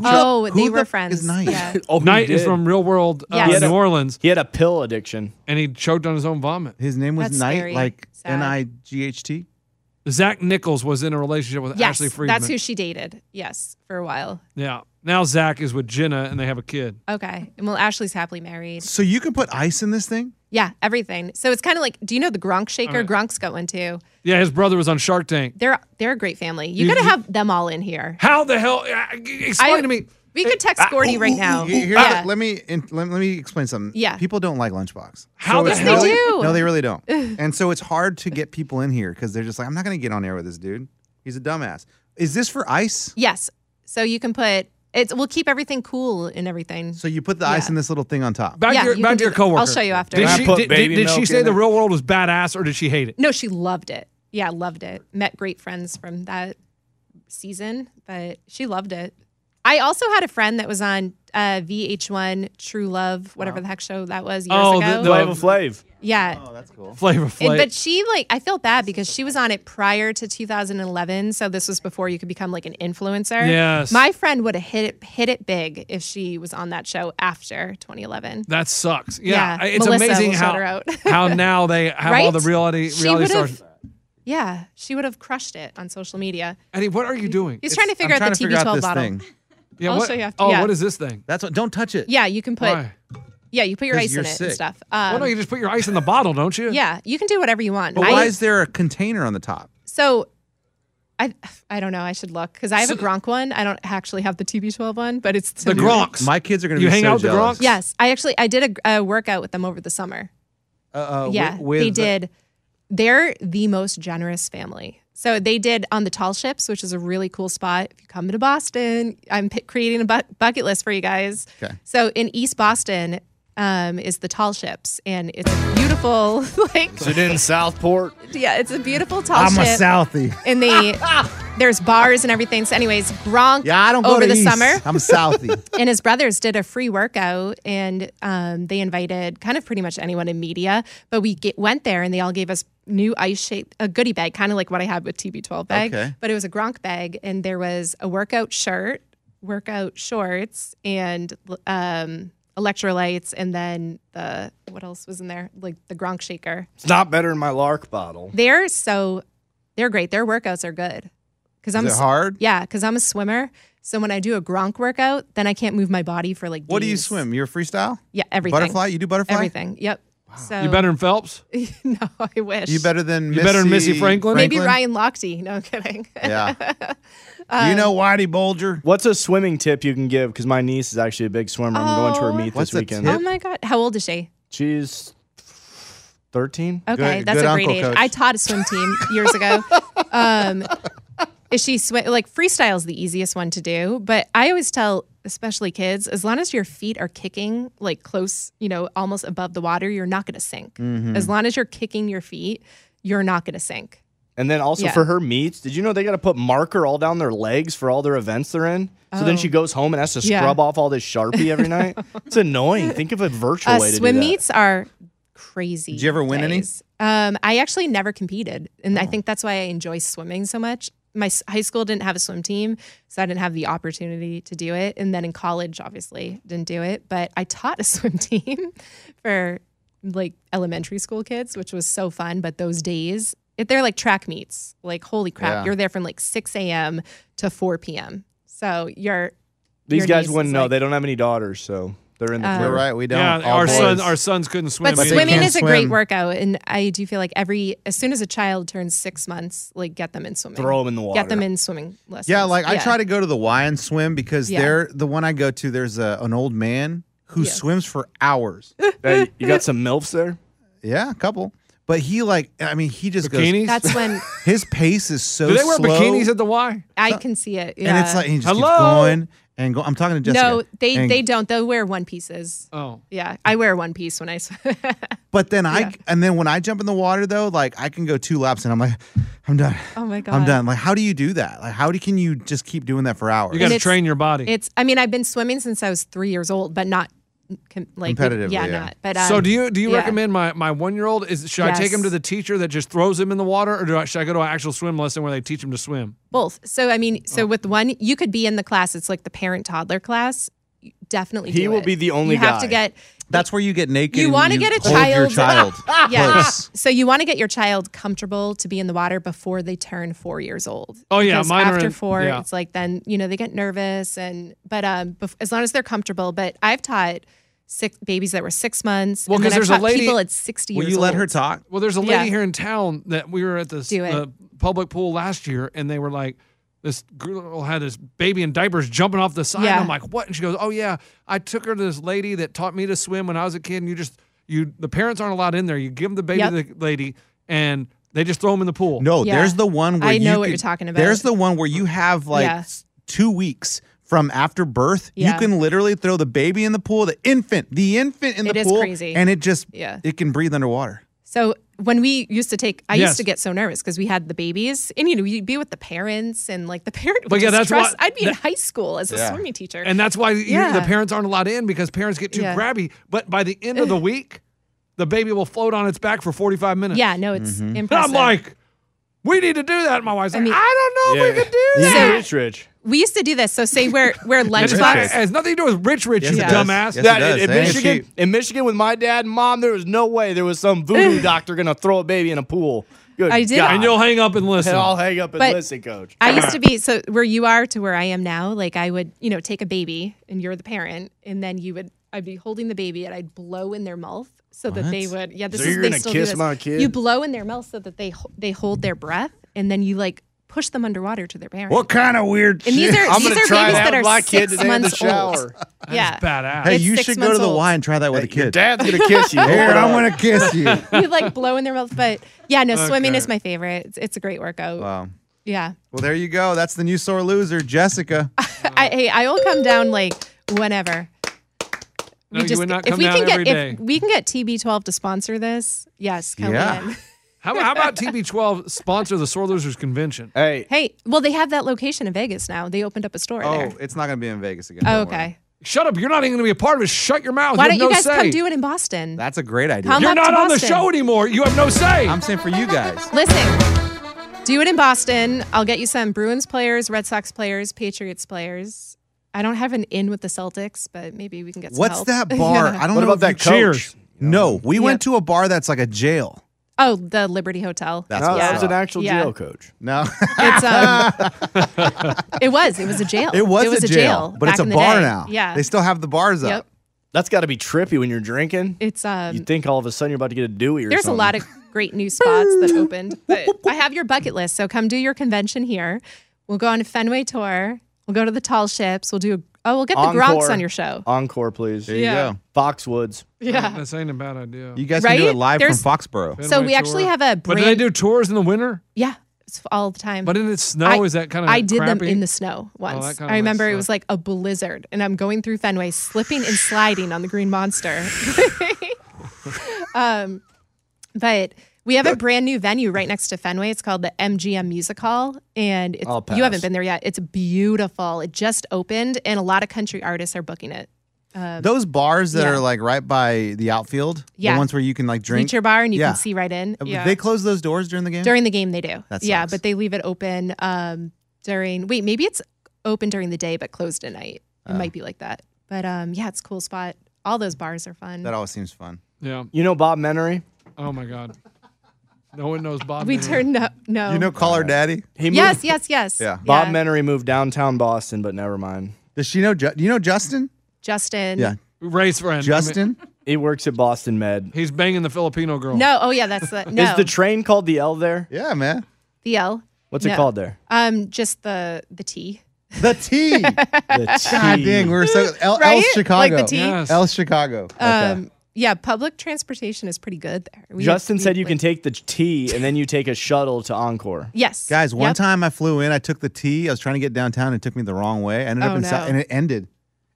Speaker 4: oh,
Speaker 6: who
Speaker 4: they
Speaker 6: the
Speaker 4: were
Speaker 6: f-
Speaker 4: friends.
Speaker 6: is nice?
Speaker 4: Yeah.
Speaker 5: Oh, he
Speaker 3: Knight is
Speaker 5: did.
Speaker 3: from Real World uh,
Speaker 4: Yes. He had
Speaker 3: New
Speaker 5: a-
Speaker 3: Orleans,
Speaker 5: He had a pill addiction.
Speaker 3: and he choked on his own vomit.
Speaker 6: His name was
Speaker 4: That's
Speaker 6: Knight,
Speaker 4: scary.
Speaker 6: like
Speaker 4: Sad.
Speaker 6: N I G H T.
Speaker 3: Zach Nichols was in a relationship with
Speaker 4: Yes,
Speaker 3: Ashley Friedman.
Speaker 4: that's who she dated. Yes, for a while.
Speaker 3: yeah. Now Zach is with Jenna and they have a kid.
Speaker 4: Okay. And well, Ashley's happily married.
Speaker 6: So you can put ice in this thing?
Speaker 4: Yeah, everything. So it's kind of like, do you know the Gronk shaker? Gronk's going to.
Speaker 3: Yeah, his brother was on Shark Tank.
Speaker 4: They're they're a great family. You,
Speaker 3: You-
Speaker 4: got to
Speaker 3: you-
Speaker 4: have them all in here.
Speaker 3: How the hell? uh, Explain to me. ah, oh,
Speaker 4: We could text Gordy right now.
Speaker 6: Here- here-
Speaker 4: yeah.
Speaker 6: let me in, let, let me explain something.
Speaker 4: Yeah.
Speaker 6: people don't like Lunchbox.
Speaker 3: How the
Speaker 6: it's
Speaker 3: Yes, they
Speaker 6: really-
Speaker 4: do.
Speaker 6: No, they really don't. and so it's hard to get people in here because they're just like, I'm not going to get on air with this dude. He's a dumbass. Is this for ice?
Speaker 4: yes. So you can put it's. We'll keep everything cool and everything.
Speaker 6: So you put the ice
Speaker 4: Yeah.
Speaker 6: in this little thing on top.
Speaker 3: Back
Speaker 4: Yeah,
Speaker 3: to your,
Speaker 4: you
Speaker 3: back
Speaker 4: can
Speaker 3: to your
Speaker 4: do that. I'll
Speaker 3: coworker.
Speaker 4: show you after.
Speaker 3: Did
Speaker 4: Can I
Speaker 3: she,
Speaker 5: put
Speaker 3: did,
Speaker 5: baby
Speaker 3: did she
Speaker 5: milk
Speaker 3: say
Speaker 5: in
Speaker 3: the
Speaker 5: it?
Speaker 3: real world was badass or did she hate it?
Speaker 4: No, she loved it. Yeah, loved it. Met great friends from that season, but she loved it. I also had a friend that was on uh, VH1 True Love, whatever the heck show that was years
Speaker 3: Oh, the-
Speaker 4: ago.
Speaker 3: the- Oh,
Speaker 5: Flav of Flav.
Speaker 4: yeah.
Speaker 3: Flavor
Speaker 4: And,
Speaker 3: Flav.
Speaker 4: but she like I feel bad because she was on it prior to 2011, so this was before you could become like an influencer.
Speaker 3: Yes.
Speaker 4: my friend would have hit it, hit it big if she was on that show after 2011.
Speaker 3: that sucks. Yeah,
Speaker 4: Yeah,
Speaker 3: it's
Speaker 4: Melissa
Speaker 3: amazing
Speaker 4: will
Speaker 3: how
Speaker 4: shout her out.
Speaker 3: how now they have all
Speaker 4: Right?
Speaker 3: the reality
Speaker 4: She
Speaker 3: reality
Speaker 4: would've-
Speaker 3: stars.
Speaker 4: Yeah, she would have crushed it on social media.
Speaker 3: Eddie, what are you doing?
Speaker 4: He's trying to figure
Speaker 6: I'm
Speaker 4: out
Speaker 6: trying
Speaker 4: the
Speaker 6: to figure out
Speaker 4: TB12
Speaker 6: this
Speaker 4: bottle.
Speaker 6: thing.
Speaker 3: yeah,
Speaker 4: I'll
Speaker 3: what,
Speaker 4: show you after-
Speaker 3: oh,
Speaker 4: yeah.
Speaker 3: what is this thing?
Speaker 6: That's what. Don't touch it.
Speaker 4: Yeah, you can put
Speaker 3: Why?
Speaker 4: yeah you put your
Speaker 6: 'Cause
Speaker 4: ice
Speaker 6: you're
Speaker 4: in it
Speaker 6: sick.
Speaker 4: and stuff.
Speaker 3: Well,
Speaker 4: Um,
Speaker 3: no, you just put your ice in the bottle, don't you?
Speaker 4: yeah, you can do whatever you want.
Speaker 6: But
Speaker 4: I-
Speaker 6: why is there a container on the top?
Speaker 4: So I I don't know. I should look because I have a Gronk one. I don't actually have the TB12 one, but it's
Speaker 3: The Gronks.
Speaker 6: My kids are going to
Speaker 3: You
Speaker 6: be
Speaker 3: hang
Speaker 6: so
Speaker 3: out with the
Speaker 6: jealous.
Speaker 3: Gronks?
Speaker 4: Yes, I actually I did a, a workout with them over the summer.
Speaker 6: Uh, uh,
Speaker 4: yeah,
Speaker 6: wi- with the-
Speaker 4: they did. They're the most generous family. So they did on the Tall Ships, which is a really cool spot. If you come to Boston, I'm p- creating a bu- bucket list for you guys.
Speaker 6: Okay.
Speaker 4: So in East Boston um, is the Tall Ships, and it's a beautiful like
Speaker 5: Is it in Southport?
Speaker 4: yeah, it's a beautiful Tall Ship.
Speaker 6: Southie.
Speaker 4: and they there's bars and everything. So, anyways, Gronk
Speaker 6: Yeah, I don't go
Speaker 4: over
Speaker 6: to
Speaker 4: the
Speaker 6: East.
Speaker 4: summer
Speaker 6: I'm a Southie.
Speaker 4: and his brothers did a free workout, and um, they invited kind of pretty much anyone in media. But we get, went there, and they all gave us new ice shape, a goodie bag, kind of like what I had with TB12 bag,
Speaker 6: Okay.
Speaker 4: but it was a Gronk bag, and there was a workout shirt, workout shorts, and um, electrolytes, and then the what else was in there? Like the Gronk shaker.
Speaker 5: It's not better in my Lark bottle.
Speaker 4: They're so they're great. Their workouts are good. Because I'm
Speaker 6: Is
Speaker 4: a
Speaker 6: it
Speaker 4: s-
Speaker 6: hard?
Speaker 4: Yeah, because I'm a swimmer. So when I do a Gronk workout, then I can't move my body for like.
Speaker 6: What do you
Speaker 4: days.
Speaker 6: swim? You're a freestyle?
Speaker 4: Yeah, everything.
Speaker 6: Butterfly? You do butterfly?
Speaker 4: Everything. Yep. So
Speaker 3: You better than Phelps.
Speaker 4: no, I wish.
Speaker 6: You better than Missy,
Speaker 3: You better than Missy Franklin?
Speaker 4: Maybe
Speaker 6: Franklin?
Speaker 4: Ryan Uh, Lochte. No, I'm kidding.
Speaker 6: Yeah. you know Whitey Bulger?
Speaker 5: What's a swimming tip you can give? Because my niece is actually a big swimmer. I'm going to her
Speaker 4: Oh.
Speaker 5: meet
Speaker 6: What's
Speaker 5: this
Speaker 6: the
Speaker 5: weekend.
Speaker 6: tip?
Speaker 4: oh my god, how old is she?
Speaker 5: She's 13.
Speaker 4: Okay,
Speaker 6: Good-
Speaker 4: that's
Speaker 6: good
Speaker 4: a great
Speaker 6: uncle,
Speaker 4: age.
Speaker 6: Coach.
Speaker 4: I taught a swim team years ago. Um, is she swi- like freestyle is the easiest one to do? But I always tell, especially kids, as long as your feet are kicking like close, you know, almost above the water, you're not going to sink.
Speaker 6: Mm-hmm.
Speaker 4: As long as you're kicking your feet, you're not going to sink.
Speaker 5: And then also
Speaker 4: Yeah.
Speaker 5: for her meets, did you know they got to put marker all down their legs for all their events they're in? So then she goes home and has to
Speaker 4: Oh. Yeah.
Speaker 5: scrub off all this Sharpie every night. it's annoying. Think of a virtual
Speaker 4: Uh,
Speaker 5: way to
Speaker 4: swim
Speaker 5: do that.
Speaker 4: meets are crazy.
Speaker 6: Did you ever win any? Oh.
Speaker 4: days. Um, I actually never competed, and I think that's why I enjoy swimming so much. My s- high school didn't have a swim team, so I didn't have the opportunity to do it. And then in college, obviously, didn't do it. But I taught a swim team for like elementary school kids, which was so fun. But those days, if they're like track meets, like holy crap,
Speaker 6: Yeah.
Speaker 4: you're there from like 6 a.m. to 4 p.m. So you're
Speaker 5: These
Speaker 4: your
Speaker 5: guys
Speaker 4: niece
Speaker 5: wouldn't
Speaker 4: is
Speaker 5: know.
Speaker 4: like- Oh.
Speaker 5: they don't have any daughters, so they're
Speaker 4: uh,
Speaker 5: in the
Speaker 6: You're
Speaker 5: clear.
Speaker 6: right. We don't.
Speaker 3: yeah,
Speaker 6: All
Speaker 3: our
Speaker 6: boys.
Speaker 3: sons our sons couldn't swim.
Speaker 4: But
Speaker 6: But they
Speaker 3: either.
Speaker 4: swimming
Speaker 6: can
Speaker 4: is a great
Speaker 6: swim.
Speaker 4: workout, and I do feel like every as soon as a child turns six months, like get them in swimming,
Speaker 5: Throw 'em in the water.
Speaker 4: get them in swimming lessons.
Speaker 6: Yeah, like I try to go to the Y and swim because
Speaker 4: Yeah.
Speaker 6: they're the one I go to. There's a, an old man who swims for hours.
Speaker 5: Hey, you got some MILFs there?
Speaker 6: yeah, a couple. But he like, I mean, he just goes.
Speaker 3: bikinis.
Speaker 4: That's when
Speaker 6: His pace is so.
Speaker 3: Do they wear
Speaker 6: slow,
Speaker 3: bikinis at the Y?
Speaker 4: I can see it. Yeah.
Speaker 6: And it's like he just
Speaker 3: Hello?
Speaker 6: keeps going and go. I'm talking to Jessica.
Speaker 4: no, they
Speaker 6: and-
Speaker 4: they don't. They'll wear one pieces.
Speaker 3: Oh,
Speaker 4: Yeah, I wear one piece when I swim.
Speaker 6: But then I and then when I jump in the water though, like I can go two laps and I'm like, I'm done.
Speaker 4: Oh my
Speaker 6: I'm
Speaker 4: God.
Speaker 6: done. Like, how do you do that? Like, how do, can you just keep doing that for hours?
Speaker 3: you got to
Speaker 4: it's-
Speaker 3: train your body.
Speaker 4: it's. I mean, I've been swimming since I was three years old, but not com- like
Speaker 6: Competitively,
Speaker 4: Yeah,
Speaker 6: yeah.
Speaker 4: not. But um,
Speaker 3: so do you do you
Speaker 4: yeah.
Speaker 3: recommend my my one year old is should I take him
Speaker 4: Yes.
Speaker 3: to the teacher that just throws him in the water or do I should I go to an actual swim lesson where they teach him to swim?
Speaker 6: Oh.
Speaker 4: Both. So I mean, so with one, you could be in the class. It's like the parent toddler class, definitely
Speaker 5: He
Speaker 4: do
Speaker 5: will
Speaker 4: it.
Speaker 5: be the only
Speaker 4: You have
Speaker 5: guy.
Speaker 4: to get
Speaker 6: That's where you get naked.
Speaker 4: you
Speaker 6: and
Speaker 4: want to get a
Speaker 6: hold Your
Speaker 4: child,
Speaker 6: child.
Speaker 4: yeah.
Speaker 6: close.
Speaker 4: So you want to get your child comfortable to be in the water before they turn four years old.
Speaker 3: Oh, yeah,
Speaker 4: Because
Speaker 3: mine are
Speaker 4: after
Speaker 3: in-
Speaker 4: four,
Speaker 3: yeah.
Speaker 4: it's like then you know they get nervous and but um bef- as long as they're comfortable. But I've taught six babies that were six months.
Speaker 3: Well,
Speaker 4: and
Speaker 3: 'cause
Speaker 4: then I've
Speaker 3: there's a
Speaker 4: taught
Speaker 3: lady-
Speaker 4: people at sixty.
Speaker 6: Will
Speaker 4: years
Speaker 6: you let
Speaker 4: old.
Speaker 6: her talk?
Speaker 3: Well, there's a lady
Speaker 4: Yeah.
Speaker 3: here in town that we were at this
Speaker 4: Do it.
Speaker 3: uh, public pool last year, and they were like, this girl had this baby in diapers jumping off the side.
Speaker 4: Yeah.
Speaker 3: And I'm like, what? And she goes, oh yeah, I took her to this lady that taught me to swim when I was a kid. And you just you the parents aren't allowed in there. You give the baby
Speaker 4: Yep.
Speaker 3: to the lady, and they just throw him in the pool.
Speaker 6: No,
Speaker 4: Yeah.
Speaker 6: there's the one where
Speaker 4: I
Speaker 6: you
Speaker 4: know what
Speaker 6: could-
Speaker 4: you're talking about.
Speaker 6: There's the one where you have like
Speaker 4: Yeah.
Speaker 6: s- two weeks from after birth.
Speaker 4: Yeah.
Speaker 6: You can literally throw the baby in the pool, the infant, the infant in
Speaker 4: It
Speaker 6: the
Speaker 4: is
Speaker 6: pool,
Speaker 4: crazy.
Speaker 6: and it just
Speaker 4: Yeah.
Speaker 6: it can breathe underwater.
Speaker 4: So when we used to take, I
Speaker 3: Yes.
Speaker 4: used to get so nervous because we had the babies, and you know you'd be with the parents, and like the parent. Would
Speaker 3: But yeah,
Speaker 4: just
Speaker 3: that's
Speaker 4: trust,
Speaker 3: why-
Speaker 4: I'd be in
Speaker 3: that-
Speaker 4: high school as a
Speaker 6: Yeah.
Speaker 4: swimming teacher.
Speaker 3: And that's why you-
Speaker 4: Yeah.
Speaker 3: the parents aren't allowed in because parents get too
Speaker 4: Yeah.
Speaker 3: grabby. But by the end of the week, the baby will float on its back for 45 minutes.
Speaker 4: yeah, no, it's
Speaker 6: Mm-hmm.
Speaker 3: And
Speaker 4: impressive.
Speaker 3: I'm like, we need to do that. My wife's like, I,
Speaker 4: mean-
Speaker 3: don't know if we could do
Speaker 5: Yeah.
Speaker 3: that.
Speaker 4: So-
Speaker 5: rich, rich.
Speaker 4: we used to do this. So say we're we're
Speaker 6: Rich Rich.
Speaker 3: It's not, it
Speaker 4: lunchbox.
Speaker 3: has nothing to do with Rich Rich,
Speaker 6: Yes,
Speaker 3: you
Speaker 6: it does.
Speaker 3: dumbass.
Speaker 6: Yes,
Speaker 5: That,
Speaker 6: it does. eh?
Speaker 5: in,
Speaker 6: They ain't
Speaker 5: Michigan,
Speaker 6: cheap.
Speaker 5: in Michigan with my dad and mom, there was no way there was some voodoo doctor going to throw a baby in a pool. Good
Speaker 4: I did-
Speaker 5: God.
Speaker 3: And you'll hang up and listen.
Speaker 5: And I'll hang up and
Speaker 4: But-
Speaker 5: listen, coach.
Speaker 4: I used to be so where you are to where I am now. Like I would, you know, take a baby and you're the parent, and then you would. I'd be holding the baby and I'd blow in their mouth so that they would. Yeah, this
Speaker 5: So
Speaker 4: is
Speaker 5: you're
Speaker 4: they
Speaker 5: gonna
Speaker 4: still
Speaker 5: kiss
Speaker 4: do this.
Speaker 5: my kid?
Speaker 4: You blow in their mouth so that they ho- they hold their breath, and then you like push them underwater to their parents.
Speaker 6: What kind of weird?
Speaker 4: And these are
Speaker 5: I'm
Speaker 4: these
Speaker 5: gonna
Speaker 4: are babies
Speaker 5: try it out
Speaker 4: that
Speaker 5: with
Speaker 4: are
Speaker 5: my
Speaker 4: six
Speaker 5: kid today in the
Speaker 4: months
Speaker 5: shower.
Speaker 4: old. Yeah,
Speaker 3: Badass.
Speaker 6: hey,
Speaker 4: it's
Speaker 6: you
Speaker 4: six
Speaker 6: should go to
Speaker 4: months
Speaker 6: the
Speaker 4: old.
Speaker 6: Y and try that with a
Speaker 5: Your
Speaker 6: kid.
Speaker 5: dad's going to kiss you.
Speaker 6: Here,
Speaker 5: Open
Speaker 6: I
Speaker 5: up.
Speaker 6: want to kiss you.
Speaker 4: you like blow in their mouth, but yeah, no, swimming
Speaker 3: Okay.
Speaker 4: is my favorite. It's, it's a great workout.
Speaker 6: wow.
Speaker 4: Yeah,
Speaker 6: Well, there you go. That's the new sore loser, Jessica.
Speaker 4: I, hey, I will come down like whenever.
Speaker 3: No, you would not
Speaker 4: if
Speaker 3: come
Speaker 4: we
Speaker 3: down
Speaker 4: can
Speaker 3: every
Speaker 4: get
Speaker 3: day.
Speaker 4: if we can get TB12 to sponsor this, yes, come
Speaker 6: Yeah.
Speaker 4: in.
Speaker 3: How, how about TB12 sponsor the Sore Losers Convention?
Speaker 5: Hey,
Speaker 4: Hey, well, they have that location in Vegas now. They opened up a store there.
Speaker 6: Oh, it's not going to be in Vegas again.
Speaker 4: Oh,
Speaker 6: don't worry.
Speaker 4: okay.
Speaker 3: Shut up. You're not even going to be a part of it. Shut your mouth.
Speaker 4: Why
Speaker 3: you have
Speaker 4: don't you
Speaker 3: no
Speaker 4: guys
Speaker 3: say.
Speaker 4: come do it in Boston?
Speaker 6: That's a great idea.
Speaker 4: Come
Speaker 3: You're
Speaker 4: up to
Speaker 3: not on the
Speaker 4: Boston.
Speaker 3: show anymore. You have no say.
Speaker 6: I'm saying for you guys.
Speaker 4: Listen, do it in Boston. I'll get you some Bruins players, Red Sox players, Patriots players. I don't have an in with the Celtics, but maybe we can get some
Speaker 6: What's
Speaker 4: help.
Speaker 6: that bar?
Speaker 4: Yeah.
Speaker 6: I don't
Speaker 5: What
Speaker 6: know
Speaker 5: about
Speaker 6: if
Speaker 5: that
Speaker 6: you-
Speaker 5: coach? Cheers.
Speaker 6: No, we went to a bar that's like a jail.
Speaker 4: Oh, the Liberty Hotel.
Speaker 6: That's
Speaker 5: no,
Speaker 6: what's
Speaker 5: that
Speaker 6: up.
Speaker 5: was an actual
Speaker 4: Yeah.
Speaker 5: jail coach.
Speaker 6: No,
Speaker 4: It's um, it was it was a jail.
Speaker 6: it was,
Speaker 4: a jail,
Speaker 6: but
Speaker 4: back
Speaker 6: it's a
Speaker 4: in the
Speaker 6: bar
Speaker 4: day.
Speaker 6: now.
Speaker 4: Yeah.
Speaker 6: they still have the bars
Speaker 4: yep.
Speaker 6: up.
Speaker 5: That's got to be trippy when you're drinking.
Speaker 4: It's um.
Speaker 5: you think all of a sudden you're about to get a Dewey or
Speaker 4: there's
Speaker 5: something.
Speaker 4: a lot of great new spots that opened. But I have your bucket list, so come do your convention here. We'll go on a Fenway tour. We'll go to the Tall Ships. We'll do. A, oh, we'll get the Gronks
Speaker 5: Encore.
Speaker 4: on your show.
Speaker 5: Encore, please.
Speaker 6: There you
Speaker 4: Yeah.
Speaker 6: go.
Speaker 5: Foxwoods.
Speaker 4: Yeah.
Speaker 3: This ain't a bad idea.
Speaker 6: You guys can do
Speaker 4: Right?
Speaker 6: it live
Speaker 4: There's-
Speaker 6: from Foxborough.
Speaker 4: So
Speaker 3: Fenway
Speaker 4: we actually
Speaker 3: tour.
Speaker 4: have a brand.
Speaker 3: but do they do tours in the winter?
Speaker 4: Yeah, it's all the time.
Speaker 3: But in the snow,
Speaker 4: I-
Speaker 3: is that kind of
Speaker 4: I did
Speaker 3: crappy? Oh,
Speaker 4: them in the snow once.
Speaker 3: kinda
Speaker 4: I remember
Speaker 3: like
Speaker 4: it was like a blizzard, and I'm going through Fenway, slipping and sliding on the Green Monster. um, but we have a brand new venue right next to Fenway. It's called the MGM Music Hall, and it's,
Speaker 5: I'll
Speaker 4: you haven't
Speaker 5: pass.
Speaker 4: been there yet. It's beautiful. It just opened, and a lot of country artists are booking it.
Speaker 6: Those bars that
Speaker 4: Yeah.
Speaker 6: are like right by the outfield,
Speaker 4: Yeah.
Speaker 6: the ones where you can like drink.
Speaker 4: Feature bar, and you
Speaker 6: Yeah.
Speaker 4: can see right in.
Speaker 6: Uh,
Speaker 4: Yeah.
Speaker 6: They close those doors during the game.
Speaker 4: During the game, they do.
Speaker 6: Mm-hmm. That
Speaker 4: yeah,
Speaker 6: sucks.
Speaker 4: but they leave it open um, during. Wait, maybe it's open during the day but closed at night. It
Speaker 6: Ah.
Speaker 4: might be like that. But um, yeah, it's a cool spot. All those bars are fun.
Speaker 6: that always seems fun.
Speaker 3: yeah.
Speaker 5: You know Bob Menery?
Speaker 3: Oh my God. No one knows Bob.
Speaker 4: we
Speaker 3: Menery.
Speaker 4: turned up. No.
Speaker 6: You know, call her daddy.
Speaker 5: He moved,
Speaker 4: yes, yes, yes.
Speaker 6: Yeah.
Speaker 5: Bob Menery moved downtown Boston, but never mind.
Speaker 6: Does she know? Ju- Do you know Justin?
Speaker 4: Justin.
Speaker 6: Yeah,
Speaker 3: race friend. I mean,
Speaker 6: Justin.
Speaker 5: He works at Boston Med.
Speaker 3: he's banging the Filipino girl.
Speaker 4: No. Oh yeah, that's the no.
Speaker 5: Is the train called the L there?
Speaker 6: Yeah, man.
Speaker 4: the L.
Speaker 5: What's
Speaker 4: No.
Speaker 5: it called there?
Speaker 4: Um, just the the T.
Speaker 6: The T. God
Speaker 5: The T.
Speaker 6: dang, we're so El,
Speaker 4: Right?
Speaker 6: El Chicago.
Speaker 4: Like the T.
Speaker 3: Yes.
Speaker 6: El Chicago.
Speaker 4: Um, yeah, public transportation is pretty good there. We-
Speaker 5: Justin
Speaker 4: we-
Speaker 5: said you
Speaker 4: like-
Speaker 5: can take the T and then you take a shuttle to Encore.
Speaker 4: Yes,
Speaker 6: Guys, one
Speaker 4: Yep.
Speaker 6: time I flew in, I took the T. I was trying to get downtown, and it took me the wrong way. I ended
Speaker 4: Oh,
Speaker 6: up in
Speaker 4: no.
Speaker 6: South, and it ended.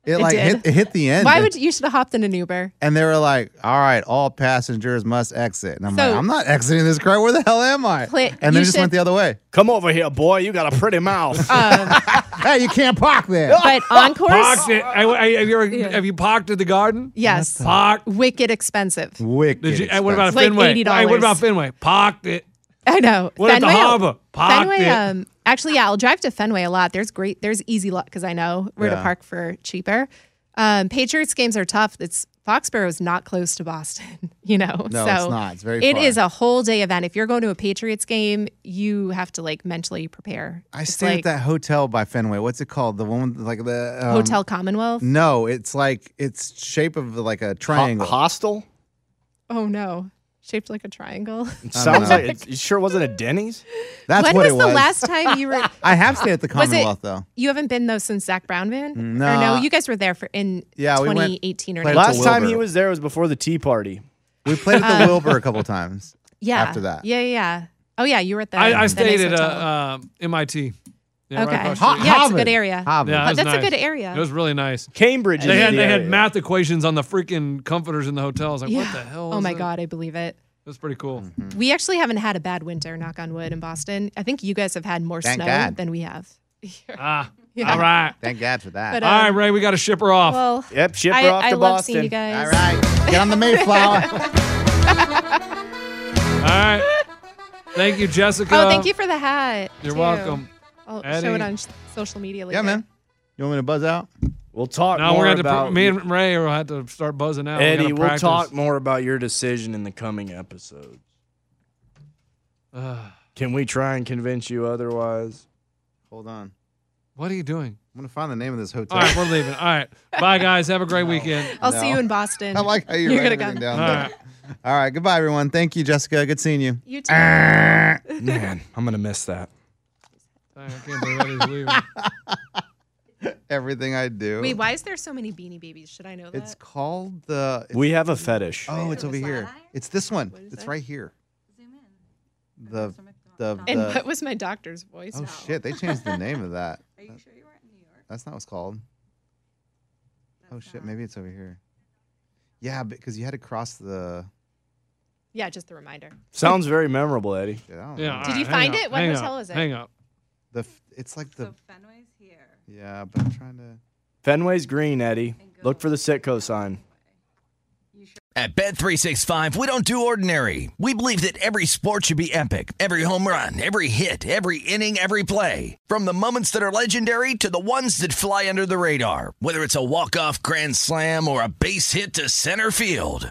Speaker 6: It, like
Speaker 4: did.
Speaker 6: hit it hit the end.
Speaker 4: Why
Speaker 6: and,
Speaker 4: would you, you should have hopped in an Uber?
Speaker 6: and they were like, "All right, all passengers must exit." And I'm
Speaker 4: So-
Speaker 6: like, "I'm not exiting this car. Where the hell am I?"
Speaker 4: Pla-
Speaker 6: and then
Speaker 4: you
Speaker 6: it just went
Speaker 4: should-
Speaker 6: the other way.
Speaker 5: Come over here, boy. You got a pretty mouth.
Speaker 6: hey, you can't park there.
Speaker 4: But Encore.
Speaker 3: Parked it. I, I- have you ever, have you parked at the garden?
Speaker 4: Yes.
Speaker 3: Parked.
Speaker 4: Wicked expensive.
Speaker 6: Wicked.
Speaker 3: Did you, uh, what about
Speaker 4: It's like
Speaker 3: Fenway?
Speaker 4: $80.
Speaker 3: Hey, what about Fenway? Parked it.
Speaker 4: I know.
Speaker 3: What at the harbor? Parked
Speaker 4: Fenway.
Speaker 3: it.
Speaker 4: Um, actually, yeah, I'll drive to Fenway a lot. There's great. There's easy lot because I know where to
Speaker 6: Yeah.
Speaker 4: park for cheaper. Um, Patriots games are tough. It's Foxborough is not close to Boston, you know.
Speaker 6: No,
Speaker 4: so
Speaker 6: it's not. It's very
Speaker 4: It
Speaker 6: far.
Speaker 4: is a whole day event. If you're going to a Patriots game, you have to like mentally prepare.
Speaker 6: I
Speaker 4: It's
Speaker 6: stayed
Speaker 4: like
Speaker 6: at that hotel by Fenway. What's it called? The one with, like the um,
Speaker 4: Hotel Commonwealth.
Speaker 6: No, it's like it's shape of like a triangle.
Speaker 5: hostel?
Speaker 4: Oh no, shaped like a triangle.
Speaker 5: It sounds like it, it sure wasn't a Denny's.
Speaker 6: That's
Speaker 4: when
Speaker 6: what
Speaker 4: was,
Speaker 6: it was.
Speaker 4: the last time you were?
Speaker 6: I have stayed at the
Speaker 4: Was it-
Speaker 6: Commonwealth though.
Speaker 4: You haven't been though since Zach Brown van?
Speaker 6: No.
Speaker 4: Or no, you guys were there for in
Speaker 6: Yeah, we went-
Speaker 4: 2018 or
Speaker 6: played
Speaker 4: nineteen.
Speaker 6: That's
Speaker 5: Last time
Speaker 6: Wilbur.
Speaker 5: he was there was before the Tea Party.
Speaker 6: We played at the
Speaker 4: Uh.
Speaker 6: Wilbur a couple times.
Speaker 4: yeah.
Speaker 6: after that.
Speaker 4: Yeah, yeah, yeah. Oh yeah, you were at the.
Speaker 3: I, I
Speaker 4: the
Speaker 3: stayed
Speaker 4: nice
Speaker 3: at uh,
Speaker 4: hotel.
Speaker 3: uh, MIT. Yeah, right
Speaker 4: Okay.
Speaker 3: across the
Speaker 6: Ho-
Speaker 3: street.
Speaker 4: yeah, it's a
Speaker 6: Harvard.
Speaker 4: good area.
Speaker 6: Harvard.
Speaker 3: Yeah, it was
Speaker 4: That's a
Speaker 3: nice.
Speaker 4: good area.
Speaker 3: It was really nice.
Speaker 5: Cambridge.
Speaker 3: They
Speaker 5: is
Speaker 3: had
Speaker 5: the
Speaker 3: they had
Speaker 5: area.
Speaker 3: math equations on the freaking comforters in the hotel. I was like,
Speaker 4: yeah.
Speaker 3: what the hell?
Speaker 4: Oh
Speaker 3: is
Speaker 4: my
Speaker 3: that?
Speaker 4: god, I believe it.
Speaker 3: It was pretty cool.
Speaker 4: We actually haven't had a bad winter, knock on wood, in Boston. I think you guys have had more
Speaker 6: Thank
Speaker 4: snow
Speaker 6: God.
Speaker 4: than we have.
Speaker 3: Ah,
Speaker 4: Yeah.
Speaker 3: all right,
Speaker 6: Thank God for that.
Speaker 4: But, uh,
Speaker 3: all right, Ray. We got to ship her off.
Speaker 4: Well,
Speaker 5: Yep, ship her
Speaker 4: I,
Speaker 5: off
Speaker 4: I
Speaker 5: to
Speaker 4: love seeing you
Speaker 5: Boston.
Speaker 4: guys.
Speaker 6: All right, get on the Mayflower.
Speaker 3: all right. Thank you, Jessica.
Speaker 4: Oh, thank you for the hat.
Speaker 3: You're
Speaker 4: too.
Speaker 3: welcome.
Speaker 4: I'll
Speaker 3: Eddie.
Speaker 4: show it on s- social media later.
Speaker 6: yeah, man. You want me to buzz out?
Speaker 5: We'll talk
Speaker 3: Now
Speaker 5: more
Speaker 3: we're gonna have
Speaker 5: about
Speaker 3: to, me and Ray will have to start buzzing out. We
Speaker 5: Eddie.
Speaker 3: gotta
Speaker 5: We'll
Speaker 3: practice.
Speaker 5: talk more about your decision in the coming episodes.
Speaker 3: Ah,
Speaker 5: Can we try and convince you otherwise?
Speaker 6: Hold on. I'm
Speaker 3: what are you doing?
Speaker 6: gonna find the name of this hotel.
Speaker 3: All right, we're leaving. All right, bye guys. Have a great weekend.
Speaker 4: I'll
Speaker 6: No.
Speaker 4: see you in Boston.
Speaker 6: I like how you
Speaker 4: You're
Speaker 6: write
Speaker 4: gonna
Speaker 6: everything
Speaker 4: go.
Speaker 6: down
Speaker 3: All
Speaker 6: there.
Speaker 3: right.
Speaker 6: All right, goodbye, everyone. Thank you, Jessica. Good seeing you.
Speaker 4: You too.
Speaker 6: Ah.
Speaker 5: Man, I'm gonna miss that.
Speaker 3: Dang, I can't believe Eddie's leaving.
Speaker 6: Everything I do.
Speaker 4: Wait, why is there so many Beanie Babies? Should I know that?
Speaker 6: It's called the. it's-
Speaker 5: We have a fetish.
Speaker 6: oh, it's over here. It's this one.
Speaker 4: is
Speaker 6: It's
Speaker 4: that?
Speaker 6: right here. The the
Speaker 4: and
Speaker 6: the.
Speaker 4: what was my doctor's voice?
Speaker 6: Oh shit! They changed the name of that. Are you sure you were in New York? That's not what's called. oh shit! Maybe it's over here. Yeah, because you had to cross the.
Speaker 4: Yeah, just a reminder.
Speaker 5: Sounds very memorable, Eddie.
Speaker 6: Shit, I don't
Speaker 3: Yeah,
Speaker 6: know.
Speaker 3: all
Speaker 4: Did you
Speaker 3: right,
Speaker 4: find
Speaker 3: hang
Speaker 4: it?
Speaker 3: up,
Speaker 4: What
Speaker 3: hang
Speaker 4: hotel
Speaker 3: up,
Speaker 4: is it?
Speaker 3: Hang up.
Speaker 6: The f- it's like the. Fenway's here. Yeah, but I'm trying to.
Speaker 5: Fenway's green, Eddie. Look for the Sitco sign.
Speaker 1: At Bet365, we don't do ordinary. We believe that every sport should be epic. Every home run, every hit, every inning, every play. From the moments that are legendary to the ones that fly under the radar. Whether it's a walk-off grand slam or a base hit to center field.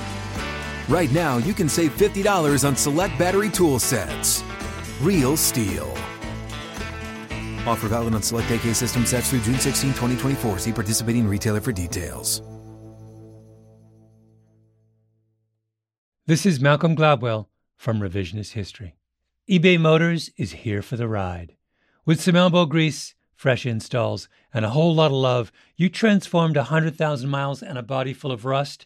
Speaker 2: right now you can save $50 on select battery tool sets. Real steel. Offer valid on select AK system sets through June 16, 2024. See participating retailer for details.
Speaker 10: This is Malcolm Gladwell from Revisionist History. eBay Motors is here for the ride. With some elbow grease, fresh installs, and a whole lot of love, you transformed 100,000 miles and a body full of rust